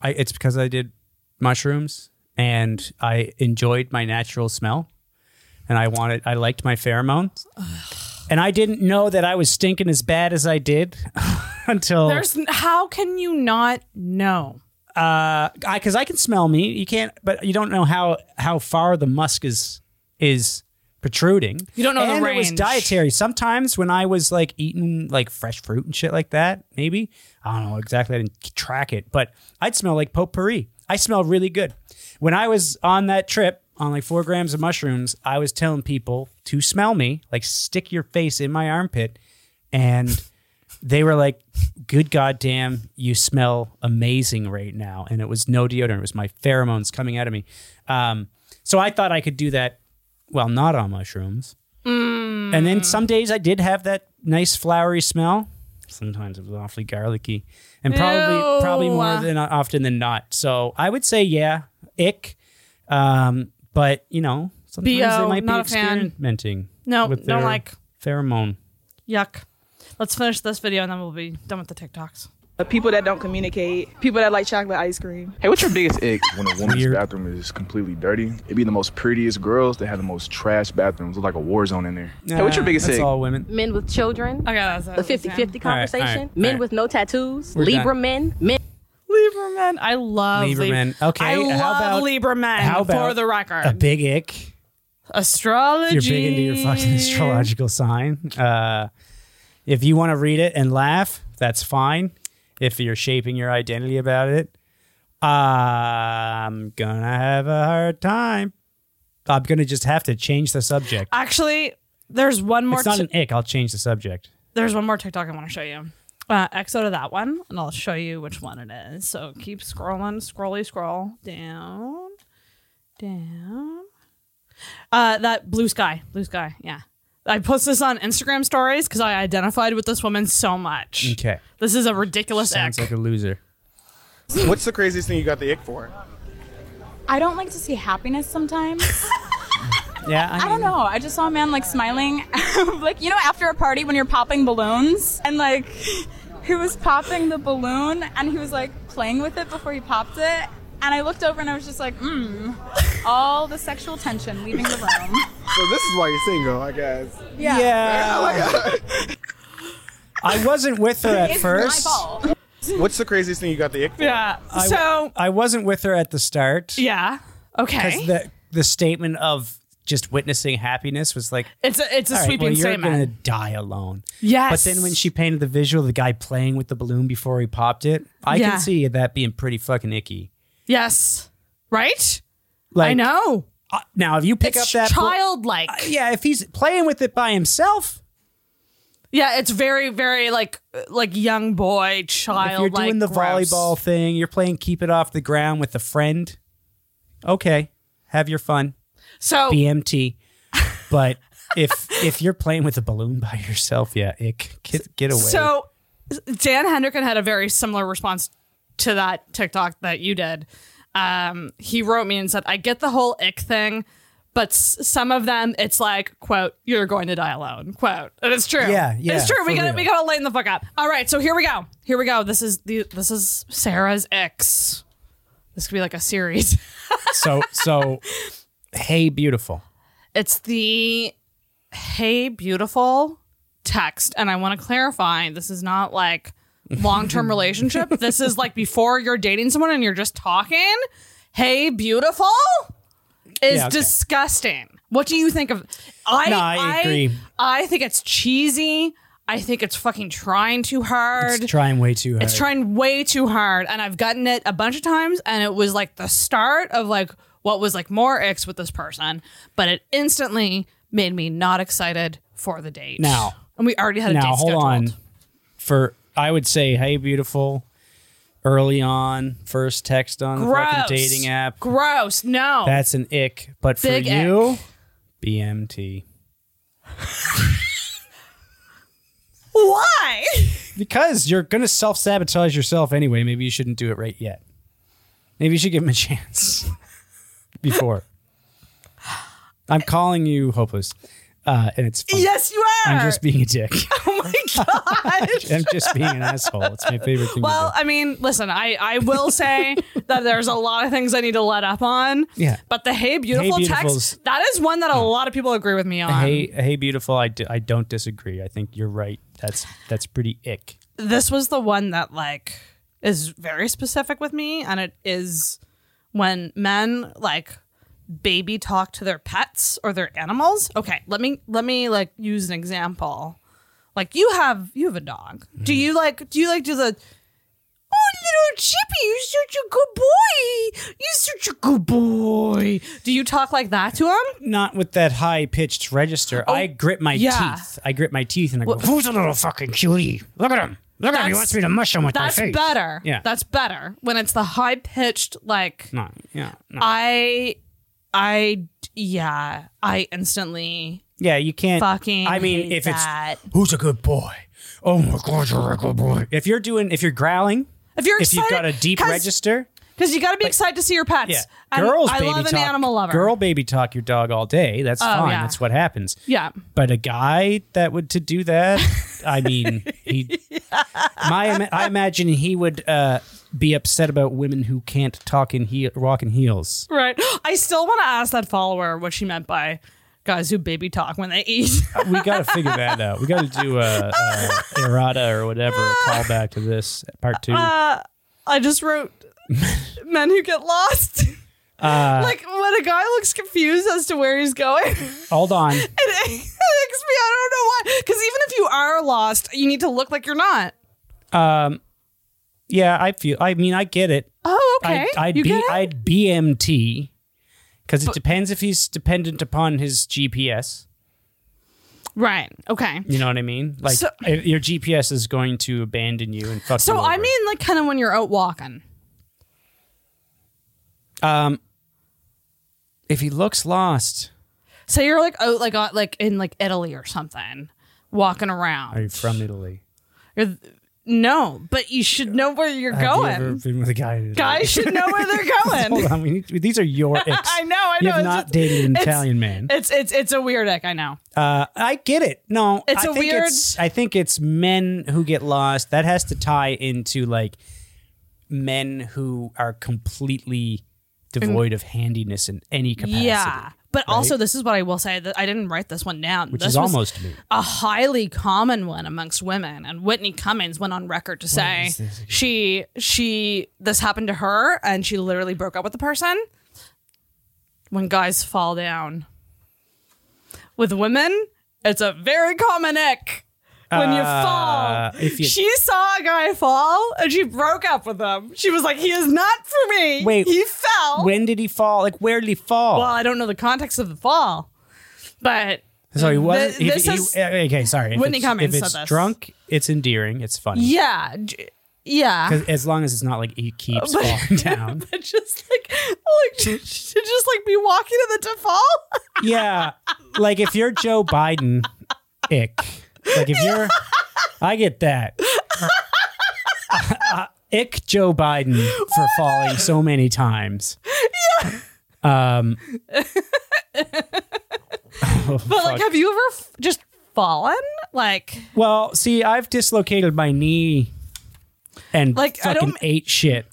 [SPEAKER 1] I it's because I did mushrooms and I enjoyed my natural smell, and I wanted. I liked my pheromones, and I didn't know that I was stinking as bad as I did (laughs) until
[SPEAKER 2] There's how can you not know?
[SPEAKER 1] uh, because I can smell me. You can't, but you don't know how how far the musk is is protruding.
[SPEAKER 2] You don't know the
[SPEAKER 1] and it was
[SPEAKER 2] range.
[SPEAKER 1] dietary. Sometimes when I was like eating like fresh fruit and shit like that, maybe I don't know exactly. I didn't track it, but I'd smell like potpourri. I smell really good. When I was on that trip on like four grams of mushrooms, I was telling people to smell me, like stick your face in my armpit, and they were like, "Good goddamn, you smell amazing right now!" And it was no deodorant; it was my pheromones coming out of me. Um, so I thought I could do that. Well, not on mushrooms.
[SPEAKER 2] Mm.
[SPEAKER 1] And then some days I did have that nice flowery smell. Sometimes it was awfully garlicky, and probably
[SPEAKER 2] Ew.
[SPEAKER 1] probably more than uh, often than not. So I would say, yeah, ick. Um, but you know, sometimes
[SPEAKER 2] B.O.,
[SPEAKER 1] they might be
[SPEAKER 2] not a fan.
[SPEAKER 1] experimenting.
[SPEAKER 2] No,
[SPEAKER 1] with
[SPEAKER 2] don't
[SPEAKER 1] their
[SPEAKER 2] like.
[SPEAKER 1] pheromone.
[SPEAKER 2] Yuck. Let's finish this video and then we'll be done with the TikToks.
[SPEAKER 18] But people that don't communicate, people that like chocolate ice cream.
[SPEAKER 14] Hey, what's your biggest ick?
[SPEAKER 19] When a woman's bathroom is completely dirty, it be the most prettiest girls. They have the most trash bathrooms. Look like a war zone in there.
[SPEAKER 14] Hey, what's your biggest
[SPEAKER 1] That's
[SPEAKER 14] ick?
[SPEAKER 1] all women.
[SPEAKER 13] (laughs) Men with children.
[SPEAKER 2] Okay, that's
[SPEAKER 13] The 50 50
[SPEAKER 1] All right, all right,
[SPEAKER 13] conversation.
[SPEAKER 1] all right.
[SPEAKER 13] Men with no tattoos.
[SPEAKER 1] We're
[SPEAKER 13] Libra
[SPEAKER 1] done.
[SPEAKER 13] men. Men.
[SPEAKER 2] Lieberman. I love
[SPEAKER 1] Lieberman.
[SPEAKER 2] Lieb-
[SPEAKER 1] Okay,
[SPEAKER 2] I
[SPEAKER 1] how
[SPEAKER 2] love
[SPEAKER 1] about-
[SPEAKER 2] Lieberman
[SPEAKER 1] how about
[SPEAKER 2] for the
[SPEAKER 1] A
[SPEAKER 2] record.
[SPEAKER 1] big ick.
[SPEAKER 2] Astrology.
[SPEAKER 1] You're big into your fucking astrological sign. Uh, if you want to read it and laugh, that's fine. If you're shaping your identity about it, I'm gonna have a hard time. I'm gonna just have to change the subject.
[SPEAKER 2] Actually, there's one Uh, more.
[SPEAKER 1] It's not
[SPEAKER 2] t-
[SPEAKER 1] an ick. I'll change the subject.
[SPEAKER 2] there's one more TikTok I want to show you. Uh, X out of that one, and I'll show you which one it is. So keep scrolling, scrolly, scroll down, down. Uh, that blue sky, blue sky. Yeah, I post this on Instagram stories because I identified with this woman so much.
[SPEAKER 1] Okay.
[SPEAKER 2] This is a ridiculous
[SPEAKER 1] Mm. Sounds
[SPEAKER 2] X.
[SPEAKER 1] like a loser.
[SPEAKER 20] What's the craziest thing you got the ick for?
[SPEAKER 21] I don't like to see happiness sometimes.
[SPEAKER 1] Yeah,
[SPEAKER 21] I don't know. I just saw a man like smiling, (laughs) like you know, after a party when you're popping balloons, and like he was popping the balloon and he was like playing with it before he popped it. And I looked over and I was just like, mmm, all the sexual tension leaving the room.
[SPEAKER 20] So this is why you're single, I guess.
[SPEAKER 21] Yeah.
[SPEAKER 2] Oh
[SPEAKER 1] I wasn't with her at
[SPEAKER 20] It's my
[SPEAKER 1] first.
[SPEAKER 20] fault. What's the craziest thing you got the ick for?
[SPEAKER 2] Yeah.
[SPEAKER 1] I-
[SPEAKER 2] so
[SPEAKER 1] I wasn't with her at the start.
[SPEAKER 2] yeah. Okay.
[SPEAKER 1] Because the the statement of just witnessing happiness was like
[SPEAKER 2] It's a- it's a
[SPEAKER 1] "All right,
[SPEAKER 2] sweeping
[SPEAKER 1] well, you're
[SPEAKER 2] statement."
[SPEAKER 1] gonna die alone.
[SPEAKER 2] Yes.
[SPEAKER 1] But then when she painted the visual, of the guy playing with the balloon before he popped it, I
[SPEAKER 2] Yeah.
[SPEAKER 1] can see that being pretty fucking icky.
[SPEAKER 2] Yes. right?
[SPEAKER 1] Like,
[SPEAKER 2] I know.
[SPEAKER 1] Uh, now, if you pick
[SPEAKER 2] It's
[SPEAKER 1] up that bl-
[SPEAKER 2] childlike.
[SPEAKER 1] Uh, yeah, if he's playing with it by himself,
[SPEAKER 2] Yeah, it's very, very like like young boy, child.
[SPEAKER 1] if you're doing the volleyball thing, you're playing keep it off the ground with a friend. Okay, have your fun.
[SPEAKER 2] So-
[SPEAKER 1] BMT. But if if you're playing with a balloon by yourself, yeah, ick. Get, get away.
[SPEAKER 2] So Dan Hendrickson had a very similar response to that TikTok that you did. Um, he wrote me and said, "I get the whole ick thing." But s- some of them, it's like, quote, you're going to die alone, quote. And it's true.
[SPEAKER 1] Yeah, yeah,
[SPEAKER 2] It's true. We
[SPEAKER 1] for
[SPEAKER 2] gotta,
[SPEAKER 1] real.
[SPEAKER 2] we gotta lighten the fuck up. All right, so here we go. Here we go. This is the, this is Sarah's ex. This could be like a series. (laughs)
[SPEAKER 1] so so hey beautiful
[SPEAKER 2] It's the hey beautiful text and I want to clarify this is not like
[SPEAKER 1] (laughs)
[SPEAKER 2] long-term relationship. This is like before you're dating someone and you're just talking. Hey beautiful is
[SPEAKER 1] Yeah, okay.
[SPEAKER 2] disgusting. What do you think of I
[SPEAKER 1] No, I agree.
[SPEAKER 2] I think it's cheesy. I think it's fucking trying too hard.
[SPEAKER 1] it's trying way too hard.
[SPEAKER 2] It's trying way too hard, and I've gotten it a bunch of times, and it was like the start of like what was like more icks with this person, but it instantly made me not excited for the date.
[SPEAKER 1] Now-
[SPEAKER 2] and we already had a
[SPEAKER 1] now
[SPEAKER 2] date
[SPEAKER 1] hold
[SPEAKER 2] scheduled.
[SPEAKER 1] on for i would say hey beautiful early on first text on the
[SPEAKER 2] Gross.
[SPEAKER 1] fucking dating app
[SPEAKER 2] Gross. No.
[SPEAKER 1] that's an ick but for
[SPEAKER 2] Big ick.
[SPEAKER 1] you bmt
[SPEAKER 2] why? (laughs)
[SPEAKER 1] because you're gonna self-sabotage yourself anyway maybe you shouldn't do it right yet maybe you should give him a chance (laughs) before i'm calling you hopeless uh, and it's fine.
[SPEAKER 2] Yes, you are.
[SPEAKER 1] i'm just being a dick
[SPEAKER 2] (laughs) Oh
[SPEAKER 1] (laughs)
[SPEAKER 2] my god.
[SPEAKER 1] i'm just being an asshole it's my favorite thing to
[SPEAKER 2] Well, I mean, listen, I, I
[SPEAKER 1] (laughs)
[SPEAKER 2] will say that there's a lot of things I need to let up on.
[SPEAKER 1] Yeah.
[SPEAKER 2] But the hey beautiful
[SPEAKER 1] Beautiful's- Oh.
[SPEAKER 2] text, that is one that a lot of people agree with me on.
[SPEAKER 1] hey, hey, beautiful. I, d- I don't disagree. I think you're right. That's that's pretty ick.
[SPEAKER 2] this was the one that like is very specific with me and it is when men like baby talk to their pets or their animals okay let me let me like use an example like you have you have a dog do you like do you like do the oh little chippy you're such a good boy you're such a good boy do you talk like that to him
[SPEAKER 1] Not with that high pitched register. I grit my
[SPEAKER 2] yeah.
[SPEAKER 1] teeth. I grit my teeth and I go, Oh, "Who's a little fucking cutie? Look at him! Look at him! He
[SPEAKER 2] That's-
[SPEAKER 1] wants me to mush him with my
[SPEAKER 2] that's
[SPEAKER 1] face."
[SPEAKER 2] better
[SPEAKER 1] Yeah.
[SPEAKER 2] that's better when it's the high-pitched like
[SPEAKER 1] No. Yeah. No.
[SPEAKER 2] I, I, yeah, I instantly.
[SPEAKER 1] yeah. You can't.
[SPEAKER 2] Fucking
[SPEAKER 1] I mean,
[SPEAKER 2] hate
[SPEAKER 1] if
[SPEAKER 2] that.
[SPEAKER 1] it's who's a good boy. Oh my god, you're a good boy. If you're doing, if you're growling,
[SPEAKER 2] If you're
[SPEAKER 1] if you've got
[SPEAKER 2] excited-
[SPEAKER 1] a deep
[SPEAKER 2] 'cause-
[SPEAKER 1] register,
[SPEAKER 2] Because you got to be excited to see your pets.
[SPEAKER 1] yeah.
[SPEAKER 2] And
[SPEAKER 1] Girls,
[SPEAKER 2] I
[SPEAKER 1] baby
[SPEAKER 2] love an
[SPEAKER 1] talk,
[SPEAKER 2] animal lover.
[SPEAKER 1] Girl, baby talk your dog all day. That's
[SPEAKER 2] Oh,
[SPEAKER 1] fine.
[SPEAKER 2] yeah.
[SPEAKER 1] That's what happens.
[SPEAKER 2] Yeah.
[SPEAKER 1] But a guy that would to do that, I mean,
[SPEAKER 2] (laughs)
[SPEAKER 1] he, my, I imagine he would uh, be upset about women who can't talk in heel, walk in heels.
[SPEAKER 2] Right. (gasps) I still want to ask that follower what she meant by guys who baby talk when they eat. (laughs)
[SPEAKER 1] We got to figure that out. We got to do a, a errata or whatever a callback to this part two.
[SPEAKER 2] uh, I
[SPEAKER 1] (laughs)
[SPEAKER 2] just wrote men who get lost.
[SPEAKER 1] Uh,
[SPEAKER 2] (laughs) like when a guy looks confused as to where he's going. (laughs)
[SPEAKER 1] hold on.
[SPEAKER 2] It it makes me, I don't know why. Because even if you are lost, you need to look like you're not.
[SPEAKER 1] Um, yeah, I feel. I mean, I get it.
[SPEAKER 2] Oh, okay.
[SPEAKER 1] I'd, I'd
[SPEAKER 2] You
[SPEAKER 1] be.
[SPEAKER 2] get it?
[SPEAKER 1] I'd BMT because it depends if he's dependent upon his GPS.
[SPEAKER 2] Right. Okay.
[SPEAKER 1] You know what I mean? Like
[SPEAKER 2] So-
[SPEAKER 1] if your GPS is going to abandon you and fuck
[SPEAKER 2] So
[SPEAKER 1] you.
[SPEAKER 2] I
[SPEAKER 1] over.
[SPEAKER 2] mean, like, kind of when you're out walking.
[SPEAKER 1] um, if he looks lost,
[SPEAKER 2] So you're like out, like uh, like in like Italy or something, walking around.
[SPEAKER 1] are you from Italy?
[SPEAKER 2] You're- no, but you should know where you're
[SPEAKER 1] Have you
[SPEAKER 2] going.
[SPEAKER 1] ever been with a guy? in Italy? (laughs)
[SPEAKER 2] Guys should know where they're
[SPEAKER 1] Hold
[SPEAKER 2] going.
[SPEAKER 1] on, we need to- these are your icks.
[SPEAKER 2] (laughs) I know, I
[SPEAKER 1] You
[SPEAKER 2] know.
[SPEAKER 1] have
[SPEAKER 2] it's
[SPEAKER 1] not
[SPEAKER 2] just-
[SPEAKER 1] dated an
[SPEAKER 2] it's-
[SPEAKER 1] Italian man.
[SPEAKER 2] It's it's it's a weird ick. I know.
[SPEAKER 1] Uh, I get it. No,
[SPEAKER 2] It's
[SPEAKER 1] I
[SPEAKER 2] a
[SPEAKER 1] think
[SPEAKER 2] weird-
[SPEAKER 1] It's, I think it's men who get lost. That has to tie into like men who are completely devoid of handiness in any capacity.
[SPEAKER 2] Yeah, but
[SPEAKER 1] right?
[SPEAKER 2] also this is what I will say that I didn't write this one down,
[SPEAKER 1] which
[SPEAKER 2] This
[SPEAKER 1] is
[SPEAKER 2] was
[SPEAKER 1] almost me.
[SPEAKER 2] a highly common one amongst women. And Whitney Cummings went on record to say
[SPEAKER 1] is this?
[SPEAKER 2] she she this happened to her and she literally broke up with the person when guys fall down. With women, it's a very common ick. when you
[SPEAKER 1] Uh,
[SPEAKER 2] fall.
[SPEAKER 1] if you-
[SPEAKER 2] she saw a guy fall and she broke up with him. She was like, he is not for me.
[SPEAKER 1] Wait,
[SPEAKER 2] He fell.
[SPEAKER 1] When did he fall? Like where did he fall?
[SPEAKER 2] Well, I don't know the context of the fall, but
[SPEAKER 1] so he wasn't.
[SPEAKER 2] Th-
[SPEAKER 1] if
[SPEAKER 2] this
[SPEAKER 1] he-
[SPEAKER 2] is-
[SPEAKER 1] eh, okay, sorry. If
[SPEAKER 2] Whitney
[SPEAKER 1] it's,
[SPEAKER 2] Cummings
[SPEAKER 1] If
[SPEAKER 2] said
[SPEAKER 1] it's
[SPEAKER 2] this.
[SPEAKER 1] drunk, it's endearing. It's funny.
[SPEAKER 2] yeah, j- yeah. (laughs)
[SPEAKER 1] 'Cause as long as it's not like he keeps
[SPEAKER 2] But-
[SPEAKER 1] falling down.
[SPEAKER 2] but just like,
[SPEAKER 1] (laughs)
[SPEAKER 2] like to just like be walking in the to fall.
[SPEAKER 1] yeah, like if you're Joe Biden, ick. Like if you're, I get that. Uh, ick Joe Biden for falling so many times. Yeah. Um. Oh,
[SPEAKER 2] (laughs) (laughs) But like,
[SPEAKER 1] fuck.
[SPEAKER 2] have you ever f- just fallen? Like,
[SPEAKER 1] Well, see, I've dislocated my knee and
[SPEAKER 2] Like, I
[SPEAKER 1] fucking
[SPEAKER 2] don't-
[SPEAKER 1] ate shit.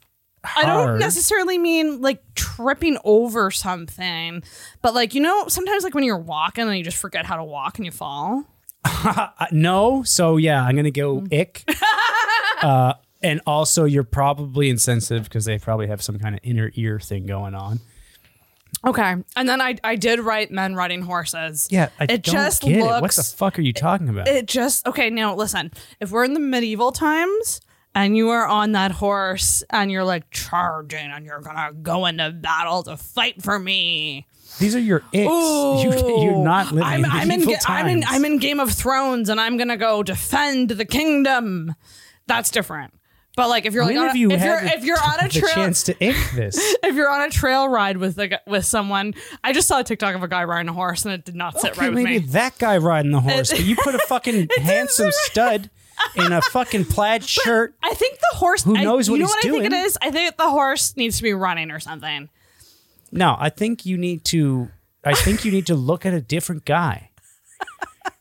[SPEAKER 2] I don't
[SPEAKER 1] hard.
[SPEAKER 2] necessarily mean like tripping over something, but like you know, sometimes like when you're walking and you just forget how to walk and you fall.
[SPEAKER 1] Uh, no, so yeah, I'm gonna go
[SPEAKER 2] Mm. (laughs)
[SPEAKER 1] ick. uh, and also, you're probably insensitive because they probably have some kind of inner ear thing going on.
[SPEAKER 2] Okay, and then I I did write men riding horses.
[SPEAKER 1] Yeah, I
[SPEAKER 2] it
[SPEAKER 1] don't
[SPEAKER 2] just
[SPEAKER 1] get
[SPEAKER 2] looks.
[SPEAKER 1] it. What the fuck are you talking about?
[SPEAKER 2] It just okay. Now listen, if we're in the medieval times and you are on that horse and you're like charging and you're gonna go into battle to fight for me.
[SPEAKER 1] These are your icks. You, (laughs) you're not living
[SPEAKER 2] I'm,
[SPEAKER 1] in
[SPEAKER 2] I'm in,
[SPEAKER 1] medieval
[SPEAKER 2] Ga- I'm in
[SPEAKER 1] times.
[SPEAKER 2] I'm in Game of Thrones and I'm gonna go defend the kingdom. That's different. But like if you're like
[SPEAKER 1] when
[SPEAKER 2] on
[SPEAKER 1] have
[SPEAKER 2] a,
[SPEAKER 1] you
[SPEAKER 2] if
[SPEAKER 1] had
[SPEAKER 2] you're
[SPEAKER 1] the,
[SPEAKER 2] if
[SPEAKER 1] (laughs)
[SPEAKER 2] you're on a
[SPEAKER 1] the
[SPEAKER 2] trail
[SPEAKER 1] chance to ick this?
[SPEAKER 2] if you're on a trail ride with a, gu- with someone, I just saw a TikTok of a guy riding a horse and it did not sit
[SPEAKER 1] Okay,
[SPEAKER 2] (laughs) right with
[SPEAKER 1] maybe
[SPEAKER 2] me.
[SPEAKER 1] that guy riding
[SPEAKER 2] (laughs)
[SPEAKER 1] the horse, but you put a fucking handsome stud in a fucking
[SPEAKER 2] (laughs)
[SPEAKER 1] plaid shirt.
[SPEAKER 2] I think the horse.
[SPEAKER 1] Who
[SPEAKER 2] I-
[SPEAKER 1] knows what
[SPEAKER 2] you know
[SPEAKER 1] he's
[SPEAKER 2] what I think
[SPEAKER 1] doing?
[SPEAKER 2] it is? I think the horse needs to be running or something.
[SPEAKER 1] No, I think you need to. I think you need to look at a different guy.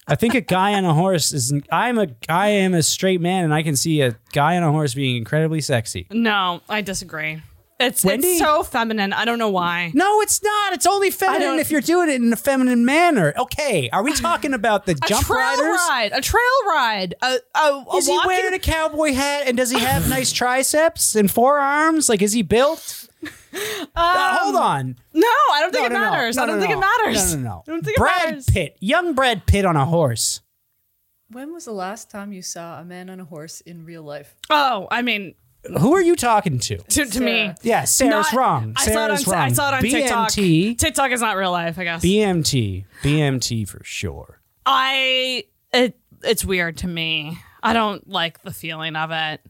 [SPEAKER 1] I think a guy on a horse is. I'm a. I am a straight man, and I can see a guy on a horse being incredibly sexy.
[SPEAKER 2] No, I disagree. It's
[SPEAKER 1] Wendy?
[SPEAKER 2] it's so feminine. I don't know why.
[SPEAKER 1] No, it's not. It's only
[SPEAKER 2] don't-
[SPEAKER 1] feminine if you're doing it in a feminine manner. Okay, are we talking about the
[SPEAKER 2] A
[SPEAKER 1] jump
[SPEAKER 2] trail
[SPEAKER 1] riders?
[SPEAKER 2] ride, a trail ride, a, a, a
[SPEAKER 1] Is he
[SPEAKER 2] walking-
[SPEAKER 1] wearing a cowboy hat and does he have nice triceps and forearms? Like, is he built? Uh, hold on.
[SPEAKER 2] No, I don't Um, think
[SPEAKER 1] No, no,
[SPEAKER 2] it
[SPEAKER 1] no.
[SPEAKER 2] matters.
[SPEAKER 1] No,
[SPEAKER 2] I don't
[SPEAKER 1] no,
[SPEAKER 2] think
[SPEAKER 1] no.
[SPEAKER 2] it matters.
[SPEAKER 1] No, no, no.
[SPEAKER 2] I don't think it
[SPEAKER 1] Brad
[SPEAKER 2] matters.
[SPEAKER 1] Pitt, young Brad Pitt on a horse.
[SPEAKER 3] When was the last time you saw a man on a horse in real life?
[SPEAKER 2] Oh, I mean,
[SPEAKER 1] Who are you talking to?
[SPEAKER 2] to, to me,
[SPEAKER 1] Yeah, Sarah's
[SPEAKER 2] Not-
[SPEAKER 1] wrong.
[SPEAKER 2] I saw it on,
[SPEAKER 1] Sarah's wrong.
[SPEAKER 2] I saw it on
[SPEAKER 1] BMT.
[SPEAKER 2] TikTok. TikTok is not real life, I guess.
[SPEAKER 1] BMT. BMT for sure.
[SPEAKER 2] I it it's weird to me. I don't like the feeling of it.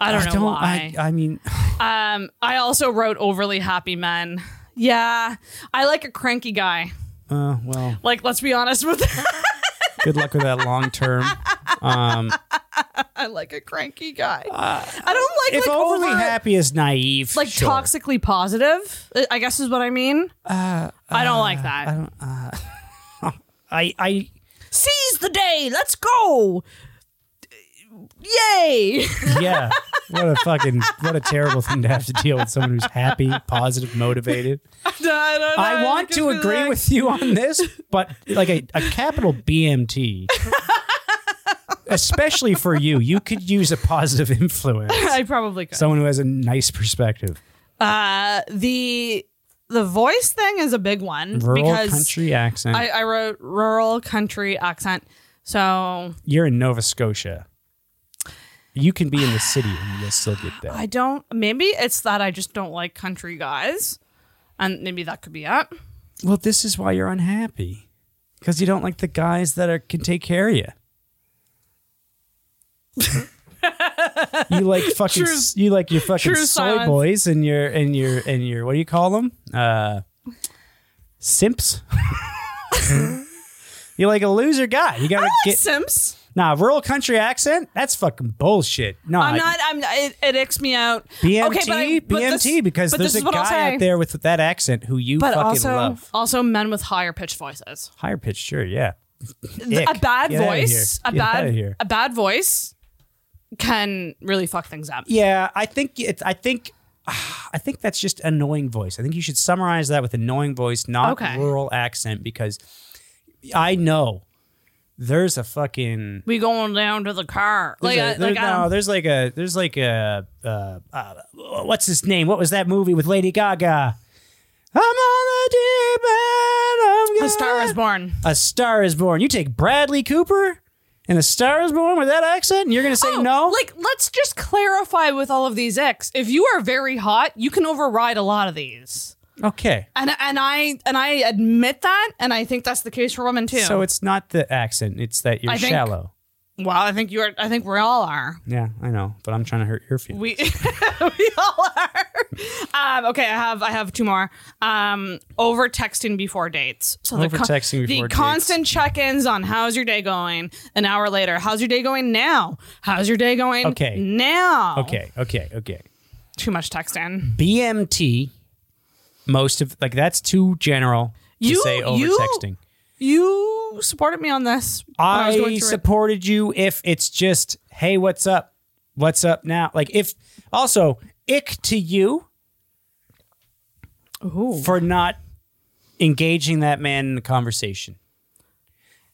[SPEAKER 2] I don't know why.
[SPEAKER 1] I, I mean, (sighs)
[SPEAKER 2] Um, I also wrote overly happy men. Yeah, I like a cranky guy.
[SPEAKER 1] uh, well,
[SPEAKER 2] Like, let's be
[SPEAKER 1] (laughs)
[SPEAKER 2] honest with (laughs)
[SPEAKER 1] good luck with that long term. Um,
[SPEAKER 2] I like a cranky guy. I don't like
[SPEAKER 1] Uh, if
[SPEAKER 2] like
[SPEAKER 1] overly
[SPEAKER 2] over,
[SPEAKER 1] happy is naive,
[SPEAKER 2] like
[SPEAKER 1] sure.
[SPEAKER 2] toxically positive. uh, I guess is what I mean.
[SPEAKER 1] Uh,
[SPEAKER 2] I don't
[SPEAKER 1] uh,
[SPEAKER 2] like that.
[SPEAKER 1] I don't. Uh, I I
[SPEAKER 2] Seize the day. Let's go. Yay! (laughs)
[SPEAKER 1] yeah. What a fucking what a terrible thing to have to deal with someone who's happy, positive,
[SPEAKER 2] (laughs)
[SPEAKER 1] motivated. I want to agree with you on this, but like a, a capital
[SPEAKER 2] (laughs)
[SPEAKER 1] BMT, especially for you, you could use a positive influence.
[SPEAKER 2] I probably could.
[SPEAKER 1] Someone who has a nice perspective.
[SPEAKER 2] Uh, the the voice thing is a big one
[SPEAKER 1] Rural
[SPEAKER 2] because
[SPEAKER 1] country accent.
[SPEAKER 2] I, I wrote rural country accent. So
[SPEAKER 1] You're in Nova Scotia. You can be in the city and you'll still get that.
[SPEAKER 2] I don't. Maybe it's that I just don't like country guys, and maybe that could be it.
[SPEAKER 1] well, this is why you're unhappy because you don't like the guys that are, can take care of you. you like
[SPEAKER 2] (laughs)
[SPEAKER 1] fucking.
[SPEAKER 2] True-
[SPEAKER 1] you like your fucking
[SPEAKER 2] true
[SPEAKER 1] soy
[SPEAKER 2] silence.
[SPEAKER 1] boys and your and your and your what do you call them? Uh, simps. (laughs) you like a loser guy. You gotta get
[SPEAKER 2] Simps.
[SPEAKER 1] nah rural country accent. That's fucking bullshit. No,
[SPEAKER 2] I'm
[SPEAKER 1] I-
[SPEAKER 2] not. I'm. It, it icks me out.
[SPEAKER 1] BMT,
[SPEAKER 2] Okay, but I- but
[SPEAKER 1] BMT,
[SPEAKER 2] this-
[SPEAKER 1] because
[SPEAKER 2] but
[SPEAKER 1] there's
[SPEAKER 2] this
[SPEAKER 1] a
[SPEAKER 2] is what I'll
[SPEAKER 1] guy
[SPEAKER 2] say.
[SPEAKER 1] out there with that accent who you
[SPEAKER 2] But
[SPEAKER 1] fucking
[SPEAKER 2] also,
[SPEAKER 1] love.
[SPEAKER 2] also men with higher pitched voices.
[SPEAKER 1] Higher pitch, sure, yeah.
[SPEAKER 2] Th- A
[SPEAKER 1] Ick.
[SPEAKER 2] bad
[SPEAKER 1] Get outta
[SPEAKER 2] voice.
[SPEAKER 1] here.
[SPEAKER 2] A
[SPEAKER 1] Get outta
[SPEAKER 2] bad.
[SPEAKER 1] here.
[SPEAKER 2] A bad voice can really fuck things up.
[SPEAKER 1] Yeah, I think it's. I think. (sighs) I think that's just annoying voice. I think you should summarize that with annoying voice, not
[SPEAKER 2] Okay.
[SPEAKER 1] rural accent, because I know there's a fucking
[SPEAKER 2] We going down to the car.
[SPEAKER 1] There's
[SPEAKER 2] Like,
[SPEAKER 1] a-
[SPEAKER 2] I-
[SPEAKER 1] there-
[SPEAKER 2] like um, I
[SPEAKER 1] no,
[SPEAKER 2] don't-
[SPEAKER 1] there's like a there's like a uh, uh, what's his name? What was that movie with Lady Gaga? I'm on the deep end. I'm
[SPEAKER 2] A Star Is Born.
[SPEAKER 1] A Star Is Born. You take Bradley Cooper. And the Star is Born with that accent? And you're going to say Oh, no?
[SPEAKER 2] Oh, Like, let's just clarify with all of these X. If you are very hot, you can override a lot of these.
[SPEAKER 1] Okay.
[SPEAKER 2] And and I and I admit that, and I think that's the case for women too.
[SPEAKER 1] So it's not the accent, it's that you're
[SPEAKER 2] I think-
[SPEAKER 1] shallow.
[SPEAKER 2] well, I think you are. I think we all are.
[SPEAKER 1] Yeah, I know, but I'm trying to hurt your feelings.
[SPEAKER 2] We (laughs) we all are. Um, okay, I have I have two more. Um, over texting before dates. So the
[SPEAKER 1] Over-texting
[SPEAKER 2] the
[SPEAKER 1] before dates.
[SPEAKER 2] constant check-ins on how's your day going. An hour later, how's your day going now? How's your day going
[SPEAKER 1] Okay.
[SPEAKER 2] now?
[SPEAKER 1] Okay, okay, okay.
[SPEAKER 2] Too much texting.
[SPEAKER 1] BMT, most of, like, that's too general to
[SPEAKER 2] You-
[SPEAKER 1] say over
[SPEAKER 2] you-
[SPEAKER 1] texting.
[SPEAKER 2] You supported me on this. when
[SPEAKER 1] I,
[SPEAKER 2] was going through it.
[SPEAKER 1] supported you if it's just, hey, what's up? What's up now? Like if also ick to you for not engaging that man in the conversation.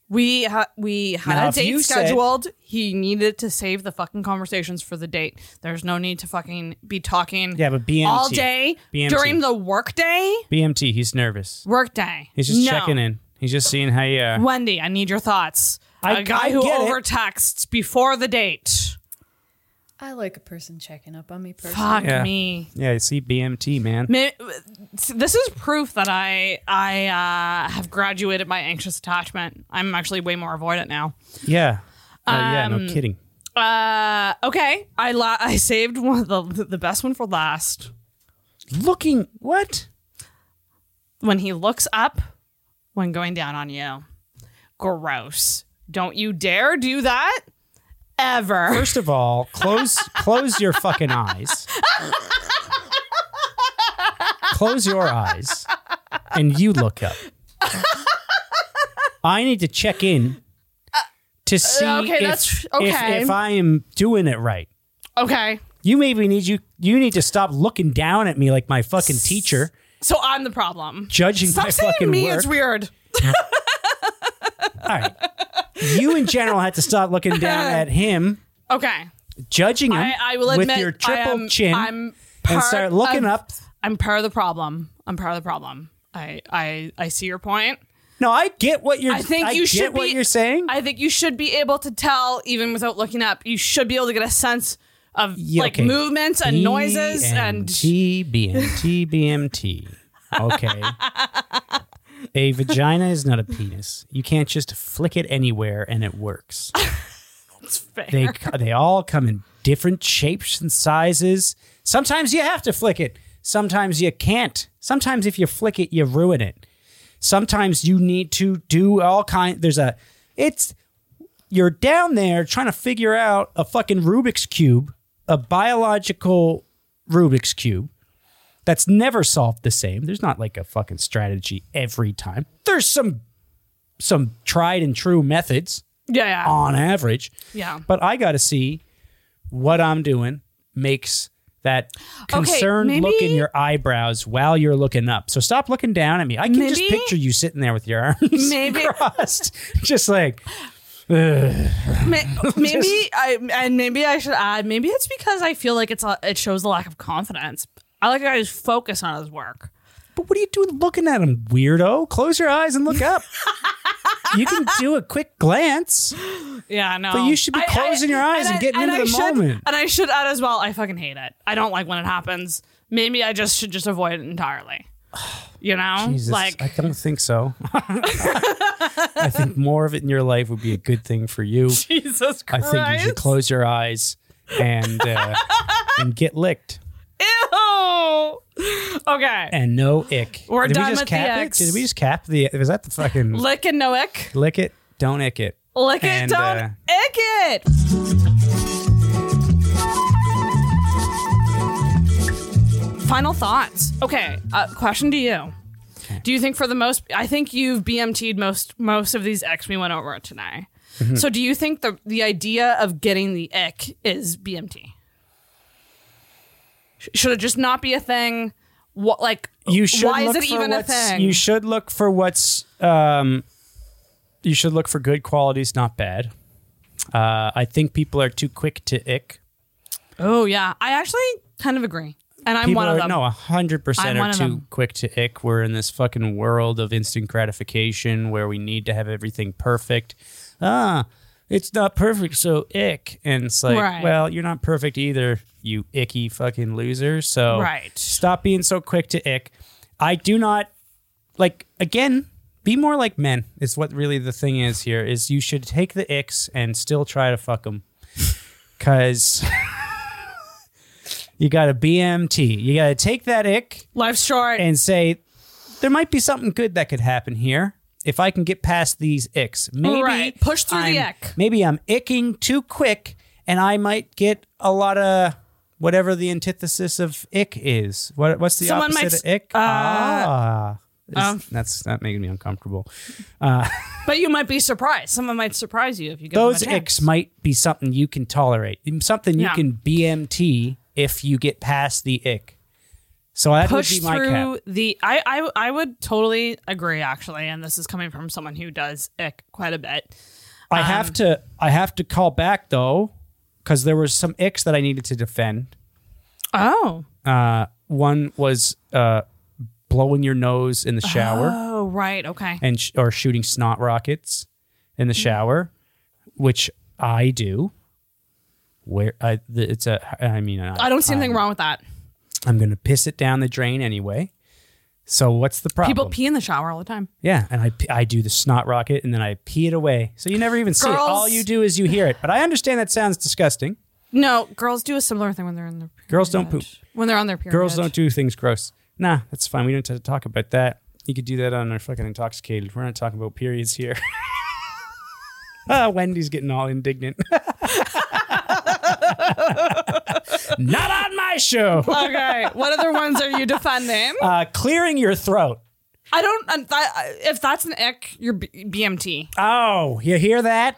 [SPEAKER 2] We ha- we had
[SPEAKER 1] Now,
[SPEAKER 2] a
[SPEAKER 1] if you
[SPEAKER 2] date
[SPEAKER 1] said-
[SPEAKER 2] scheduled. he needed to save the fucking conversations for the date. There's no need to fucking be talking.
[SPEAKER 1] Yeah, but BMT.
[SPEAKER 2] all day
[SPEAKER 1] BMT.
[SPEAKER 2] during the workday.
[SPEAKER 1] BMT, he's nervous.
[SPEAKER 2] Workday.
[SPEAKER 1] He's just
[SPEAKER 2] No.
[SPEAKER 1] checking in. He's just seeing how you are.
[SPEAKER 2] Wendy, I need your thoughts. A
[SPEAKER 1] I-
[SPEAKER 2] guy
[SPEAKER 1] I
[SPEAKER 2] who
[SPEAKER 1] get it.
[SPEAKER 2] over texts before the date.
[SPEAKER 3] I like a person checking up on me personally.
[SPEAKER 2] Fuck
[SPEAKER 1] yeah.
[SPEAKER 2] me.
[SPEAKER 1] Yeah, see BMT, man.
[SPEAKER 2] Ma- This is proof that I I uh, have graduated my anxious attachment. I'm actually way more avoidant now.
[SPEAKER 1] Yeah. Uh, yeah, no
[SPEAKER 2] Um,
[SPEAKER 1] kidding.
[SPEAKER 2] Uh, okay. I la- I saved (laughs) one of the the best one for last.
[SPEAKER 1] Looking what?
[SPEAKER 2] When he looks up when going down on you. Gross. Don't you dare do that ever.
[SPEAKER 1] First of all, close close your fucking eyes. Close your eyes and you look up. I need to check in to see
[SPEAKER 2] Uh, okay,
[SPEAKER 1] if,
[SPEAKER 2] that's-
[SPEAKER 1] if-
[SPEAKER 2] okay.
[SPEAKER 1] if, I am doing it right.
[SPEAKER 2] okay.
[SPEAKER 1] You maybe need you you need to stop looking down at me like my fucking teacher.
[SPEAKER 2] So I'm the problem.
[SPEAKER 1] (laughs) Judging
[SPEAKER 2] Stop
[SPEAKER 1] my
[SPEAKER 2] saying
[SPEAKER 1] fucking
[SPEAKER 2] me
[SPEAKER 1] work.
[SPEAKER 2] is weird.
[SPEAKER 1] You in general had to stop looking
[SPEAKER 2] (laughs)
[SPEAKER 1] down at him,
[SPEAKER 2] Okay.
[SPEAKER 1] judging him
[SPEAKER 2] I, I will
[SPEAKER 1] with
[SPEAKER 2] admit
[SPEAKER 1] your
[SPEAKER 2] I
[SPEAKER 1] triple
[SPEAKER 2] am-
[SPEAKER 1] chin
[SPEAKER 2] I'm
[SPEAKER 1] and
[SPEAKER 2] part
[SPEAKER 1] start looking
[SPEAKER 2] of-
[SPEAKER 1] up.
[SPEAKER 2] I'm part of the problem. I'm part of the problem. I I I see your point.
[SPEAKER 1] No, I get what (laughs) you're
[SPEAKER 2] I think you
[SPEAKER 1] get
[SPEAKER 2] should
[SPEAKER 1] what
[SPEAKER 2] be
[SPEAKER 1] you're saying.
[SPEAKER 2] I think you should be able to tell even without looking up. You should be able to get a sense of
[SPEAKER 1] Yeah,
[SPEAKER 2] like
[SPEAKER 1] okay.
[SPEAKER 2] movements and noises and
[SPEAKER 1] BMT, BMT, BMT.
[SPEAKER 2] (laughs)
[SPEAKER 1] Okay. a vagina is not a penis. You can't just flick it anywhere and it works.
[SPEAKER 2] it's fair.
[SPEAKER 1] They they all come in different shapes and sizes. Sometimes you have to flick it. Sometimes you can't. Sometimes if you flick it, you ruin it. Sometimes you need to do all kind. There's a. It's you're down there trying to figure out a fucking Rubik's cube, a biological Rubik's cube that's never solved the same. There's not like a fucking strategy every time. There's some some tried and true methods
[SPEAKER 2] yeah, yeah.
[SPEAKER 1] on average.
[SPEAKER 2] Yeah.
[SPEAKER 1] But I got to see what I'm doing makes that
[SPEAKER 2] Okay,
[SPEAKER 1] concerned look in
[SPEAKER 2] maybe-
[SPEAKER 1] your eyebrows while you're looking up. So stop looking down at me. I can just
[SPEAKER 2] Maybe-
[SPEAKER 1] picture you sitting there with your arms (laughs)
[SPEAKER 2] Maybe-
[SPEAKER 1] crossed, just like. "Ugh." (laughs)
[SPEAKER 2] Ma- (laughs) maybe I and maybe I should add. Maybe it's because I feel like it's a, it shows a lack of confidence. I like a guy who's focused on his work.
[SPEAKER 1] But what are you doing looking at him, weirdo? Close your eyes and look up. you can do a quick glance.
[SPEAKER 2] Yeah, no.
[SPEAKER 1] But you should be closing your eyes and getting into the
[SPEAKER 2] should-
[SPEAKER 1] moment.
[SPEAKER 2] And I should add as well. I fucking hate it. I don't like when it happens. Maybe I just should just avoid it entirely. (sighs) You know,
[SPEAKER 1] Jesus,
[SPEAKER 2] like
[SPEAKER 1] I don't think so. (laughs) I think more of it in your life would be a good thing for you.
[SPEAKER 2] (laughs) Jesus Christ.
[SPEAKER 1] I think you should close your eyes and uh, and get licked
[SPEAKER 2] Ew. Okay.
[SPEAKER 1] and no ick.
[SPEAKER 2] We're
[SPEAKER 1] Did
[SPEAKER 2] done
[SPEAKER 1] we just
[SPEAKER 2] with the
[SPEAKER 1] cap
[SPEAKER 2] icks.
[SPEAKER 1] it? Did we just cap the? Was that the
[SPEAKER 2] (laughs)
[SPEAKER 1] fucking lick,
[SPEAKER 2] Lick and noick.
[SPEAKER 1] it? Don't ick it.
[SPEAKER 2] Lick it,
[SPEAKER 1] And,
[SPEAKER 2] don't
[SPEAKER 1] uh,
[SPEAKER 2] ick it. Final thoughts. Okay, uh, question to you. Do you think for the most, I think you've BMT'd most most of these X we went over today.
[SPEAKER 1] Mhm.
[SPEAKER 2] So do you think the the idea of getting the ick is BMT? Sh- Should it just not be a thing? What like
[SPEAKER 1] you should
[SPEAKER 2] Why
[SPEAKER 1] look
[SPEAKER 2] is it
[SPEAKER 1] for
[SPEAKER 2] even a
[SPEAKER 1] what's-
[SPEAKER 2] thing?
[SPEAKER 1] You should look for what's. Um, you should look for good qualities, not bad. Uh, I think people are too quick to ick.
[SPEAKER 2] oh yeah, I actually kind of agree, and I'm
[SPEAKER 1] people
[SPEAKER 2] one
[SPEAKER 1] are,
[SPEAKER 2] of them.
[SPEAKER 1] No, hundred
[SPEAKER 2] I'm
[SPEAKER 1] percent
[SPEAKER 2] one
[SPEAKER 1] are
[SPEAKER 2] of
[SPEAKER 1] too
[SPEAKER 2] them.
[SPEAKER 1] quick to ick. We're in this fucking world of instant gratification where we need to have everything perfect. Ah, it's not perfect, so ick. And it's like,
[SPEAKER 2] Right.
[SPEAKER 1] well, you're not perfect either, you icky fucking loser. So
[SPEAKER 2] Right.
[SPEAKER 1] stop being so quick to ick. I do not like again, be more like men is what really the thing is here is you should take the icks and still try to fuck them. (laughs) Cause (laughs) you got a BMT. You got to take that ick.
[SPEAKER 2] Life's short.
[SPEAKER 1] And say, there might be something good that could happen here if I can get past these icks. Maybe
[SPEAKER 2] Right. Push through the
[SPEAKER 1] I'm-
[SPEAKER 2] ick.
[SPEAKER 1] Maybe I'm icking too quick and I might get a lot of whatever the antithesis of ick is. What, what's the
[SPEAKER 2] Someone
[SPEAKER 1] opposite
[SPEAKER 2] might
[SPEAKER 1] of
[SPEAKER 2] s-
[SPEAKER 1] ick?
[SPEAKER 2] uh,
[SPEAKER 1] ah. It's-
[SPEAKER 2] um.
[SPEAKER 1] that's that making me uncomfortable. Uh,
[SPEAKER 2] But you might be surprised. Someone might surprise you if you give
[SPEAKER 1] those
[SPEAKER 2] them a chance.
[SPEAKER 1] icks might be something you can tolerate, mm, something you
[SPEAKER 2] Yeah.
[SPEAKER 1] can BMT if you get past the ick. So that
[SPEAKER 2] push
[SPEAKER 1] would be my
[SPEAKER 2] through
[SPEAKER 1] cap.
[SPEAKER 2] the I, I I would totally agree actually and this is coming from someone who does ick quite a bit
[SPEAKER 1] I
[SPEAKER 2] Um,
[SPEAKER 1] have to I have to call back though, because there were some icks that I needed to defend.
[SPEAKER 2] oh
[SPEAKER 1] Uh, one was uh, blowing your nose
[SPEAKER 2] (gasps)
[SPEAKER 1] in the shower
[SPEAKER 2] oh right okay
[SPEAKER 1] and sh- or shooting snot rockets in
[SPEAKER 2] Hmm.
[SPEAKER 1] the shower, which I do. Where I th- it's a I mean I,
[SPEAKER 2] I don't see anything wrong with that
[SPEAKER 1] I'm gonna piss it down the drain anyway. So what's the problem?
[SPEAKER 2] people pee in the shower all the time
[SPEAKER 1] Yeah, and I I do the snot rocket and then I pee it away. So you never even see it.
[SPEAKER 2] Girls-
[SPEAKER 1] All you do is you hear it. But I understand that sounds disgusting.
[SPEAKER 2] no girls do a similar thing when they're in their
[SPEAKER 1] Girls don't poop.
[SPEAKER 2] when they're on their period
[SPEAKER 1] Girls don't do things gross. Nah, that's fine. We don't have to talk about that. You could do that on our fucking intoxicated. We're not talking about periods here. (laughs) Ah, Wendy's getting all indignant. (laughs) not on my show.
[SPEAKER 2] (laughs) okay what other ones are you defending
[SPEAKER 1] Uh, clearing your throat.
[SPEAKER 2] I don't uh, that, if that's an ick you're B- BMT
[SPEAKER 1] Oh, you hear that?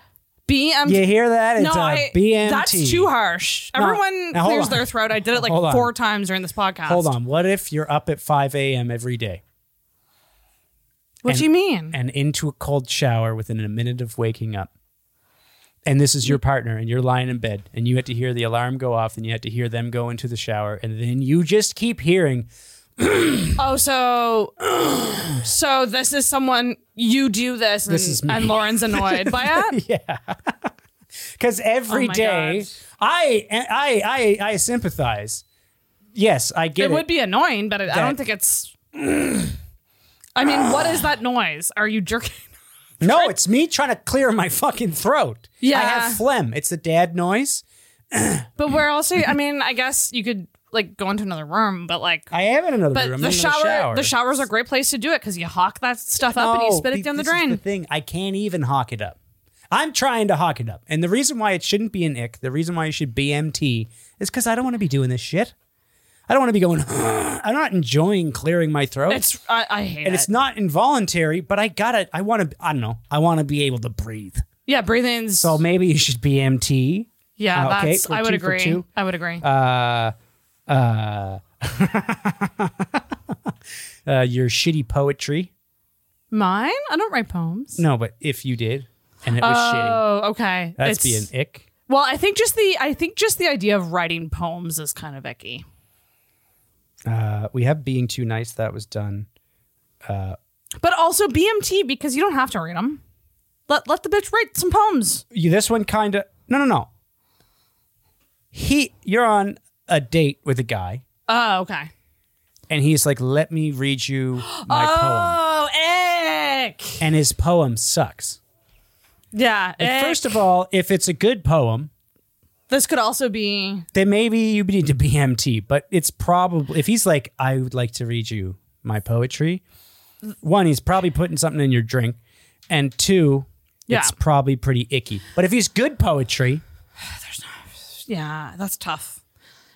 [SPEAKER 2] BMT
[SPEAKER 1] You hear that? It's uh,
[SPEAKER 2] no,
[SPEAKER 1] a
[SPEAKER 2] I-
[SPEAKER 1] BMT.
[SPEAKER 2] that's too harsh
[SPEAKER 1] No,
[SPEAKER 2] everyone
[SPEAKER 1] now hold
[SPEAKER 2] clears
[SPEAKER 1] on.
[SPEAKER 2] their throat I did it like
[SPEAKER 1] Hold on.
[SPEAKER 2] four times during this podcast
[SPEAKER 1] Hold on. What if you're up at 5 a.m. every day?
[SPEAKER 2] what
[SPEAKER 1] And-
[SPEAKER 2] do you mean
[SPEAKER 1] Mm-hmm. And into a cold shower within a minute of waking up. And this is your partner, and you're lying in bed, and you had to hear the alarm go off, and you had to hear them go into the shower, and then you just keep hearing,
[SPEAKER 2] Oh,
[SPEAKER 1] (clears throat)
[SPEAKER 2] so so this is someone you do this, and,
[SPEAKER 1] This is me.
[SPEAKER 2] and Lauren's annoyed
[SPEAKER 1] (laughs)
[SPEAKER 2] by it.
[SPEAKER 1] yeah, because every
[SPEAKER 2] Oh my
[SPEAKER 1] day I, I, I, I sympathize. Yes, I get
[SPEAKER 2] it
[SPEAKER 1] it.
[SPEAKER 2] would be annoying, but I I don't
[SPEAKER 1] That-
[SPEAKER 2] think it's. I mean, what is that noise? Are you jerking? (laughs)
[SPEAKER 1] no, it's me trying to clear my fucking throat. I
[SPEAKER 2] Yeah.
[SPEAKER 1] have phlegm. It's the dad noise.
[SPEAKER 2] But where else? Are you, I mean, I guess you could like go into another room, but like
[SPEAKER 1] I am in another
[SPEAKER 2] but
[SPEAKER 1] room.
[SPEAKER 2] the
[SPEAKER 1] I'm in
[SPEAKER 2] shower,
[SPEAKER 1] the shower.
[SPEAKER 2] the shower's a great place to do it because you hawk that stuff up and you
[SPEAKER 1] No,
[SPEAKER 2] spit it
[SPEAKER 1] th-
[SPEAKER 2] down the
[SPEAKER 1] Oh, this is
[SPEAKER 2] drain.
[SPEAKER 1] thing I can't even hawk it up. I'm trying to hawk it up, and the reason why it shouldn't be an ick, the reason why you should BMT, is because I don't want to be doing this shit. I don't want to be going. (sighs) I'm not enjoying clearing my throat.
[SPEAKER 2] It's I, I hate
[SPEAKER 1] and
[SPEAKER 2] it.
[SPEAKER 1] it's not involuntary, but I gotta. I want to. I don't know. I want to be able to breathe.
[SPEAKER 2] yeah, breathing's
[SPEAKER 1] So maybe you should BMT.
[SPEAKER 2] yeah.
[SPEAKER 1] Uh, okay,
[SPEAKER 2] that's
[SPEAKER 1] we're
[SPEAKER 2] I would
[SPEAKER 1] two for
[SPEAKER 2] agree.
[SPEAKER 1] two.
[SPEAKER 2] I would agree.
[SPEAKER 1] Uh, uh, (laughs) uh, your shitty poetry.
[SPEAKER 2] Mine? I don't write poems.
[SPEAKER 1] No, but if you did, and it was shitty,
[SPEAKER 2] oh, okay.
[SPEAKER 1] that's
[SPEAKER 2] It's-
[SPEAKER 1] being ick.
[SPEAKER 2] Well, I think just the I think just the idea of writing poems is kind of icky.
[SPEAKER 1] Uh, we have being too nice. That was done. Uh,
[SPEAKER 2] But also BMT because you don't have to read them. Let let the bitch write some poems.
[SPEAKER 1] you, this one kind of no, no, no. He, you're on a date with a guy,
[SPEAKER 2] Oh, okay.
[SPEAKER 1] and he's like, "Let me read you
[SPEAKER 2] (gasps)
[SPEAKER 1] my poem,"
[SPEAKER 2] oh, ick.
[SPEAKER 1] and his poem sucks.
[SPEAKER 2] Yeah.
[SPEAKER 1] Like,
[SPEAKER 2] ick.
[SPEAKER 1] first of all, if it's a good poem,
[SPEAKER 2] this could also be
[SPEAKER 1] then maybe you need to (laughs) BMT. But it's probably if he's like, "I would like to read you my poetry," one, he's probably putting something in your drink, and two,
[SPEAKER 2] Yeah.
[SPEAKER 1] it's probably pretty icky. But if he's good poetry.
[SPEAKER 2] yeah. That's tough.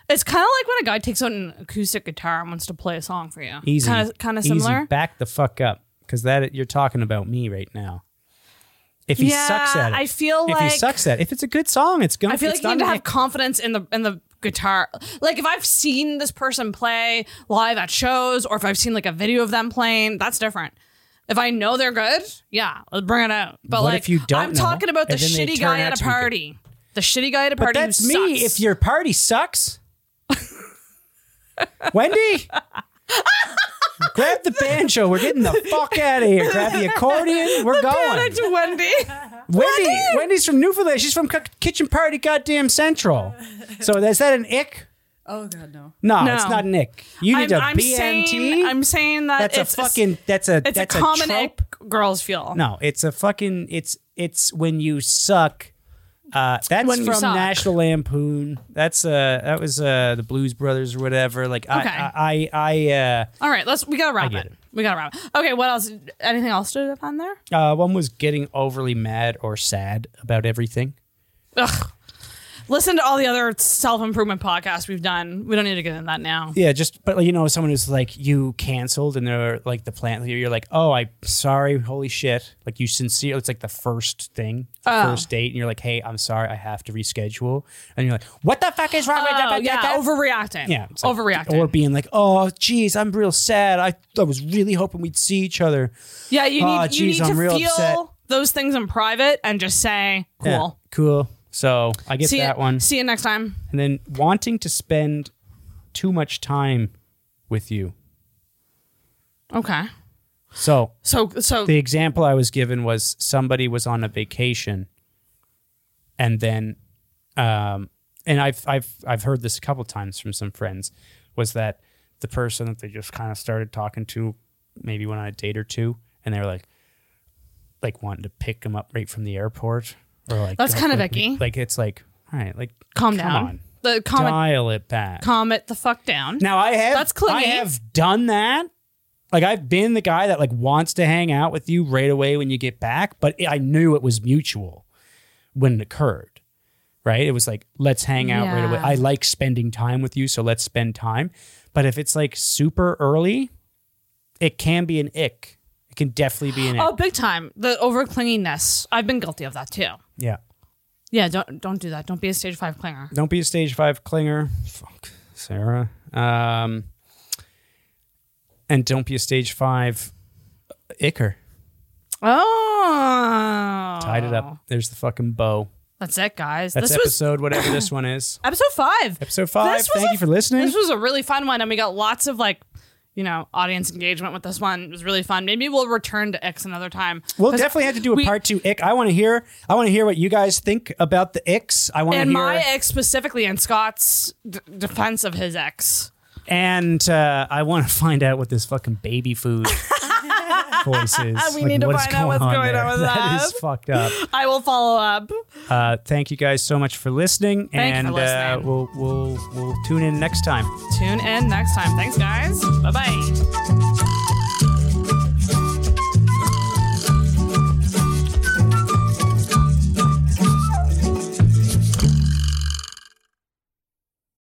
[SPEAKER 2] It's kind of like when a guy takes out an acoustic guitar and wants to play a song for you.
[SPEAKER 1] Easy.
[SPEAKER 2] Kind of kind of
[SPEAKER 1] Easy.
[SPEAKER 2] similar.
[SPEAKER 1] Back the fuck up, because that you're talking about me right now. If he
[SPEAKER 2] Yeah,
[SPEAKER 1] sucks at it,
[SPEAKER 2] I feel
[SPEAKER 1] if
[SPEAKER 2] like-
[SPEAKER 1] he sucks at it, if it's a good song, it's going.
[SPEAKER 2] I feel
[SPEAKER 1] it's
[SPEAKER 2] like you need
[SPEAKER 1] not
[SPEAKER 2] to
[SPEAKER 1] an
[SPEAKER 2] have
[SPEAKER 1] ick.
[SPEAKER 2] confidence in the in the guitar. Like if I've seen this person play live at shows, or if I've seen like a video of them playing, that's different. If I know they're good, yeah, let's bring it out. But
[SPEAKER 1] What
[SPEAKER 2] like,
[SPEAKER 1] if you don't
[SPEAKER 2] I'm
[SPEAKER 1] know,
[SPEAKER 2] talking about the
[SPEAKER 1] and then they
[SPEAKER 2] shitty
[SPEAKER 1] turn
[SPEAKER 2] guy
[SPEAKER 1] out
[SPEAKER 2] at
[SPEAKER 1] to
[SPEAKER 2] a
[SPEAKER 1] be good?
[SPEAKER 2] party. The shitty guy at a
[SPEAKER 1] But
[SPEAKER 2] party. who
[SPEAKER 1] that's me.
[SPEAKER 2] sucks.
[SPEAKER 1] If your party
[SPEAKER 2] (laughs)
[SPEAKER 1] sucks, Wendy, grab the banjo. We're getting the fuck out of here. Grab the accordion. We're going.
[SPEAKER 2] Wendy.
[SPEAKER 1] Wendy, Wendy's from Newfoundland. She's from K- Kitchen Party, goddamn Central. So is that an ick?
[SPEAKER 3] Oh God, no.
[SPEAKER 1] No, it's not an ick. (laughs) You need
[SPEAKER 2] I'm,
[SPEAKER 1] a
[SPEAKER 2] I'm
[SPEAKER 1] BMT.
[SPEAKER 2] Saying, I'm saying that
[SPEAKER 1] that's a
[SPEAKER 2] it's
[SPEAKER 1] fucking. That's a.
[SPEAKER 2] It's
[SPEAKER 1] that's
[SPEAKER 2] a common
[SPEAKER 1] trope.
[SPEAKER 2] ick girls feel.
[SPEAKER 1] No, it's a fucking. It's it's when you suck. Uh, that's
[SPEAKER 2] When you
[SPEAKER 1] from
[SPEAKER 2] suck.
[SPEAKER 1] National Lampoon. That's uh that was uh the Blues Brothers or whatever. Like
[SPEAKER 2] Okay.
[SPEAKER 1] I I uh, I, I
[SPEAKER 2] All right, let's. We gotta wrap
[SPEAKER 1] get
[SPEAKER 2] it. We gotta wrap. it. Okay, what else? Anything else to up on there?
[SPEAKER 1] uh, uh one was getting overly mad or sad about everything.
[SPEAKER 2] Ugh. Listen to all the other self improvement podcasts we've done. We don't need to get into that now.
[SPEAKER 1] Yeah, just but like, you know someone who's like you canceled and they're like the plant you're like oh I sorry holy shit like you sincere it's like the first thing the
[SPEAKER 2] Oh.
[SPEAKER 1] first date and you're like hey I'm sorry I have to reschedule and you're like what the fuck is wrong with
[SPEAKER 2] Oh,
[SPEAKER 1] that?
[SPEAKER 2] yeah, overreacting.
[SPEAKER 1] Yeah, it's like-
[SPEAKER 2] overreacting.
[SPEAKER 1] Or being like, oh, geez, I'm real sad. I, I was really hoping we'd see each other.
[SPEAKER 2] yeah, you need
[SPEAKER 1] "Aw,
[SPEAKER 2] you
[SPEAKER 1] Ah, geez,
[SPEAKER 2] need to
[SPEAKER 1] I'm real
[SPEAKER 2] feel
[SPEAKER 1] upset."
[SPEAKER 2] those things in private and just say cool.
[SPEAKER 1] Yeah, cool. So I get
[SPEAKER 2] see
[SPEAKER 1] that
[SPEAKER 2] you,
[SPEAKER 1] one.
[SPEAKER 2] See you next time.
[SPEAKER 1] and then wanting to spend too much time with you.
[SPEAKER 2] Okay.
[SPEAKER 1] So,
[SPEAKER 2] So so
[SPEAKER 1] the example I was given was somebody was on a vacation and then um and I've I've I've heard this a couple times from some friends was that the person that they just kind of started talking to maybe went on a date or two and they were like like wanting to pick them up right from the airport or like
[SPEAKER 2] That's kind of
[SPEAKER 1] like,
[SPEAKER 2] icky.
[SPEAKER 1] Like it's like all right, like come
[SPEAKER 2] calm down.
[SPEAKER 1] on.
[SPEAKER 2] The calm it-
[SPEAKER 1] dial it back.
[SPEAKER 2] calm it the fuck down.
[SPEAKER 1] Now I have
[SPEAKER 2] That's clingy.
[SPEAKER 1] I have done that. Like I've been the guy that like wants to hang out with you right away when you get back, but I knew it was mutual when it occurred. Right? It was like let's hang out right away.
[SPEAKER 2] Yeah.
[SPEAKER 1] I like spending time with you, so let's spend time. But if it's like super early, it can be an ick. It can definitely be an ick.
[SPEAKER 2] Oh, big time. The over clinginess. I've been guilty of that too.
[SPEAKER 1] Yeah.
[SPEAKER 2] Yeah, don't don't do that. Don't be a stage five clinger.
[SPEAKER 1] Don't be a stage five clinger. Fuck, Sarah. Um, and don't be a stage five icker.
[SPEAKER 2] Oh.
[SPEAKER 1] Tied it up. There's the fucking bow.
[SPEAKER 2] That's it, guys.
[SPEAKER 1] That's
[SPEAKER 2] this was
[SPEAKER 1] episode whatever this one
[SPEAKER 2] (coughs)
[SPEAKER 1] is.
[SPEAKER 2] episode five.
[SPEAKER 1] Episode five.
[SPEAKER 2] This was
[SPEAKER 1] Thank
[SPEAKER 2] a-
[SPEAKER 1] you for listening.
[SPEAKER 2] This was a really fun one, and we got lots of like, you know, audience engagement with this one. It was really fun. Maybe we'll return to X another time.
[SPEAKER 1] we'll
[SPEAKER 2] 'Cause-
[SPEAKER 1] definitely have to do a part two ick. I want to hear. I want to hear what you guys think about the icks. I want to
[SPEAKER 2] and
[SPEAKER 1] hear.
[SPEAKER 2] my ex specifically, and Scott's d- defense of his ex.
[SPEAKER 1] and uh, I want to find out what this fucking baby
[SPEAKER 2] (laughs)
[SPEAKER 1] food voice is.
[SPEAKER 2] We need to
[SPEAKER 1] what is
[SPEAKER 2] find out what's going
[SPEAKER 1] there?
[SPEAKER 2] on with
[SPEAKER 1] That is
[SPEAKER 2] that.
[SPEAKER 1] fucked up.
[SPEAKER 2] I will follow up.
[SPEAKER 1] Uh, thank you guys so much for listening,
[SPEAKER 2] Thank you
[SPEAKER 1] and
[SPEAKER 2] for listening.
[SPEAKER 1] Uh, we'll we'll we'll tune in next time.
[SPEAKER 2] Tune in next time. Thanks, guys. Bye bye.